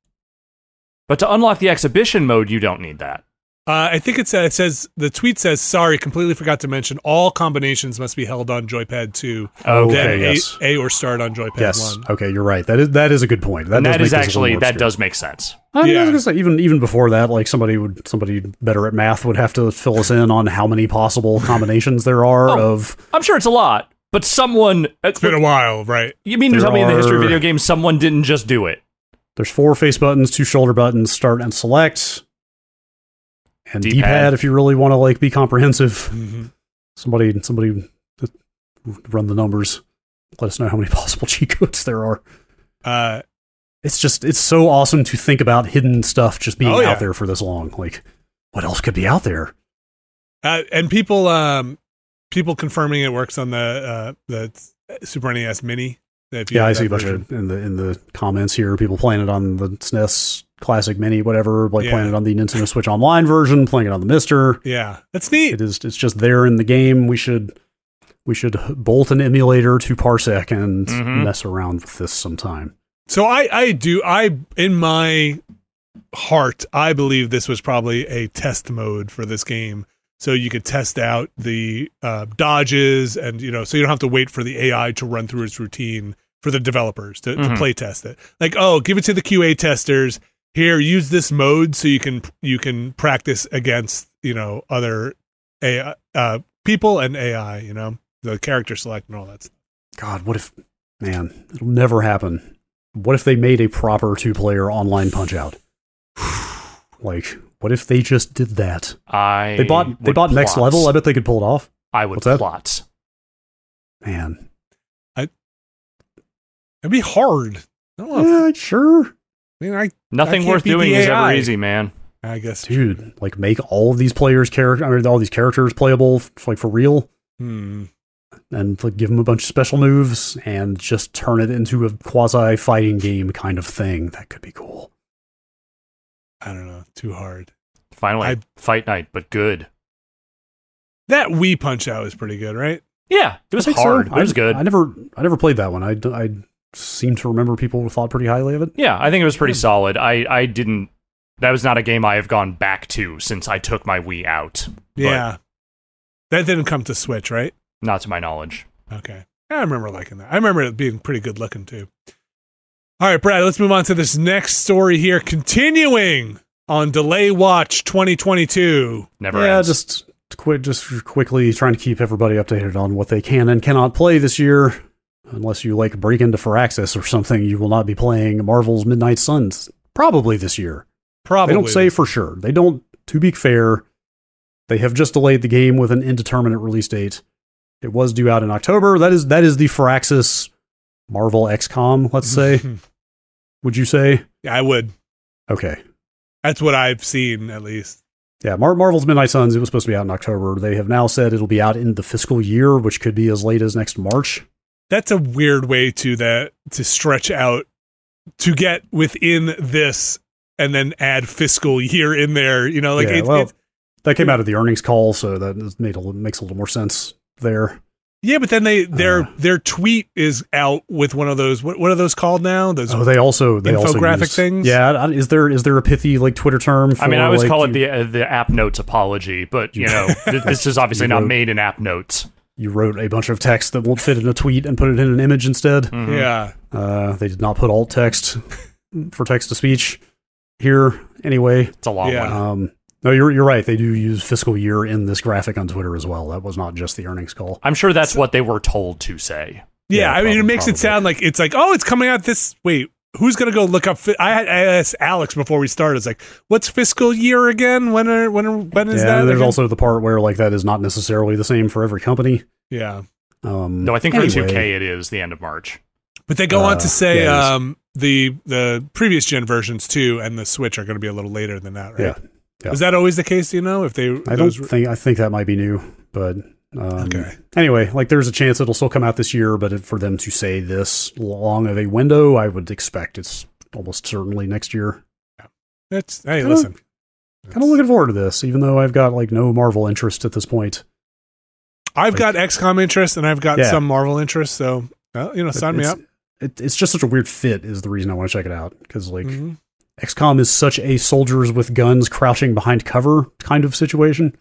[SPEAKER 3] But to unlock the exhibition mode, you don't need that.
[SPEAKER 1] Uh, I think it's, uh, it says the tweet says, "Sorry, completely forgot to mention all combinations must be held on Joypad two,
[SPEAKER 3] Okay,
[SPEAKER 1] then A-
[SPEAKER 2] Oh, yes.
[SPEAKER 1] a, or start on Joypad
[SPEAKER 2] Yes.
[SPEAKER 1] one."
[SPEAKER 2] Okay, you're right. That is that is a good point. That
[SPEAKER 3] and
[SPEAKER 2] does
[SPEAKER 3] that
[SPEAKER 2] make this
[SPEAKER 3] is
[SPEAKER 2] a little
[SPEAKER 3] actually
[SPEAKER 2] more
[SPEAKER 3] that
[SPEAKER 2] obscure.
[SPEAKER 3] does make sense.
[SPEAKER 2] I mean, I
[SPEAKER 1] Yeah.
[SPEAKER 2] was gonna say, even even before that, like somebody would somebody better at math would have to fill us in on how many possible combinations there are
[SPEAKER 3] Oh.
[SPEAKER 2] of
[SPEAKER 3] I'm sure it's a lot, but someone uh,
[SPEAKER 1] It's been a while, right?
[SPEAKER 3] You mean to
[SPEAKER 2] There
[SPEAKER 3] tell me in the history of
[SPEAKER 2] are-
[SPEAKER 3] video games someone didn't just do it?
[SPEAKER 2] There's four face buttons, two shoulder buttons, start and select, and
[SPEAKER 3] D-pad.
[SPEAKER 2] D-pad, if you really want to like be comprehensive.
[SPEAKER 1] hmm
[SPEAKER 2] Somebody, somebody, uh, run the numbers. Let us know how many possible cheat codes there are.
[SPEAKER 1] Uh,
[SPEAKER 2] It's just, it's so awesome to think about hidden stuff just being
[SPEAKER 1] Oh, yeah.
[SPEAKER 2] out there for this long. Like, what else could be out there?
[SPEAKER 1] Uh, and people, um, people confirming it works on the uh, the Super NES Mini. If you
[SPEAKER 2] Yeah,
[SPEAKER 1] have
[SPEAKER 2] I
[SPEAKER 1] that
[SPEAKER 2] see a bunch
[SPEAKER 1] version.
[SPEAKER 2] of in the in the comments here. People playing it on the SNES Classic Mini, whatever. Like
[SPEAKER 1] Yeah.
[SPEAKER 2] playing it on the Nintendo Switch Online version, playing it on the Mister.
[SPEAKER 1] Yeah, that's neat.
[SPEAKER 2] it is it's just there in the game we should we should bolt an emulator to parsec and
[SPEAKER 3] Mhm.
[SPEAKER 2] mess around with this sometime
[SPEAKER 1] So I, I do, I in my heart, I believe this was probably a test mode for this game, so you could test out the uh, dodges, and you know, so you don't have to wait for the AI to run through its routine for the developers to,
[SPEAKER 3] Mhm.
[SPEAKER 1] to play test it. Like, oh, give it to the QA testers. Here, use this mode so you can you can practice against you know other AI uh, people and AI. You know, the character select and all that. Stuff.
[SPEAKER 2] god what if man it'll never happen what if they made a proper two player online punch out like what if they just did that
[SPEAKER 3] I
[SPEAKER 2] they bought they
[SPEAKER 3] would
[SPEAKER 2] bought next
[SPEAKER 3] plot.
[SPEAKER 2] level i bet they could pull it off
[SPEAKER 3] I would
[SPEAKER 2] What's that?
[SPEAKER 3] plot.
[SPEAKER 2] man
[SPEAKER 1] It'd be hard. I don't know. if-
[SPEAKER 2] yeah sure
[SPEAKER 1] I mean, I
[SPEAKER 3] Nothing
[SPEAKER 1] can't
[SPEAKER 3] worth
[SPEAKER 1] beat the
[SPEAKER 3] doing is ever
[SPEAKER 1] AI.
[SPEAKER 3] easy, man.
[SPEAKER 1] I guess.
[SPEAKER 2] dude like make all of these players character i mean all these characters playable f- like for real
[SPEAKER 1] Hmm.
[SPEAKER 2] and like give them a bunch of special moves and just turn it into a quasi fighting game kind of thing. That could be cool.
[SPEAKER 1] I don't know. Too hard.
[SPEAKER 3] Finally,
[SPEAKER 1] I-
[SPEAKER 3] fight night, but good.
[SPEAKER 1] That Wii Punch Out was pretty good, right?
[SPEAKER 3] Yeah, it was
[SPEAKER 2] I think so.
[SPEAKER 3] hard.
[SPEAKER 2] I-
[SPEAKER 3] It was good.
[SPEAKER 2] I never, I never played that one. I, I seem to remember people thought pretty highly of it.
[SPEAKER 3] yeah, I think it was pretty solid. I I didn't. That was not a game I have gone back to since I took my Wii out. But-
[SPEAKER 1] Yeah. That didn't come to Switch, right?
[SPEAKER 3] Not to my knowledge.
[SPEAKER 1] Okay. I remember liking that. I remember it being pretty good looking too. All right, Brad, let's move on to this next story here. Continuing on Delay Watch 2022.
[SPEAKER 3] Never.
[SPEAKER 2] yeah,
[SPEAKER 3] ends.
[SPEAKER 2] just quick, just quickly trying to keep everybody updated on what they can and cannot play this year. Unless you like break into Firaxis or something, you will not be playing Marvel's Midnight Suns probably this year.
[SPEAKER 1] Probably.
[SPEAKER 2] They don't say for sure. They don't. To be fair, they have just delayed the game with an indeterminate release date. It was due out in October. That is that is the Firaxis Marvel XCOM. Let's say. Would you say?
[SPEAKER 1] Yeah, I would.
[SPEAKER 2] Okay.
[SPEAKER 1] That's what I've seen, at least.
[SPEAKER 2] Yeah, Mar- Marvel's Midnight Suns, it was supposed to be out in October. They have now said it'll be out in the fiscal year, which could be as late as next March.
[SPEAKER 1] That's a weird way to that to stretch out to get within this and then add fiscal year in there. You know, like
[SPEAKER 2] Yeah,
[SPEAKER 1] it's,
[SPEAKER 2] well-
[SPEAKER 1] it's
[SPEAKER 2] That came out of the earnings call, so that is- made a, li- makes a little more sense there.
[SPEAKER 1] yeah, but then they their
[SPEAKER 2] Uh.
[SPEAKER 1] their tweet is out with one of those what what are those called now? Those
[SPEAKER 2] Oh, they also they also
[SPEAKER 1] Infographic
[SPEAKER 2] use-
[SPEAKER 1] things?
[SPEAKER 2] Yeah, I- is there is there a pithy like Twitter term? For,
[SPEAKER 3] I mean, I always
[SPEAKER 2] like,
[SPEAKER 3] call it
[SPEAKER 2] you-
[SPEAKER 3] the uh, the app notes apology, but you know, th- this is obviously
[SPEAKER 2] You
[SPEAKER 3] not
[SPEAKER 2] wrote-
[SPEAKER 3] made in app notes.
[SPEAKER 2] you wrote a bunch of text that won't fit in a tweet and put it in an image instead.
[SPEAKER 3] Mhm.
[SPEAKER 1] yeah.
[SPEAKER 2] Uh, they did not put alt text for text to speech here anyway.
[SPEAKER 3] it's a long
[SPEAKER 1] Yeah.
[SPEAKER 3] one.
[SPEAKER 2] Um, no, you're you're right. They do use fiscal year in this graphic on Twitter as well. That was not just the earnings call.
[SPEAKER 3] I'm sure that's what they were told to say.
[SPEAKER 1] Yeah,
[SPEAKER 2] Yeah,
[SPEAKER 1] I mean, it
[SPEAKER 2] probably-
[SPEAKER 1] makes it
[SPEAKER 2] probably.
[SPEAKER 1] sound like it's like, oh, it's coming out this. Wait, who's gonna go look up? Fi- I, had- I asked Alex before we started. It's like, what's fiscal year again? When are when are, when is
[SPEAKER 2] yeah,
[SPEAKER 1] that?
[SPEAKER 2] and there's
[SPEAKER 1] again?
[SPEAKER 2] also the part where like that is not necessarily the same for every company.
[SPEAKER 1] yeah,
[SPEAKER 2] Um,
[SPEAKER 3] No, I think for
[SPEAKER 2] anyway,
[SPEAKER 3] 2K it is the end of March.
[SPEAKER 1] but they go on to
[SPEAKER 2] Uh,
[SPEAKER 1] say
[SPEAKER 2] yeah, it is.
[SPEAKER 1] um, the the previous gen versions too, and the Switch are going to be a little later than that, right?
[SPEAKER 2] Yeah, yeah.
[SPEAKER 1] Is that always the case? Do you know if they?
[SPEAKER 2] I don't
[SPEAKER 1] those-
[SPEAKER 2] think I think that might be new, but um,
[SPEAKER 1] Okay.
[SPEAKER 2] anyway, like there's a chance it'll still come out this year, but it, for them to say this long of a window, I would expect it's almost certainly next year.
[SPEAKER 1] That's hey,
[SPEAKER 2] Kinda-
[SPEAKER 1] listen.
[SPEAKER 2] Kind of looking forward to this, even though I've got like no Marvel interest at this point.
[SPEAKER 1] I've got XCOM interest and I've got
[SPEAKER 2] Yeah.
[SPEAKER 1] some Marvel interest, so uh, you know, sign me
[SPEAKER 2] It's-
[SPEAKER 1] up.
[SPEAKER 2] It, it's just such a weird fit is the reason I want to check it out because like
[SPEAKER 1] Mhm.
[SPEAKER 2] XCOM is such a soldiers with guns crouching behind cover kind of situation.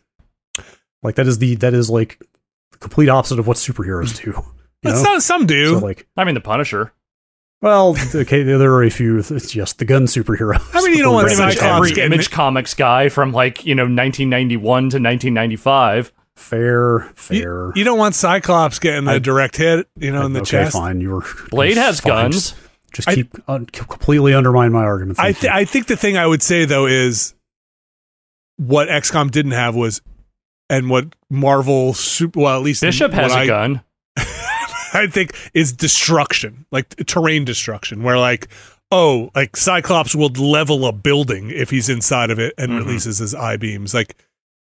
[SPEAKER 2] Like that is the that is like the complete opposite of what superheroes do. You
[SPEAKER 1] But
[SPEAKER 2] know?
[SPEAKER 1] some some do.
[SPEAKER 2] So like,
[SPEAKER 3] I mean, the Punisher.
[SPEAKER 2] well, okay, there are a few. It's just the gun superheroes.
[SPEAKER 1] I mean, you don't want
[SPEAKER 2] Pretty much
[SPEAKER 1] Cyclops
[SPEAKER 3] Every
[SPEAKER 2] every-
[SPEAKER 1] getting
[SPEAKER 3] Image
[SPEAKER 1] it.
[SPEAKER 3] Comics guy from like you know 1991 to 1995.
[SPEAKER 2] fair, fair.
[SPEAKER 1] You, you don't want Cyclops getting the
[SPEAKER 2] I-
[SPEAKER 1] direct hit, you know, in the
[SPEAKER 2] okay,
[SPEAKER 1] chest.
[SPEAKER 2] Fine, you were
[SPEAKER 3] Blade has
[SPEAKER 2] fine,
[SPEAKER 3] guns.
[SPEAKER 2] Just, just
[SPEAKER 1] I-
[SPEAKER 2] keep un- completely undermine my argument.
[SPEAKER 1] I
[SPEAKER 2] Thank
[SPEAKER 1] th-
[SPEAKER 2] you.
[SPEAKER 1] I think the thing I would say though is what XCOM didn't have was, and what Marvel super well at least
[SPEAKER 3] Bishop has
[SPEAKER 1] what
[SPEAKER 3] a
[SPEAKER 1] I-
[SPEAKER 3] gun.
[SPEAKER 1] I think is destruction, like terrain destruction, where like oh, like Cyclops will level a building if he's inside of it and
[SPEAKER 3] Mhm.
[SPEAKER 1] releases his eye beams, like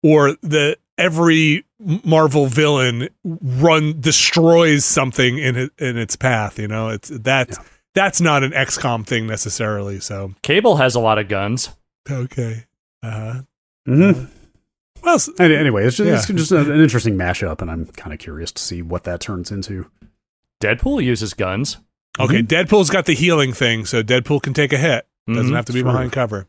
[SPEAKER 1] or the every Marvel villain run destroys something in it, in its path. You know, it's that's that's not an XCOM thing necessarily. So
[SPEAKER 3] Cable has a lot of guns.
[SPEAKER 1] okay, uh huh.
[SPEAKER 2] Mhm.
[SPEAKER 1] Well, s-
[SPEAKER 2] Any- Anyway, it's just, it's
[SPEAKER 1] Yeah.
[SPEAKER 2] just an an interesting mashup, and I'm kind of curious to see what that turns into.
[SPEAKER 3] Deadpool uses guns.
[SPEAKER 1] okay, Deadpool's got the healing thing, so Deadpool can take a hit. Doesn't
[SPEAKER 3] Mhm.
[SPEAKER 1] have to be
[SPEAKER 2] Sure.
[SPEAKER 1] behind cover.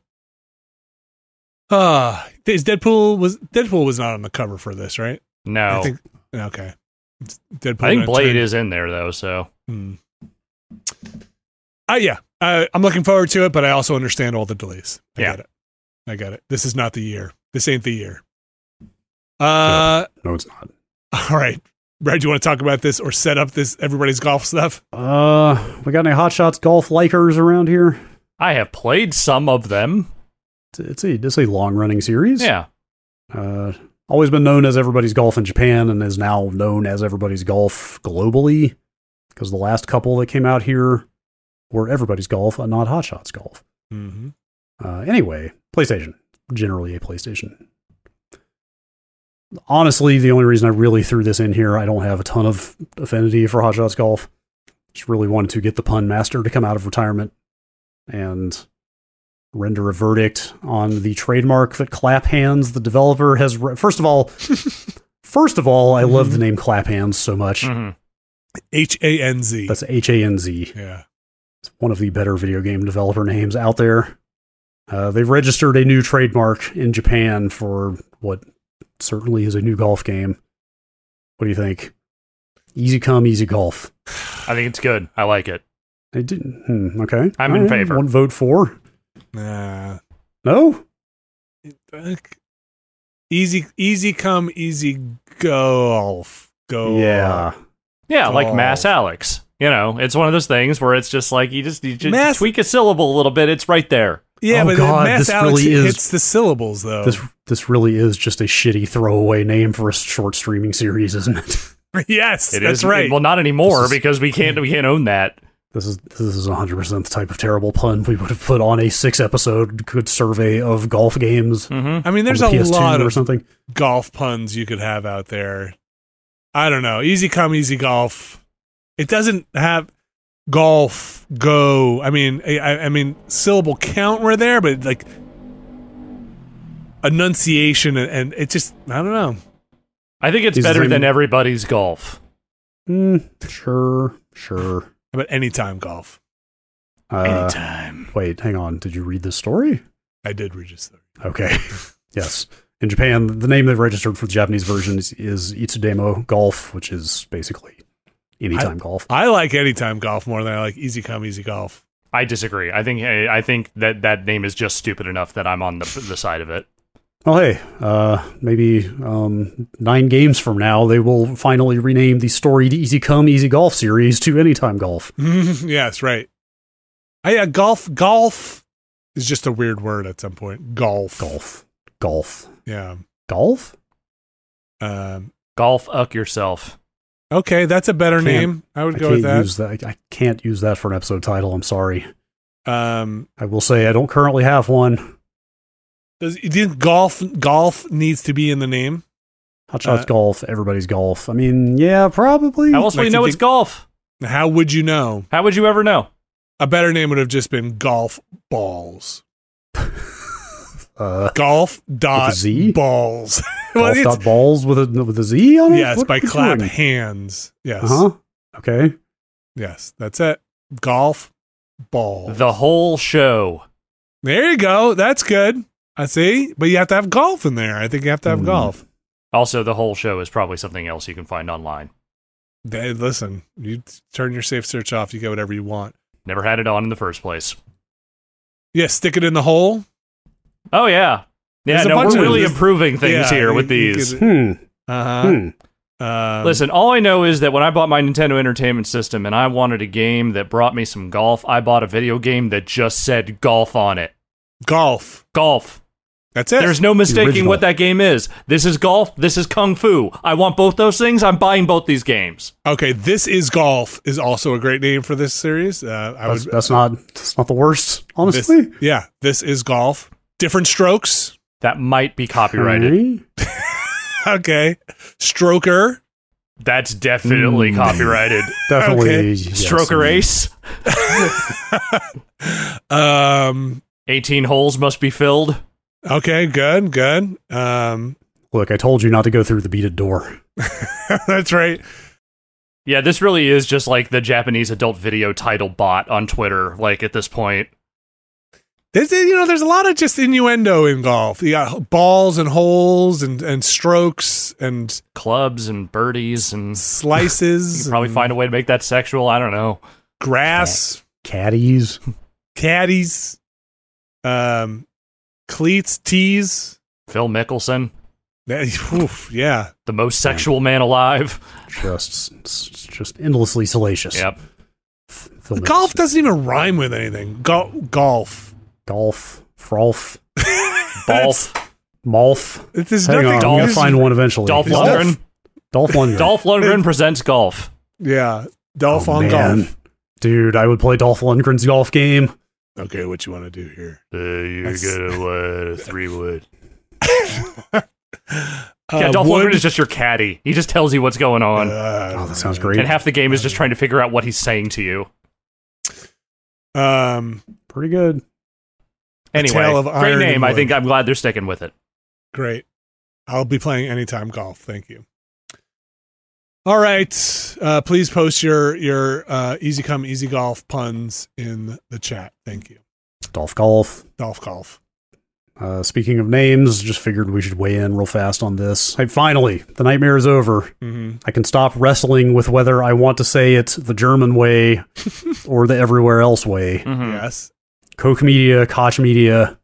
[SPEAKER 1] Ah, is Deadpool was Deadpool was not on the cover for this, right?
[SPEAKER 3] No,
[SPEAKER 1] I think okay. It's Deadpool.
[SPEAKER 3] I think
[SPEAKER 1] gonna
[SPEAKER 3] Blade
[SPEAKER 1] turn-
[SPEAKER 3] is in there though. So
[SPEAKER 1] Hmm. Ah, yeah. I, I'm looking forward to it, but I also understand all the delays. I
[SPEAKER 3] Yeah.
[SPEAKER 1] got it. I got it. This is not the year. This ain't the year. Uh,
[SPEAKER 2] No, it's not.
[SPEAKER 1] all right, Brad. Do you want to talk about this or set up this everybody's golf stuff?
[SPEAKER 2] Uh, we got any hot shots golf likers around here?
[SPEAKER 3] I have played some of them.
[SPEAKER 2] It's, it's a it's a long running series.
[SPEAKER 3] Yeah,
[SPEAKER 2] Uh, always been known as everybody's golf in Japan, and is now known as everybody's golf globally. Because the last couple that came out here were everybody's golf and not hot shots golf.
[SPEAKER 1] Mm-hmm.
[SPEAKER 2] Uh, anyway, PlayStation generally a PlayStation. Honestly, the only reason I really threw this in here, I don't have a ton of affinity for Hot Shots Golf. Just really wanted to get the pun master to come out of retirement and render a verdict on the trademark that Clap Hands, the developer, has. Re- first of all, first of all, I love the name Clap Hands so much.
[SPEAKER 3] Mhm.
[SPEAKER 1] H A N Z.
[SPEAKER 2] That's H A N Z.
[SPEAKER 1] Yeah.
[SPEAKER 2] one of the better video game developer names out there. Uh, they've registered a new trademark in Japan for what certainly is a new golf game. What do you think? Easy come, easy golf.
[SPEAKER 3] I think it's good. I like it.
[SPEAKER 2] I didn't. Hmm, okay,
[SPEAKER 3] I'm
[SPEAKER 2] All
[SPEAKER 3] in
[SPEAKER 2] right,
[SPEAKER 3] favor.
[SPEAKER 2] One vote for.
[SPEAKER 1] Nah.
[SPEAKER 2] No,
[SPEAKER 1] Fuck. Easy, easy come, easy golf. Go.
[SPEAKER 2] yeah,
[SPEAKER 3] Yeah, like
[SPEAKER 1] Oh.
[SPEAKER 3] Mass Alex. You know, it's one of those things where it's just like you just you just
[SPEAKER 1] Mass-
[SPEAKER 3] tweak a syllable a little bit. It's right there.
[SPEAKER 1] yeah.
[SPEAKER 2] Oh,
[SPEAKER 1] but
[SPEAKER 2] God,
[SPEAKER 1] Mass
[SPEAKER 2] this
[SPEAKER 1] Alex
[SPEAKER 2] really is-
[SPEAKER 1] hits the syllables though.
[SPEAKER 2] this this really is just a shitty throwaway name for a short streaming series, isn't it?
[SPEAKER 1] yes,
[SPEAKER 3] It is
[SPEAKER 1] that's right.
[SPEAKER 3] Well, not anymore
[SPEAKER 2] This is-
[SPEAKER 3] because we can't we can't own that.
[SPEAKER 2] This is this is 100 percent the type of terrible pun we would have put on a six episode good survey of golf games.
[SPEAKER 3] Mm-hmm.
[SPEAKER 1] I mean, there's
[SPEAKER 2] on
[SPEAKER 1] a
[SPEAKER 2] the PS2
[SPEAKER 1] lot
[SPEAKER 2] or
[SPEAKER 1] of
[SPEAKER 2] something.
[SPEAKER 1] golf puns you could have out there. I don't know. Easy come, easy golf. It doesn't have golf go. I mean, I- I, I mean, syllable count were there, but like enunciation and, and it just I don't know.
[SPEAKER 3] I think it's
[SPEAKER 2] These
[SPEAKER 3] better
[SPEAKER 2] are-
[SPEAKER 3] than everybody's golf.
[SPEAKER 2] Mm, sure, sure.
[SPEAKER 1] How about anytime golf?
[SPEAKER 2] Uh,
[SPEAKER 3] Anytime.
[SPEAKER 2] wait, hang on. Did you read this story?
[SPEAKER 1] I did register.
[SPEAKER 2] Okay. yes. In Japan, the name they've registered for the Japanese version is, is Itsudemo Golf, which is basically anytime golf.
[SPEAKER 1] I like anytime golf more than I like easy come, easy golf.
[SPEAKER 3] I disagree. I think I I think that that name is just stupid enough that I'm on the the side of it.
[SPEAKER 2] Well, hey, uh, maybe um, nine games from now, they will finally rename the storied Easy Come, Easy Golf series to Anytime Golf.
[SPEAKER 1] yes, right. I, yeah, golf. Golf is just a weird word at some point. Golf.
[SPEAKER 2] Golf. Golf.
[SPEAKER 1] Yeah.
[SPEAKER 2] Golf?
[SPEAKER 1] Um,
[SPEAKER 3] Golf uck yourself.
[SPEAKER 1] okay, that's a better
[SPEAKER 2] Can't-
[SPEAKER 1] name. I would
[SPEAKER 2] I
[SPEAKER 1] go
[SPEAKER 2] can't
[SPEAKER 1] with that.
[SPEAKER 2] use that. I I can't use that for an episode title. I'm sorry.
[SPEAKER 1] Um,
[SPEAKER 2] I will say I don't currently have one.
[SPEAKER 1] does you think golf golf needs to be in the name?
[SPEAKER 2] Hotshots
[SPEAKER 1] Uh,
[SPEAKER 2] Golf, everybody's golf. I mean, yeah, probably.
[SPEAKER 3] How else
[SPEAKER 1] Like
[SPEAKER 3] would you
[SPEAKER 1] to
[SPEAKER 3] know
[SPEAKER 1] think-
[SPEAKER 3] it's golf?
[SPEAKER 1] How would you know?
[SPEAKER 3] How would you ever know?
[SPEAKER 1] A better name would have just been golf balls.
[SPEAKER 2] Uh,
[SPEAKER 1] Golf dot
[SPEAKER 2] Z?
[SPEAKER 1] balls. Well,
[SPEAKER 2] golf
[SPEAKER 1] it's-
[SPEAKER 2] dot balls with a with a Z on it.
[SPEAKER 1] yes,
[SPEAKER 2] What
[SPEAKER 1] by
[SPEAKER 2] are we
[SPEAKER 1] clap
[SPEAKER 2] doing?
[SPEAKER 1] hands. Yes,
[SPEAKER 2] Uh-huh. Okay.
[SPEAKER 1] yes, that's it. Golf balls.
[SPEAKER 3] The whole show.
[SPEAKER 1] There you go. That's good. I see. But you have to have golf in there. I think you have to have
[SPEAKER 2] Hmm.
[SPEAKER 1] golf.
[SPEAKER 3] Also, the whole show is probably something else you can find online.
[SPEAKER 1] They, listen, you t- turn your safe search off. You get whatever you want.
[SPEAKER 3] Never had it on in the first place.
[SPEAKER 1] Yeah, stick it in the hole.
[SPEAKER 3] Oh yeah, yeah.
[SPEAKER 1] There's a
[SPEAKER 3] No,
[SPEAKER 1] bunch
[SPEAKER 3] we're
[SPEAKER 1] of-
[SPEAKER 3] really
[SPEAKER 1] there's-
[SPEAKER 3] improving
[SPEAKER 1] Yeah,
[SPEAKER 3] things here with
[SPEAKER 1] you- you
[SPEAKER 3] these.
[SPEAKER 1] could-
[SPEAKER 2] Hmm.
[SPEAKER 1] Uh-huh.
[SPEAKER 2] hmm.
[SPEAKER 1] Um,
[SPEAKER 3] Listen, all I know is that when I bought my Nintendo Entertainment System and I wanted a game that brought me some golf, I bought a video game that just said golf on it.
[SPEAKER 1] golf.
[SPEAKER 3] Golf.
[SPEAKER 1] That's it.
[SPEAKER 3] There's no mistaking
[SPEAKER 2] original.
[SPEAKER 3] what that game is. This is golf. This is kung fu. I want both those things. I'm buying both these games.
[SPEAKER 1] okay, this is golf is also a great name for this series. Uh, I
[SPEAKER 2] That's,
[SPEAKER 1] would
[SPEAKER 2] that's not that's not the worst,
[SPEAKER 1] this,
[SPEAKER 2] honestly.
[SPEAKER 1] yeah, this is golf. Different strokes.
[SPEAKER 3] That might be copyrighted.
[SPEAKER 2] Okay.
[SPEAKER 1] Okay, stroker.
[SPEAKER 3] That's definitely
[SPEAKER 1] Hmm.
[SPEAKER 2] Mm.
[SPEAKER 3] copyrighted.
[SPEAKER 2] Definitely.
[SPEAKER 1] Okay.
[SPEAKER 2] yes,
[SPEAKER 3] Stroker
[SPEAKER 2] indeed.
[SPEAKER 3] ace.
[SPEAKER 1] Um.
[SPEAKER 3] 18 holes must be filled.
[SPEAKER 1] Okay, good, good. Um.
[SPEAKER 2] Look, I told you not to go through the beaded door.
[SPEAKER 1] that's right.
[SPEAKER 3] Yeah, this really is just like the Japanese adult video title bot on Twitter. Like at this point,
[SPEAKER 1] There's, you know, there's a lot of just innuendo in golf. You got balls and holes and, and strokes and
[SPEAKER 3] clubs and birdies and you
[SPEAKER 1] slices.
[SPEAKER 3] could probably
[SPEAKER 1] and
[SPEAKER 3] find a way to make that sexual. I don't know.
[SPEAKER 1] grass,
[SPEAKER 2] Caddies.
[SPEAKER 1] caddies, um, cleats, tees.
[SPEAKER 3] Phil Mickelson,
[SPEAKER 1] That- oof, yeah.
[SPEAKER 3] the most sexual man alive.
[SPEAKER 2] Just it's just endlessly salacious.
[SPEAKER 3] Yep.
[SPEAKER 2] Filmmaking.
[SPEAKER 1] Golf doesn't even rhyme with anything. Go- golf.
[SPEAKER 2] Golf. Frolf.
[SPEAKER 3] Dolph.
[SPEAKER 2] Molf.
[SPEAKER 1] It- There's
[SPEAKER 2] Hang
[SPEAKER 1] nothing.
[SPEAKER 2] on, I'm gonna
[SPEAKER 1] there's-
[SPEAKER 2] find one eventually.
[SPEAKER 3] Dolph
[SPEAKER 1] Dolph.
[SPEAKER 3] Lundgren.
[SPEAKER 2] Dolph Lundgren.
[SPEAKER 3] Dolph Lundgren presents golf.
[SPEAKER 1] Yeah. Dolph
[SPEAKER 2] Oh,
[SPEAKER 1] on
[SPEAKER 2] man.
[SPEAKER 1] golf. Oh,
[SPEAKER 2] Dude, I would play Dolph Lundgren's golf game.
[SPEAKER 1] Okay, what you want to do here?
[SPEAKER 3] Uh, you're
[SPEAKER 1] That's-
[SPEAKER 3] gonna want a three wood.
[SPEAKER 1] Uh,
[SPEAKER 3] yeah, Dolph
[SPEAKER 1] wood-
[SPEAKER 3] Lundgren is just your caddy. He just tells you what's going on,
[SPEAKER 1] Uh,
[SPEAKER 2] Oh, that sounds great.
[SPEAKER 3] and half the game is just trying to figure out what he's saying to you.
[SPEAKER 1] Um,
[SPEAKER 2] Pretty good.
[SPEAKER 3] Anyway,
[SPEAKER 1] Tale of
[SPEAKER 3] great
[SPEAKER 1] Iron and
[SPEAKER 3] name. I
[SPEAKER 1] Wood.
[SPEAKER 3] think I'm glad they're sticking with it.
[SPEAKER 1] Great. I'll be playing anytime golf. Thank you. All right. Uh, please post your your uh, easy come easy golf puns in the chat. Thank you.
[SPEAKER 2] Dolph Golf.
[SPEAKER 1] Golf golf.
[SPEAKER 2] Uh, speaking of names, just figured we should weigh in real fast on this. Hey, finally, the nightmare is over.
[SPEAKER 1] Mm-hmm.
[SPEAKER 2] I can stop wrestling with whether I want to say it the German way or the everywhere else way.
[SPEAKER 3] Mhm.
[SPEAKER 1] Yes.
[SPEAKER 2] Coke Media, Koch Media,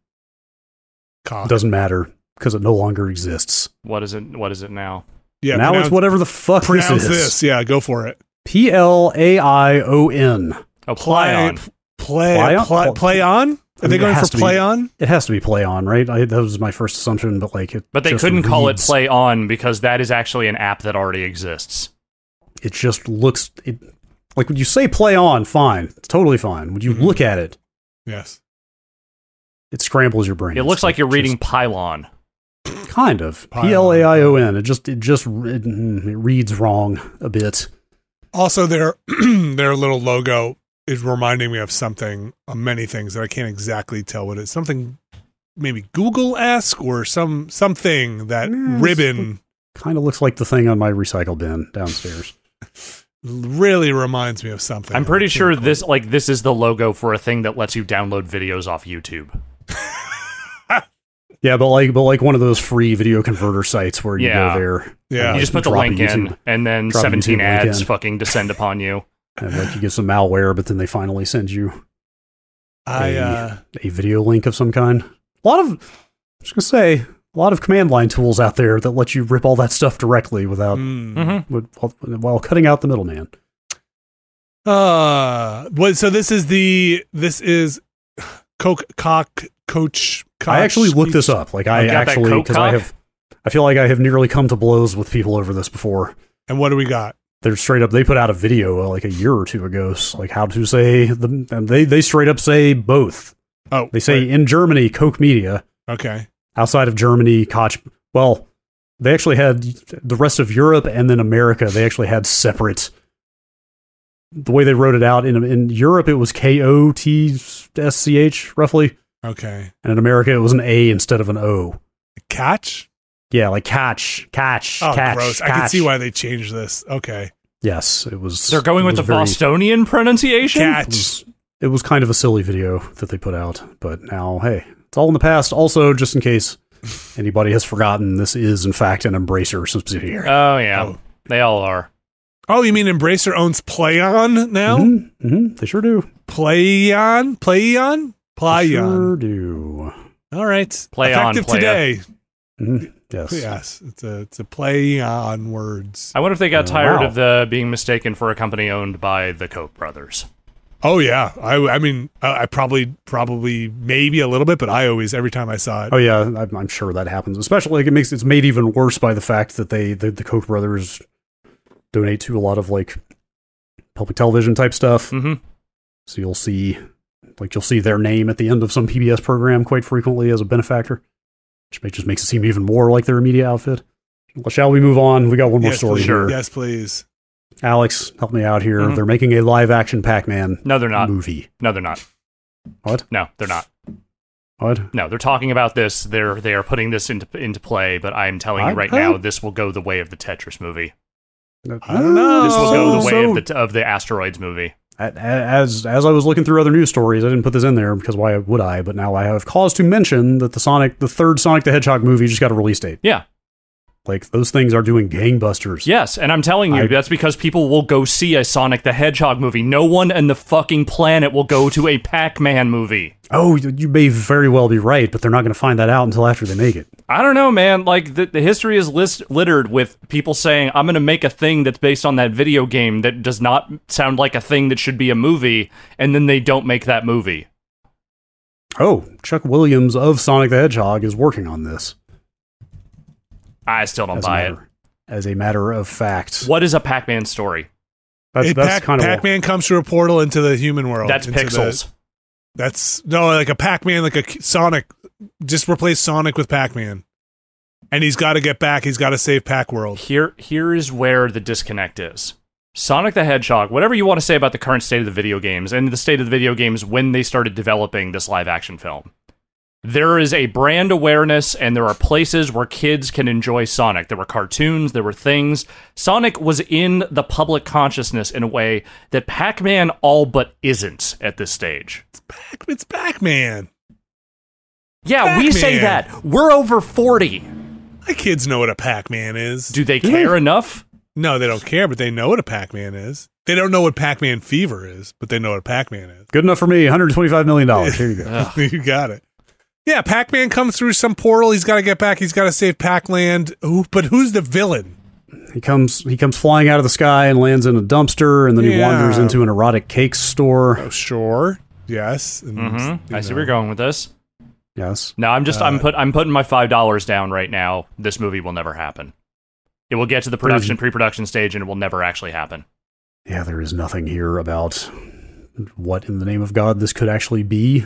[SPEAKER 1] Cock.
[SPEAKER 2] doesn't matter because it no longer exists.
[SPEAKER 3] What is it? What is it now?
[SPEAKER 1] yeah.
[SPEAKER 2] now
[SPEAKER 1] pronounce,
[SPEAKER 2] it's whatever the fuck this
[SPEAKER 1] Pronounce
[SPEAKER 2] is.
[SPEAKER 1] this. Yeah. Go for it.
[SPEAKER 2] P L A I O N.
[SPEAKER 3] Oh, Plyon.
[SPEAKER 1] Play.
[SPEAKER 2] Play on?
[SPEAKER 1] Play, play on. Are
[SPEAKER 2] I mean,
[SPEAKER 1] they
[SPEAKER 2] it
[SPEAKER 1] going
[SPEAKER 2] has
[SPEAKER 1] for
[SPEAKER 2] to be-
[SPEAKER 1] play on?
[SPEAKER 2] It has to be play on, right? I, that was my first assumption, but like it.
[SPEAKER 3] But they
[SPEAKER 2] just
[SPEAKER 3] couldn't call it
[SPEAKER 2] reads-
[SPEAKER 3] Play On because that is actually an app that already exists.
[SPEAKER 2] It just looks. It Like when you say play on, fine. It's totally fine. When you
[SPEAKER 1] Mhm.
[SPEAKER 2] look at it,
[SPEAKER 1] Yes.
[SPEAKER 2] it scrambles your brain.
[SPEAKER 3] It looks
[SPEAKER 2] It's
[SPEAKER 3] like you're
[SPEAKER 2] just-
[SPEAKER 3] reading Pylon.
[SPEAKER 2] kind of
[SPEAKER 1] Pylon.
[SPEAKER 2] P L A I O N. It just it just re- it reads wrong a bit.
[SPEAKER 1] Also, their their little logo is reminding me of something, of many things that I can't exactly tell what it's something, maybe Google esque or some something that
[SPEAKER 2] Mm,
[SPEAKER 1] ribbon
[SPEAKER 2] Kind of looks like the thing on my recycle bin downstairs.
[SPEAKER 1] really reminds me of something.
[SPEAKER 3] I'm
[SPEAKER 1] I
[SPEAKER 3] pretty
[SPEAKER 1] can't
[SPEAKER 3] sure
[SPEAKER 1] quite-
[SPEAKER 3] this like this is the logo for a thing that lets you download videos off YouTube.
[SPEAKER 2] yeah, but like but like one of those free video converter sites where you
[SPEAKER 3] Yeah.
[SPEAKER 2] go there
[SPEAKER 1] Yeah,
[SPEAKER 3] you just put the
[SPEAKER 2] Uh, drop a
[SPEAKER 3] link
[SPEAKER 2] YouTube-
[SPEAKER 3] in, and then
[SPEAKER 2] drop a
[SPEAKER 3] 17
[SPEAKER 2] YouTube link
[SPEAKER 3] ads
[SPEAKER 2] in.
[SPEAKER 3] fucking descend upon you.
[SPEAKER 2] and like you get some malware, but then they finally send you
[SPEAKER 1] I
[SPEAKER 2] a-
[SPEAKER 1] uh,
[SPEAKER 2] a video link of some kind. A lot of, I was gonna say, a lot of command line tools out there that let you rip all that stuff directly without
[SPEAKER 1] mm.
[SPEAKER 3] Mhm.
[SPEAKER 2] with- while- while cutting out the middleman.
[SPEAKER 1] uh, what? So this is the this is Coke Cock Coach. Cock,
[SPEAKER 2] I actually looked this up. Like I
[SPEAKER 3] You got that
[SPEAKER 2] actually
[SPEAKER 3] coke
[SPEAKER 2] because I
[SPEAKER 3] cock?
[SPEAKER 2] have, I feel like I have nearly come to blows with people over this before.
[SPEAKER 1] And what do we got?
[SPEAKER 2] They're straight up. They put out a video uh, like a year or two ago, s- like how to say the, and they they straight up say both.
[SPEAKER 1] Oh,
[SPEAKER 2] They say
[SPEAKER 1] wait,
[SPEAKER 2] in Germany, Coke Media,
[SPEAKER 1] okay.
[SPEAKER 2] outside of Germany, Koch. Well, they actually had the rest of Europe and then America. They actually had separate. The way they wrote it out in in Europe, it was K O T S C H roughly,
[SPEAKER 1] Okay.
[SPEAKER 2] and in America, it was an A instead of an O.
[SPEAKER 1] Catch.
[SPEAKER 2] Yeah, like catch, catch,
[SPEAKER 1] Oh,
[SPEAKER 2] catch.
[SPEAKER 1] gross! I can
[SPEAKER 2] catch.
[SPEAKER 1] see why they changed this. Okay.
[SPEAKER 2] Yes, it was.
[SPEAKER 3] They're going
[SPEAKER 2] it
[SPEAKER 3] with
[SPEAKER 2] was
[SPEAKER 3] the
[SPEAKER 2] very-
[SPEAKER 3] Bostonian pronunciation.
[SPEAKER 2] It
[SPEAKER 1] Catch.
[SPEAKER 2] was, it was kind of a silly video that they put out, but now, hey, it's all in the past. Also, just in case anybody has forgotten, this is in fact an Embracer subsidiary.
[SPEAKER 3] Oh yeah,
[SPEAKER 1] Oh.
[SPEAKER 3] they all are.
[SPEAKER 1] Oh, you mean Embracer owns PlayOn now?
[SPEAKER 2] Mm-hmm, They sure do.
[SPEAKER 1] PlayOn, PlayOn,
[SPEAKER 2] They
[SPEAKER 1] PlayOn.
[SPEAKER 2] sure do.
[SPEAKER 1] All right,
[SPEAKER 3] Play on,
[SPEAKER 1] effective
[SPEAKER 3] playa.
[SPEAKER 1] today.
[SPEAKER 2] Mhm, Yes.
[SPEAKER 1] Yes, it's a it's a play on words.
[SPEAKER 3] I wonder if they got
[SPEAKER 2] Oh,
[SPEAKER 3] tired
[SPEAKER 2] wow.
[SPEAKER 3] of the being mistaken for a company owned by the Koch brothers.
[SPEAKER 1] Oh yeah, I I mean I, I probably probably maybe a little bit, but I always every time I saw it.
[SPEAKER 2] Oh yeah, I'm, I'm sure that happens. Especially like it makes it's made even worse by the fact that they the, the Koch brothers donate to a lot of like public television type stuff.
[SPEAKER 3] hmm
[SPEAKER 2] So you'll see like you'll see their name at the end of some PBS program quite frequently as a benefactor, which may, just makes it seem even more like their media outfit. Well, shall we move on? We got one more
[SPEAKER 1] yes,
[SPEAKER 2] story
[SPEAKER 1] please.
[SPEAKER 2] here.
[SPEAKER 1] Yes, please.
[SPEAKER 2] Alex, help me out here.
[SPEAKER 3] Mhm.
[SPEAKER 2] They're making a live action Pac-Man
[SPEAKER 3] No, they're not.
[SPEAKER 2] movie.
[SPEAKER 3] No, they're not.
[SPEAKER 2] What?
[SPEAKER 3] No, they're not.
[SPEAKER 2] What?
[SPEAKER 3] No, they're talking about this. They're they are putting this into into play. But I'm telling
[SPEAKER 2] I-
[SPEAKER 3] you right
[SPEAKER 2] I-
[SPEAKER 3] now, this will go the way of the Tetris movie.
[SPEAKER 1] I don't know.
[SPEAKER 3] This will go the
[SPEAKER 1] Oh.
[SPEAKER 3] way of the of the asteroids movie.
[SPEAKER 2] A- a- As as I was looking through other news stories, I didn't put this in there because why would I? But now I have cause to mention that the Sonic, the third Sonic the Hedgehog movie, just got a release date.
[SPEAKER 3] Yeah.
[SPEAKER 2] Like those things are doing gangbusters.
[SPEAKER 3] Yes, and I'm telling you,
[SPEAKER 2] I-
[SPEAKER 3] that's because people will go see a Sonic the Hedgehog movie. No one in the fucking planet will go to a Pac-Man movie.
[SPEAKER 2] Oh, you you may very well be right, but they're not going to find that out until after they make it.
[SPEAKER 3] I don't know, man. Like the, the history is list- littered with people saying, "I'm going to make a thing that's based on that video game that does not sound like a thing that should be a movie," and then they don't make that movie.
[SPEAKER 2] Oh, Chuck Williams of Sonic the Hedgehog is working on this.
[SPEAKER 3] I still don't
[SPEAKER 2] as, a
[SPEAKER 3] buy it.
[SPEAKER 2] matter, as a matter of fact,
[SPEAKER 3] What is a Pac-Man story?
[SPEAKER 2] that's
[SPEAKER 1] It-
[SPEAKER 2] that's
[SPEAKER 1] Pac-
[SPEAKER 2] kind of
[SPEAKER 1] Pac-Man comes through a portal into the human world.
[SPEAKER 3] that's
[SPEAKER 1] into the-
[SPEAKER 3] pixels.
[SPEAKER 1] that's no like a Pac-Man, like a Sonic. Just replace Sonic with Pac-Man, and he's got to get back. He's got to save Pac World.
[SPEAKER 3] Here, here is where the disconnect is. Sonic the Hedgehog, whatever you want to say about the current state of the video games and the state of the video games when they started developing this live action film, there is a brand awareness and there are places where kids can enjoy Sonic. There were cartoons, there were things. Sonic was in the public consciousness in a way that Pac Man all but isn't at this stage.
[SPEAKER 1] Pac- It's Pac-Man.
[SPEAKER 3] Yeah, we say
[SPEAKER 1] Pac-Man.
[SPEAKER 3] that. We're over 40.
[SPEAKER 1] My kids know what a Pac-Man is.
[SPEAKER 3] Do they care enough?
[SPEAKER 1] No, they don't care, but they know what a Pac-Man is. They don't know what Pac-Man fever is, but they know what a Pac-Man is.
[SPEAKER 2] good enough for me. 125 million dollars. Oh, Here you go.
[SPEAKER 3] Ugh.
[SPEAKER 1] you got it. Yeah, Pac-Man comes through some portal. He's got to get back. He's got to save Pac-Land. Who, but who's the villain?
[SPEAKER 2] He comes he comes flying out of the sky and lands in a dumpster and then he
[SPEAKER 1] Yeah.
[SPEAKER 2] wanders into an erotic cake store.
[SPEAKER 1] Oh, sure. Yes. and,
[SPEAKER 3] Mm-hmm.
[SPEAKER 1] you
[SPEAKER 3] I see
[SPEAKER 1] know.
[SPEAKER 3] where you're going with this.
[SPEAKER 2] Yes.
[SPEAKER 3] No, I'm just
[SPEAKER 1] Uh,
[SPEAKER 3] I'm put I'm putting my five dollars down right now. This movie will never happen. It will get to the production pre-production stage and it will never actually happen.
[SPEAKER 2] yeah, there is nothing here about what in the name of God this could actually be.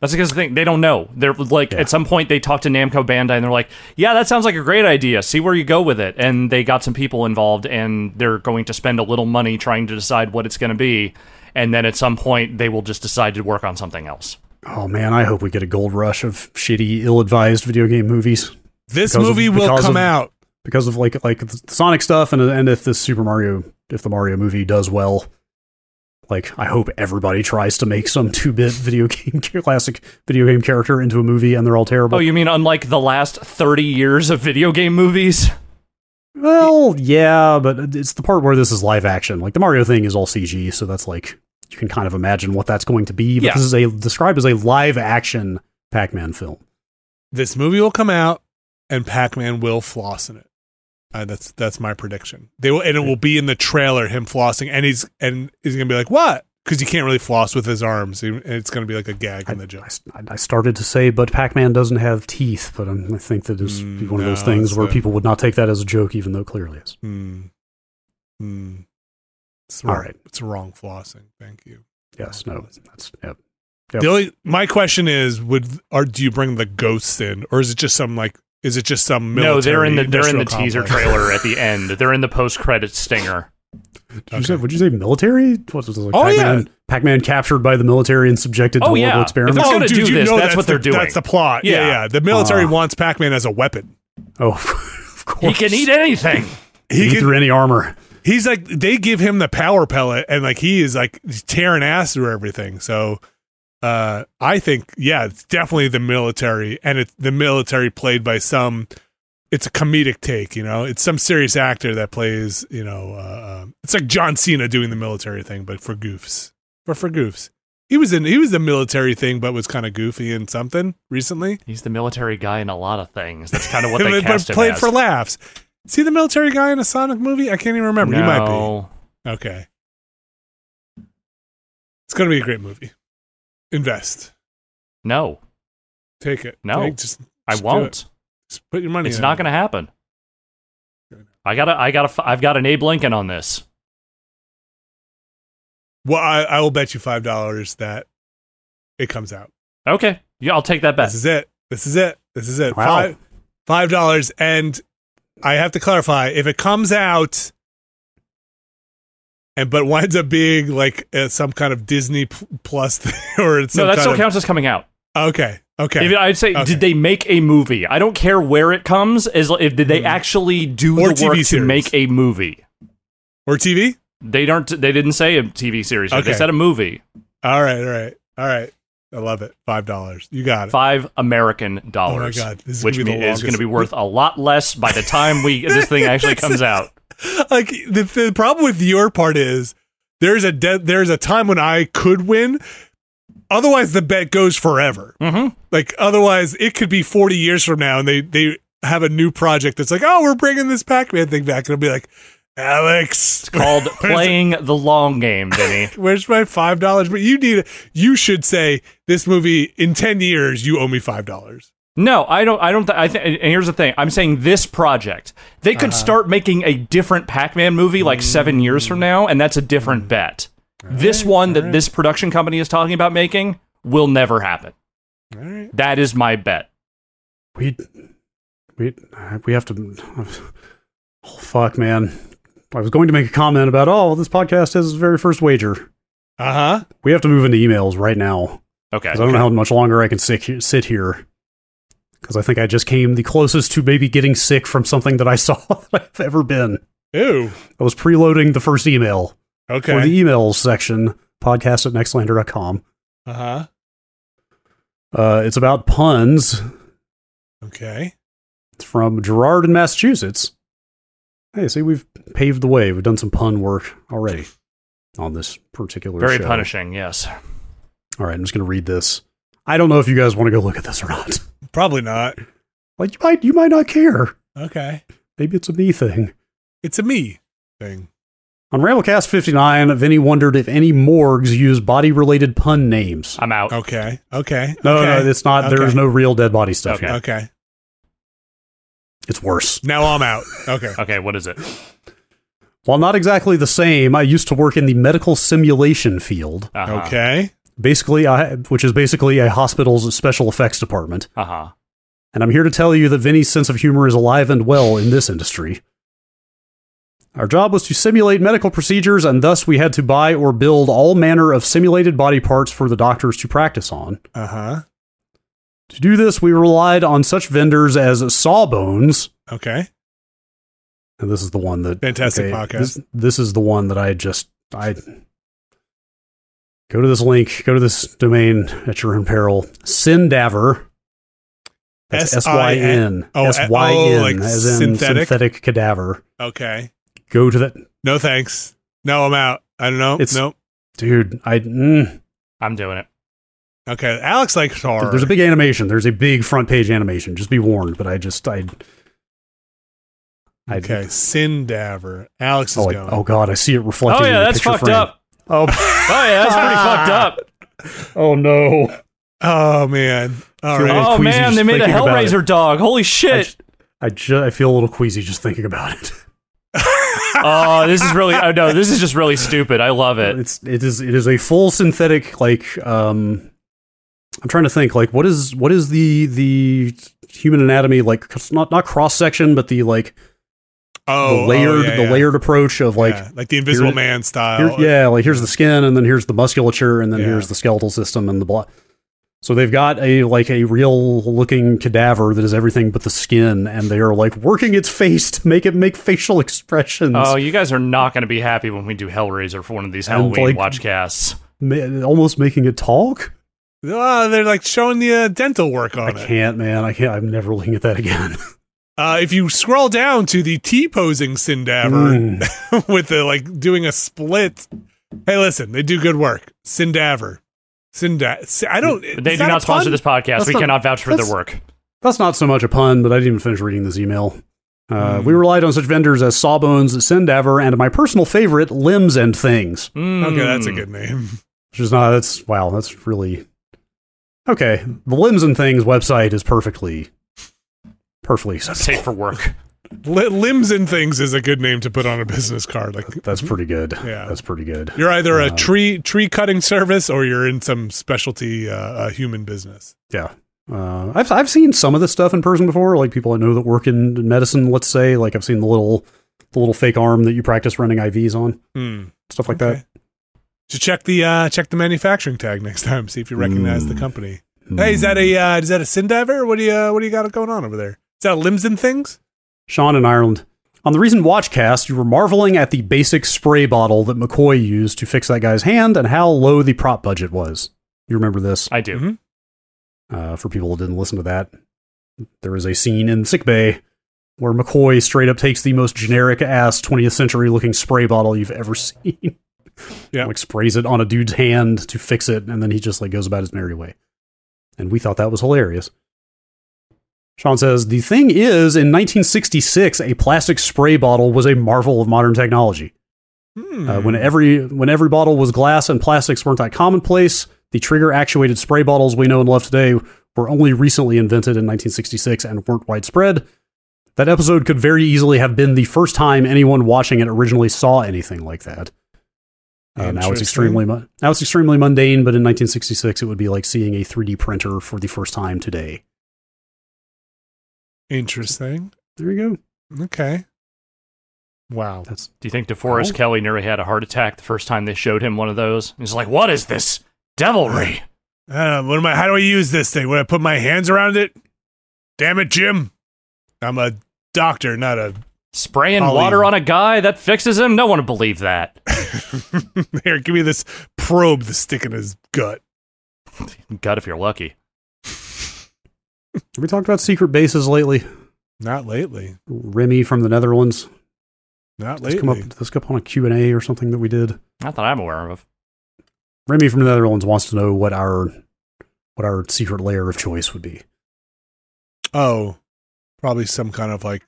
[SPEAKER 3] That's because the thing they don't know. They're like
[SPEAKER 2] Yeah.
[SPEAKER 3] at some point they talked to Namco Bandai and they're like, "Yeah, that sounds like a great idea. See where you go with it." And they got some people involved and they're going to spend a little money trying to decide what it's going to be. And then at some point they will just decide to work on something else.
[SPEAKER 2] Oh man, I hope we get a gold rush of shitty, ill-advised video game movies
[SPEAKER 1] This
[SPEAKER 2] Because of-
[SPEAKER 1] movie will
[SPEAKER 2] because
[SPEAKER 1] come
[SPEAKER 2] of-
[SPEAKER 1] out.
[SPEAKER 2] because of like like the Sonic stuff and and if this Super Mario if the Mario movie does well, like I hope everybody tries to make some two-bit video game classic video game character into a movie and they're all terrible.
[SPEAKER 3] Oh, you mean unlike the last 30 years of video game movies?
[SPEAKER 2] Well, yeah, but it's the part where this is live action. Like the Mario thing is all CG, so that's like you can kind of imagine what that's going to be. But
[SPEAKER 3] Yeah.
[SPEAKER 2] this is a described as a live action Pac-Man film.
[SPEAKER 1] This movie will come out, and Pac-Man will floss in it. Uh, that's that's my prediction. They will, and it will be in the trailer. Him flossing, and he's and he's gonna be like, "What?" Because he can't really floss with his arms. He- It's gonna be like a gag in the joke.
[SPEAKER 2] I, I- I started to say, but Pac-Man doesn't have teeth. But i I think that is
[SPEAKER 1] Mm,
[SPEAKER 2] one of those
[SPEAKER 1] no,
[SPEAKER 2] things
[SPEAKER 1] it's
[SPEAKER 2] where
[SPEAKER 1] the-
[SPEAKER 2] people would not take that as a joke, even though it clearly is.
[SPEAKER 1] Hmm. Hmm. It's
[SPEAKER 2] All
[SPEAKER 1] wrong.
[SPEAKER 2] right.
[SPEAKER 1] It's wrong flossing. Thank you.
[SPEAKER 2] Yes, no, that's yep.
[SPEAKER 1] The only, my question is: Would or do you bring the ghosts in, or is it just some like? Is it just some military?
[SPEAKER 3] no, they're in the they're in the
[SPEAKER 1] industrial
[SPEAKER 3] teaser
[SPEAKER 1] complex?
[SPEAKER 3] trailer at the end. They're in the post-credit stinger.
[SPEAKER 2] Did you say, would you say military? What was it, like
[SPEAKER 1] Oh, yeah.
[SPEAKER 2] Pac-Man, Pac-Man captured by the military and subjected to
[SPEAKER 3] Oh,
[SPEAKER 2] horrible
[SPEAKER 3] yeah. If
[SPEAKER 2] experiments.
[SPEAKER 3] they're gonna do
[SPEAKER 1] you
[SPEAKER 3] this,
[SPEAKER 1] know
[SPEAKER 3] that's what
[SPEAKER 1] the-
[SPEAKER 3] they're doing.
[SPEAKER 1] That's the plot. Yeah, yeah.
[SPEAKER 3] Yeah.
[SPEAKER 1] The military
[SPEAKER 2] Ah.
[SPEAKER 1] wants Pac-Man as a weapon.
[SPEAKER 2] Oh, of course.
[SPEAKER 3] He can eat anything.
[SPEAKER 1] He
[SPEAKER 2] Eat
[SPEAKER 1] can,
[SPEAKER 2] through any armor.
[SPEAKER 1] he's like they give him the power pellet, and like he is like tearing ass through everything. So, uh, I think yeah, it's definitely the military, and it's the military played by some. It's a comedic take, you know. It's some serious actor that plays, you know. Uh, um, it's like John Cena doing the military thing, but for goofs. But for goofs, he was in. He was the military thing, but was kind of goofy in something recently.
[SPEAKER 3] He's the military guy in a lot of things. That's kind of what they
[SPEAKER 1] But- but
[SPEAKER 3] cast him
[SPEAKER 1] played
[SPEAKER 3] as.
[SPEAKER 1] for laughs. See the military guy in a Sonic movie? I can't even remember. He might be.
[SPEAKER 3] No.
[SPEAKER 1] Okay. It's going to be a great movie. Invest.
[SPEAKER 3] No,
[SPEAKER 1] Take it.
[SPEAKER 3] No.
[SPEAKER 1] Take- just,
[SPEAKER 3] I
[SPEAKER 1] Just do
[SPEAKER 3] won't.
[SPEAKER 1] just put your money
[SPEAKER 3] It's
[SPEAKER 1] in
[SPEAKER 3] not
[SPEAKER 1] it.
[SPEAKER 3] going to happen. I gotta, I gotta, f- I've got an Abe Lincoln on this.
[SPEAKER 1] Well, I, I will bet you $5 that it comes out.
[SPEAKER 3] Okay, yeah, I'll take that bet.
[SPEAKER 1] This is it. This is it. This is it.
[SPEAKER 2] Wow.
[SPEAKER 1] Five, $5. dollars. And I have to clarify if it comes out. And but winds up being like uh, some kind of Disney P- Plus thing, or it's
[SPEAKER 3] no,
[SPEAKER 1] some
[SPEAKER 3] that
[SPEAKER 1] kind
[SPEAKER 3] still
[SPEAKER 1] of,
[SPEAKER 3] counts as coming out.
[SPEAKER 1] Okay. Okay.
[SPEAKER 3] If- I'd say,
[SPEAKER 1] Okay.
[SPEAKER 3] did they make a movie? I don't care where it comes. As l- if did they
[SPEAKER 1] Mm.
[SPEAKER 3] actually do
[SPEAKER 1] Or
[SPEAKER 3] the
[SPEAKER 1] TV
[SPEAKER 3] work
[SPEAKER 1] series.
[SPEAKER 3] to make a movie?
[SPEAKER 1] or TV?
[SPEAKER 3] They don't. They didn't say a TV series. here.
[SPEAKER 1] Okay.
[SPEAKER 3] They said a movie.
[SPEAKER 1] All right. All right. All right. I love it. Five dollars. You got it.
[SPEAKER 3] Five American dollars.
[SPEAKER 1] Oh God, this is
[SPEAKER 3] which
[SPEAKER 1] gonna be the
[SPEAKER 3] me- is
[SPEAKER 1] longest-
[SPEAKER 3] going to be worth a lot less by the time we this thing actually comes out.
[SPEAKER 1] Like the, the problem with your part is there's a de- there's a time when I could win. Otherwise, the bet goes forever.
[SPEAKER 3] hmm
[SPEAKER 1] Like otherwise, it could be forty years from now, and they they have a new project that's like, oh, we're bringing this Pac-Man thing back, and I'll be like, Alex,
[SPEAKER 3] Called playing the long game, Vinny.
[SPEAKER 1] where's my five dollars? But you need you should say this movie in ten years, you owe me five dollars.
[SPEAKER 3] No, I don't. I don't. Th- I think. And here's the thing. I'm saying this project. They
[SPEAKER 1] Uh-huh.
[SPEAKER 3] could start making a different Pac-Man movie like seven years
[SPEAKER 1] Mm.
[SPEAKER 3] from now, and that's a different bet. this one that this production company is talking about making will never happen.
[SPEAKER 1] All right.
[SPEAKER 3] That is my bet.
[SPEAKER 2] We, we, uh, we have to. Oh, fuck, man. I was going to make a comment about, oh, this podcast has its very first wager.
[SPEAKER 1] Uh huh.
[SPEAKER 2] We have to move into emails right now
[SPEAKER 3] Okay.
[SPEAKER 2] 'cause I don't know how much longer I can sit here. Sit here. Because I think I just came the closest to maybe getting sick from something that I saw that I've ever been.
[SPEAKER 1] Ew.
[SPEAKER 2] I was preloading the first email
[SPEAKER 1] Okay.
[SPEAKER 2] for the emails section, podcast at nextlander.com.
[SPEAKER 1] uh huh.
[SPEAKER 2] Uh, it's about puns.
[SPEAKER 1] Okay.
[SPEAKER 2] It's from Gerard in Massachusetts. Hey, see, we've paved the way. We've done some pun work already on this particular
[SPEAKER 3] Very
[SPEAKER 2] show.
[SPEAKER 3] punishing. Yes.
[SPEAKER 2] All right, I'm just going to read this. I don't know if you guys want to go look at this or not.
[SPEAKER 1] Probably not.
[SPEAKER 2] Like you might, you might not care.
[SPEAKER 1] Okay.
[SPEAKER 2] Maybe it's a me thing.
[SPEAKER 1] It's a me thing.
[SPEAKER 2] On Ramblecast 59, Vinny wondered if any morgues use body-related pun names.
[SPEAKER 3] I'm out.
[SPEAKER 1] Okay. Okay.
[SPEAKER 2] No,
[SPEAKER 1] okay.
[SPEAKER 2] no, it's not. There
[SPEAKER 1] Okay.
[SPEAKER 2] is no real dead body stuff
[SPEAKER 3] Okay.
[SPEAKER 2] here.
[SPEAKER 1] Okay.
[SPEAKER 2] It's worse.
[SPEAKER 1] Now I'm out. Okay.
[SPEAKER 3] Okay. What is it?
[SPEAKER 2] While not exactly the same, I used to work in the medical simulation field,
[SPEAKER 3] Uh-huh.
[SPEAKER 1] Okay.
[SPEAKER 2] basically, I, which is basically a hospital's special effects department.
[SPEAKER 3] Uh huh.
[SPEAKER 2] And I'm here to tell you that Vinny's sense of humor is alive and well in this industry. Our job was to simulate medical procedures, and thus we had to buy or build all manner of simulated body parts for the doctors to practice on.
[SPEAKER 1] Uh huh.
[SPEAKER 2] To do this, we relied on such vendors as Sawbones,
[SPEAKER 1] Okay.
[SPEAKER 2] and this is the one that
[SPEAKER 1] Fantastic
[SPEAKER 2] okay,
[SPEAKER 1] podcast.
[SPEAKER 2] This, this is the one that I just I go to this link, go to this domain at your own peril. Syndaver. That's S Y N.
[SPEAKER 1] oh,
[SPEAKER 2] S Y
[SPEAKER 1] oh, like
[SPEAKER 2] N as in
[SPEAKER 1] synthetic?
[SPEAKER 2] synthetic? cadaver.
[SPEAKER 1] okay.
[SPEAKER 2] Go to that
[SPEAKER 1] No thanks. No, I'm out. I don't know.
[SPEAKER 2] It's-
[SPEAKER 1] nope.
[SPEAKER 2] dude, I mm,
[SPEAKER 3] I'm doing it.
[SPEAKER 1] Okay. Alex likes horror.
[SPEAKER 2] there's a big animation. There's a big front page animation. Just be warned, but I just I I
[SPEAKER 1] okay. Sindaver. Alex is
[SPEAKER 2] Oh, I-
[SPEAKER 1] going.
[SPEAKER 2] oh god, I see it reflected.
[SPEAKER 3] oh
[SPEAKER 2] in
[SPEAKER 3] yeah,
[SPEAKER 2] the
[SPEAKER 3] that's
[SPEAKER 2] picture
[SPEAKER 3] fucked
[SPEAKER 2] frame.
[SPEAKER 3] up.
[SPEAKER 2] Oh,
[SPEAKER 3] Oh yeah, that's pretty fucked up.
[SPEAKER 2] oh no.
[SPEAKER 1] Oh, man. All
[SPEAKER 2] Feel
[SPEAKER 1] right.
[SPEAKER 2] like
[SPEAKER 3] Oh
[SPEAKER 2] Queasy's
[SPEAKER 3] man, they made a
[SPEAKER 2] thinking about it.
[SPEAKER 3] Hellraiser dog. Holy shit!
[SPEAKER 2] I ju- I feel a little queasy just thinking about it.
[SPEAKER 3] Oh, this is really. Oh no, this is just really stupid. I love it.
[SPEAKER 2] it's it is it is a full synthetic like um I'm trying to think like what is what is the the human anatomy like c- not not cross section but the like
[SPEAKER 1] Oh,
[SPEAKER 2] the
[SPEAKER 1] oh,
[SPEAKER 2] layered
[SPEAKER 1] yeah,
[SPEAKER 2] the
[SPEAKER 1] yeah.
[SPEAKER 2] layered approach of like
[SPEAKER 1] Yeah, like the Invisible
[SPEAKER 2] here-
[SPEAKER 1] Man
[SPEAKER 2] here-
[SPEAKER 1] style.
[SPEAKER 2] yeah like here's the skin and then here's the musculature and then
[SPEAKER 1] Yeah.
[SPEAKER 2] here's the skeletal system and the blood so they've got a like a real looking cadaver that is everything but the skin and they are like working its face to make it make facial expressions
[SPEAKER 3] Oh, you guys are not going to be happy when we do Hellraiser for one of these
[SPEAKER 2] And,
[SPEAKER 3] Halloween
[SPEAKER 2] like-
[SPEAKER 3] watch casts.
[SPEAKER 2] ma- almost making it talk
[SPEAKER 1] Oh, they're like showing the uh, dental work
[SPEAKER 2] I
[SPEAKER 1] on it.
[SPEAKER 2] can't man I can't I'm never looking at that again
[SPEAKER 1] Uh, if you scroll down to the T posing Sindaver
[SPEAKER 2] Mm.
[SPEAKER 1] with the like doing a split. Hey, listen, they do good work. Sindaver. Sinda. Si- I don't.
[SPEAKER 3] They do not sponsor this podcast.
[SPEAKER 2] That's
[SPEAKER 3] We
[SPEAKER 2] not-
[SPEAKER 3] cannot vouch for their
[SPEAKER 2] that's-
[SPEAKER 3] work.
[SPEAKER 2] That's not so much a pun, but I didn't even finish reading this email. Uh,
[SPEAKER 1] Hmm.
[SPEAKER 2] We relied on such vendors as Sawbones, Sendaver, and my personal favorite, Limbs and Things.
[SPEAKER 3] Mm.
[SPEAKER 1] Okay, that's a good name.
[SPEAKER 2] Which is not, that's, wow, that's really. Okay, the Limbs and Things website is perfectly, perfectly
[SPEAKER 3] safe
[SPEAKER 2] acceptable.
[SPEAKER 3] for work.
[SPEAKER 1] Li- limbs and things is a good name to put on a business card. Like
[SPEAKER 2] That's pretty good.
[SPEAKER 1] Yeah.
[SPEAKER 2] That's pretty good.
[SPEAKER 1] you're either a
[SPEAKER 2] Uh,
[SPEAKER 1] tree tree cutting service or you're in some specialty uh, uh, human business.
[SPEAKER 2] Yeah. Uh, I've I've seen some of this stuff in person before, like people I know that work in medicine. Let's say, like I've seen the little the little fake arm that you practice running IVs on,
[SPEAKER 1] Hmm.
[SPEAKER 2] stuff like
[SPEAKER 1] Okay. So check the uh, check the manufacturing tag next time. See if you recognize the
[SPEAKER 2] Mm.
[SPEAKER 1] company.
[SPEAKER 2] that.
[SPEAKER 1] Hey, is that a
[SPEAKER 2] Mm.
[SPEAKER 1] uh, is that a sin diver? What do you uh, what do you got going on over there? Is that limbs and things?
[SPEAKER 2] Sean in Ireland. On the recent Watchcast, you were marveling at the basic spray bottle that McCoy used to fix that guy's hand and how low the prop budget was. You remember this?
[SPEAKER 3] I do.
[SPEAKER 1] Mhm.
[SPEAKER 2] Uh, for people who didn't listen to that, there is a scene in Sick Bay where McCoy straight up takes the most generic ass 20th century looking spray bottle you've ever seen.
[SPEAKER 1] Yeah.
[SPEAKER 2] Like sprays it on a dude's hand to fix it, and then he just like goes about his merry way. And we thought that was hilarious. Sean says, The thing is, in 1966, a plastic spray bottle was a marvel of modern technology.
[SPEAKER 1] Hmm.
[SPEAKER 2] Uh, when every when every bottle was glass and plastics weren't that commonplace, the trigger actuated spray bottles we know and love today were only recently invented in 1966 and weren't widespread. That episode could very easily have been the first time anyone watching it originally saw anything like that. Uh, now it's
[SPEAKER 1] Interesting.
[SPEAKER 2] extremely mu- now it's extremely mundane, but in 1966 it would be like seeing a 3D printer for the first time today.
[SPEAKER 1] interesting.
[SPEAKER 2] There you go.
[SPEAKER 1] Okay. Wow.
[SPEAKER 2] That's
[SPEAKER 3] Do you think DeForest
[SPEAKER 2] Oh.
[SPEAKER 3] Kelly nearly had a heart attack the first time they showed him one of those? He's like, "What is this devilry?"
[SPEAKER 1] Uh, what am I? How do I use this thing? Would I put my hands around it? Damn it, Jim! I'm a doctor, not a.
[SPEAKER 3] Spraying
[SPEAKER 1] I'll
[SPEAKER 3] water
[SPEAKER 1] leave.
[SPEAKER 3] on a guy that fixes him? No one would believe that.
[SPEAKER 1] Here, give me this probe to stick in his gut.
[SPEAKER 3] God, if you're lucky.
[SPEAKER 2] have we talked about secret bases lately?
[SPEAKER 1] Not lately.
[SPEAKER 2] Remy from the Netherlands.
[SPEAKER 1] Not
[SPEAKER 2] Let's come up.
[SPEAKER 1] lately.
[SPEAKER 2] Let's come up on a Q and A or something that we did.
[SPEAKER 3] Not that I'm aware of.
[SPEAKER 2] Remy from the Netherlands wants to know what our what our secret layer of choice would be.
[SPEAKER 1] Oh, probably some kind of like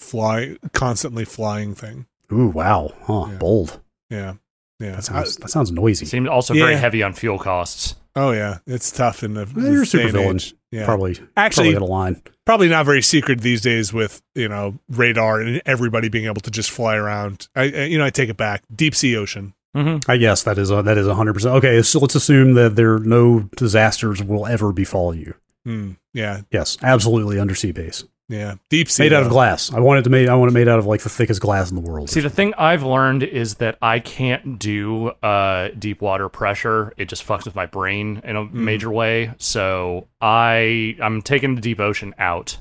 [SPEAKER 1] fly, constantly flying thing.
[SPEAKER 2] Ooh, wow, huh?
[SPEAKER 1] Yeah.
[SPEAKER 2] Bold.
[SPEAKER 1] Yeah, yeah.
[SPEAKER 2] That sounds that sounds noisy.
[SPEAKER 3] Seemed also very
[SPEAKER 1] Yeah.
[SPEAKER 3] heavy on fuel costs.
[SPEAKER 1] I- oh yeah, it's tough in the.
[SPEAKER 2] Well, you're a
[SPEAKER 1] this day and
[SPEAKER 2] supervillain.
[SPEAKER 1] age. Yeah.
[SPEAKER 2] Probably
[SPEAKER 1] Actually,
[SPEAKER 2] probably at a line.
[SPEAKER 1] probably not very secret these days with you know radar and everybody being able to just fly around. I, I you know I take it back. Deep sea ocean.
[SPEAKER 3] hmm
[SPEAKER 2] I guess that is a, that is hundred percent okay. So let's assume that there no disasters will ever befall you.
[SPEAKER 1] Hmm. yeah,
[SPEAKER 2] Yes, absolutely. Undersea base
[SPEAKER 1] yeah. Deep sea
[SPEAKER 2] made out of
[SPEAKER 1] though.
[SPEAKER 2] glass. I want it to made. I want it made out of like the thickest glass in the world.
[SPEAKER 3] See, the thing I've learned is that I can't do uh, deep water pressure. It just fucks with my brain in a
[SPEAKER 1] Mm-hmm.
[SPEAKER 3] major way. So I I'm taking the deep ocean out,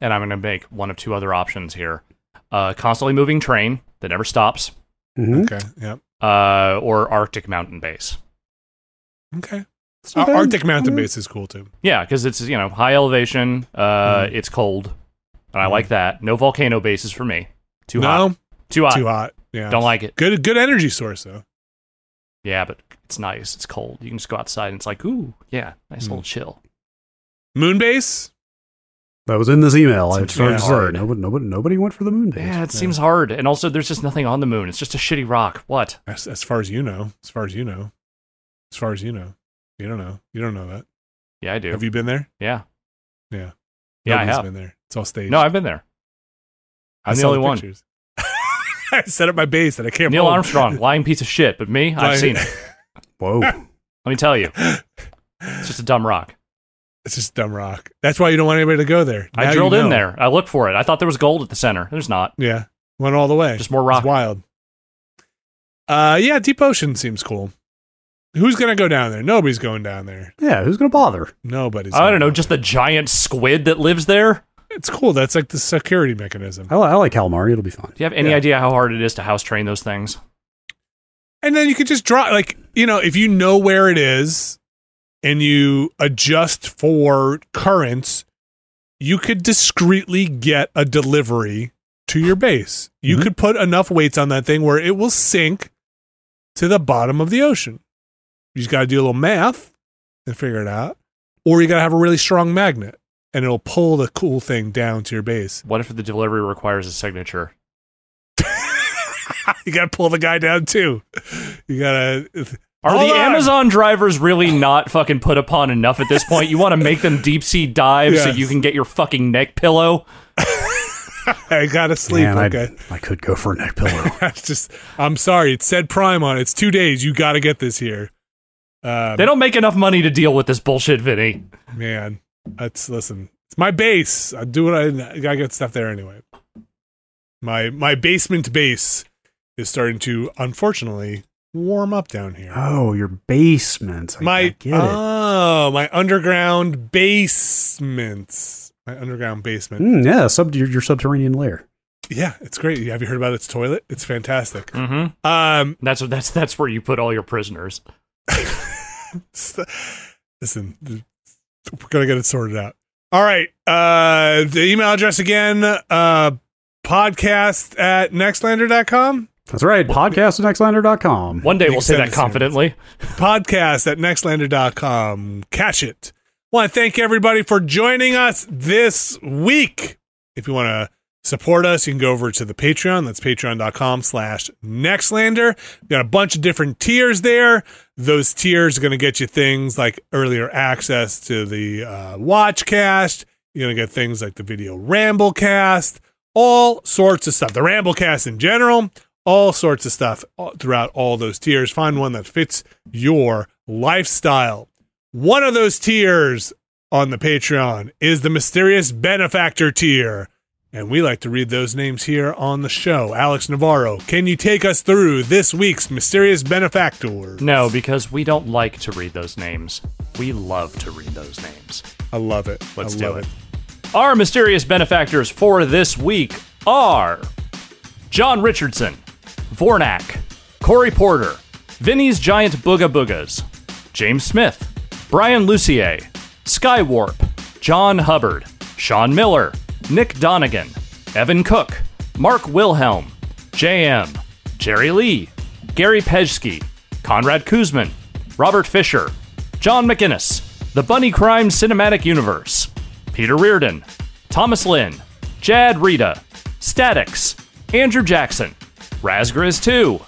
[SPEAKER 3] and I'm going to make one of two other options here: uh, constantly moving train that never stops,
[SPEAKER 2] Mhm.
[SPEAKER 1] Okay. Yep.
[SPEAKER 3] uh, or Arctic mountain base.
[SPEAKER 1] Okay.
[SPEAKER 2] It's
[SPEAKER 1] Ar-
[SPEAKER 2] not bad.
[SPEAKER 1] Arctic mountain
[SPEAKER 2] Mhm.
[SPEAKER 1] base is cool too.
[SPEAKER 3] Yeah, because it's you know high elevation. Uh,
[SPEAKER 1] Mm-hmm.
[SPEAKER 3] It's cold, and I like that. No volcano bases for me. Too hot.
[SPEAKER 1] no,
[SPEAKER 3] Too hot.
[SPEAKER 1] too hot. Yeah.
[SPEAKER 3] Don't like it.
[SPEAKER 1] Good. Good energy source though.
[SPEAKER 3] Yeah, but it's nice. It's cold. You can just go outside and it's like, ooh, yeah, nice little
[SPEAKER 1] Mm.
[SPEAKER 3] chill.
[SPEAKER 1] Moon base.
[SPEAKER 2] That was in this email. I
[SPEAKER 3] It's
[SPEAKER 2] started to say
[SPEAKER 3] hard.
[SPEAKER 2] nobody, nobody, nobody went for the moon base.
[SPEAKER 3] Yeah, it seems hard. And also, there's just nothing on the moon. It's just a shitty rock. What?
[SPEAKER 1] As, as far as you know. As far as you know. As far as you know. You don't know. You don't know that.
[SPEAKER 3] Yeah, I do.
[SPEAKER 1] Have you been there?
[SPEAKER 3] yeah.
[SPEAKER 1] Yeah.
[SPEAKER 3] Yeah, I
[SPEAKER 1] Nobody's
[SPEAKER 3] have.
[SPEAKER 1] been there. It's all staged.
[SPEAKER 3] No, I've been there.
[SPEAKER 1] I
[SPEAKER 3] I'm the
[SPEAKER 1] saw
[SPEAKER 3] only one.
[SPEAKER 1] pictures. I set up my base and I came
[SPEAKER 3] Neil
[SPEAKER 1] home.
[SPEAKER 3] Armstrong, lying piece of shit. But me, I've
[SPEAKER 1] Lying-
[SPEAKER 3] seen it.
[SPEAKER 2] Whoa.
[SPEAKER 3] Let me tell you. It's just a dumb rock.
[SPEAKER 1] It's just dumb rock. That's why you don't want anybody to go there. Now
[SPEAKER 3] I
[SPEAKER 1] you
[SPEAKER 3] drilled in
[SPEAKER 1] know.
[SPEAKER 3] there. I looked for it. I thought there was gold at the center. There's not.
[SPEAKER 1] Yeah, went all the way.
[SPEAKER 3] Just more
[SPEAKER 1] It's
[SPEAKER 3] rock.
[SPEAKER 1] wild. Uh, yeah, deep ocean seems cool. Who's gonna go down there? Nobody's going down there.
[SPEAKER 2] yeah, who's gonna bother?
[SPEAKER 1] Nobody's.
[SPEAKER 3] I
[SPEAKER 1] gonna
[SPEAKER 3] don't know.
[SPEAKER 1] go
[SPEAKER 3] Just the giant squid that lives there.
[SPEAKER 1] there. it's cool. That's like the security mechanism.
[SPEAKER 2] I, li- I like calamari. It'll be fun.
[SPEAKER 3] Do you have any
[SPEAKER 1] Yeah.
[SPEAKER 3] idea how hard it is to house train those things?
[SPEAKER 1] And then you could just draw, like, you know, if you know where it is and you adjust for currents, you could discreetly get a delivery to your base. You
[SPEAKER 2] Mhm.
[SPEAKER 1] could put enough weights on that thing where it will sink to the bottom of the ocean. You just got to do a little math and figure it out. Or you got to have a really strong magnet and it'll pull the cool thing down to your base.
[SPEAKER 3] What if the delivery requires a signature?
[SPEAKER 1] you got to pull the guy down too. You got to.
[SPEAKER 3] Are
[SPEAKER 1] Hold
[SPEAKER 3] the
[SPEAKER 1] on.
[SPEAKER 3] Amazon drivers really not fucking put upon enough at this point? You want to make them deep sea dive so
[SPEAKER 1] Yes.
[SPEAKER 3] you can get your fucking neck pillow?
[SPEAKER 1] I got to sleep.
[SPEAKER 2] Man, I'd-
[SPEAKER 1] okay.
[SPEAKER 2] I could go for a neck pillow.
[SPEAKER 1] That's just. I'm sorry. It said Prime on it. It's two days. You got to get this here. Um,
[SPEAKER 3] They don't make enough money to deal with this bullshit, Vinny.
[SPEAKER 1] man, that's listen. It's my base. I do what I. I gotta get stuff there anyway. My my basement base is starting to unfortunately warm up down here.
[SPEAKER 2] oh, your basement. I,
[SPEAKER 1] my
[SPEAKER 2] I get it.
[SPEAKER 1] oh my underground basements. My underground basement.
[SPEAKER 2] Mm, yeah, sub your, your subterranean lair.
[SPEAKER 1] Yeah, it's great. Have you heard about its toilet? It's fantastic.
[SPEAKER 3] Mm-hmm.
[SPEAKER 1] Um,
[SPEAKER 3] That's that's that's where you put all your prisoners.
[SPEAKER 1] It's- Listen, th- we're gonna get it sorted out. All right. Uh the email address again, uh podcast at nextlander.com.
[SPEAKER 2] That's right. Podcast at nextliner.com.
[SPEAKER 3] One day
[SPEAKER 1] Makes
[SPEAKER 3] we'll say that
[SPEAKER 1] sense, yeah.
[SPEAKER 3] confidently.
[SPEAKER 1] Podcast at nextlander.com. Catch it. Wanna thank everybody for joining us this week. If you wanna support us, you can go over to the Patreon. That's patreon.com slash nextlander. We got a bunch of different tiers there. Those tiers are going to get you things like earlier access to the uh, Watchcast. You're going to get things like the video Ramblecast, all sorts of stuff. The Ramblecast in general, all sorts of stuff all- throughout all those tiers. Find one that fits your lifestyle. One of those tiers on the Patreon is the Mysterious Benefactor tier. And we like to read those names here on the show. Alex Navarro, can you take us through this week's mysterious benefactor?
[SPEAKER 3] No, because we don't like to read those names. We love to read those names.
[SPEAKER 1] I love it.
[SPEAKER 3] Let's
[SPEAKER 1] I
[SPEAKER 3] do
[SPEAKER 1] love
[SPEAKER 3] it. Our mysterious benefactors for this week are John Richardson, Vornak, Corey Porter, Vinny's Giant Booga Boogas, James Smith, Brian Lucier, Skywarp, John Hubbard, Sean Miller, Nick Donegan, Evan Cook, Mark Wilhelm, JM, Jerry Lee, Gary Pejsky, Conrad Kuzman, Robert Fisher, John McInnes, The Bunny Crime Cinematic Universe, Peter Reardon, Thomas Lynn, Jad Rita, Statics, Andrew Jackson, Razgriz 2,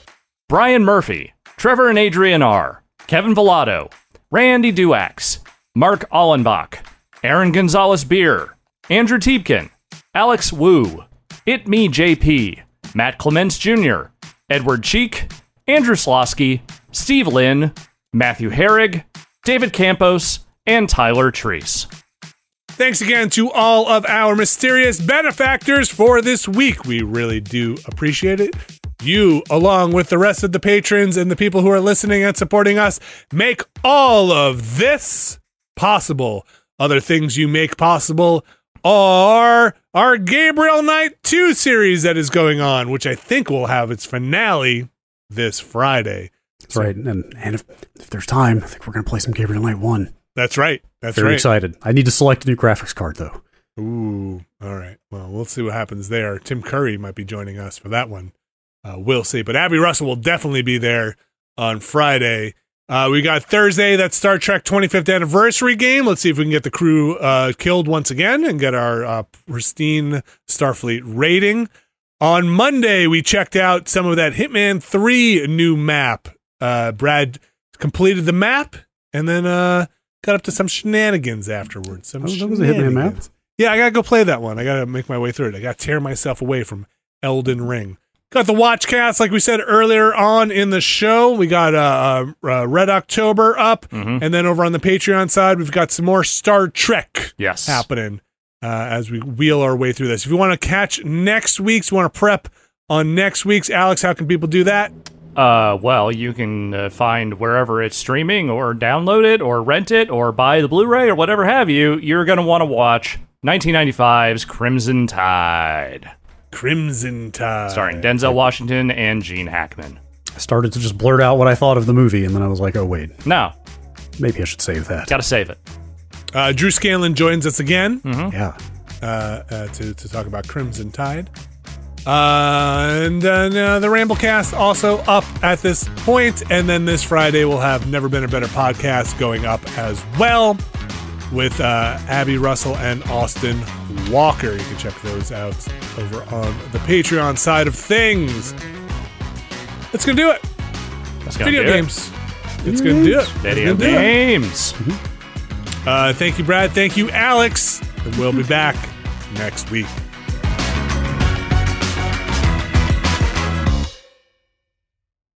[SPEAKER 3] Brian Murphy, Trevor and Adrian R., Kevin Villado, Randy Duax, Mark Ollenbach, Aaron Gonzalez Beer, Andrew Tiepkin, Alex Wu, It Me JP, Matt Clements Jr., Edward Cheek, Andrew Slosky, Steve Lynn, Matthew Herrig, David Campos, and Tyler Treese.
[SPEAKER 1] Thanks again to all of our mysterious benefactors for this week. We really do appreciate it. You, along with the rest of the patrons and the people who are listening and supporting us, make all of this possible. Other things you make possible are our Gabriel Knight 2 series that is going on, which I think will have its finale this Friday.
[SPEAKER 2] That's right. And, and if, if there's time, I think we're going to play some Gabriel Knight 1.
[SPEAKER 1] That's right. That's
[SPEAKER 2] Very
[SPEAKER 1] right.
[SPEAKER 2] excited. I need to select a new graphics card, though.
[SPEAKER 1] Ooh, all right. Well, we'll see what happens there. Tim Curry might be joining us for that one. Uh, we'll see. But Abby Russell will definitely be there on Friday. Uh, we got Thursday, that Star Trek 25th anniversary game. Let's see if we can get the crew uh, killed once again and get our uh, pristine Starfleet rating. On Monday, we checked out some of that Hitman 3 new map. Uh, Brad completed the map and then uh, got up to some shenanigans afterwards. Some
[SPEAKER 2] Oh, that was a Hitman map?
[SPEAKER 1] shenanigans. Yeah, I gotta go play that one. I gotta make my way through it. I gotta tear myself away from Elden Ring. Got the watch cast, like we said earlier on in the show. We got uh, uh, Red October up,
[SPEAKER 3] Mhm.
[SPEAKER 1] and then over on the Patreon side, we've got some more Star Trek
[SPEAKER 3] Yes.
[SPEAKER 1] happening uh, as we wheel our way through this. If you want to catch next week's, you want to prep on next week's, Alex, how can people do that?
[SPEAKER 3] Uh, well, you can uh, find wherever it's streaming, or download it, or rent it, or buy the Blu-ray, or whatever have you. You're gonna want to watch 1995's Crimson Tide,
[SPEAKER 1] Crimson Tide.
[SPEAKER 3] starring Denzel Washington and Gene Hackman.
[SPEAKER 2] I started to just blurt out what I thought of the movie, and then I was like, oh, wait,
[SPEAKER 3] No,
[SPEAKER 2] maybe I should save that.
[SPEAKER 3] gotta save it.
[SPEAKER 1] Uh, Drew Scanlon joins us again
[SPEAKER 2] Yeah.
[SPEAKER 1] uh, uh, to, to talk about Crimson Tide. Uh, and then uh, the Ramblecast also up at this point, and then this Friday we'll have Never Been a Better podcast going up as well with uh, Abby Russell and Austin Walker. You can check those out over on the Patreon side of things. That's gonna do it.
[SPEAKER 3] That's gonna
[SPEAKER 1] Video
[SPEAKER 3] do it.
[SPEAKER 1] games. It's gonna do it. It's
[SPEAKER 3] Video
[SPEAKER 1] gonna do it.
[SPEAKER 3] games.
[SPEAKER 1] Uh, thank you, Brad. Thank you, Alex. And we'll be back next week.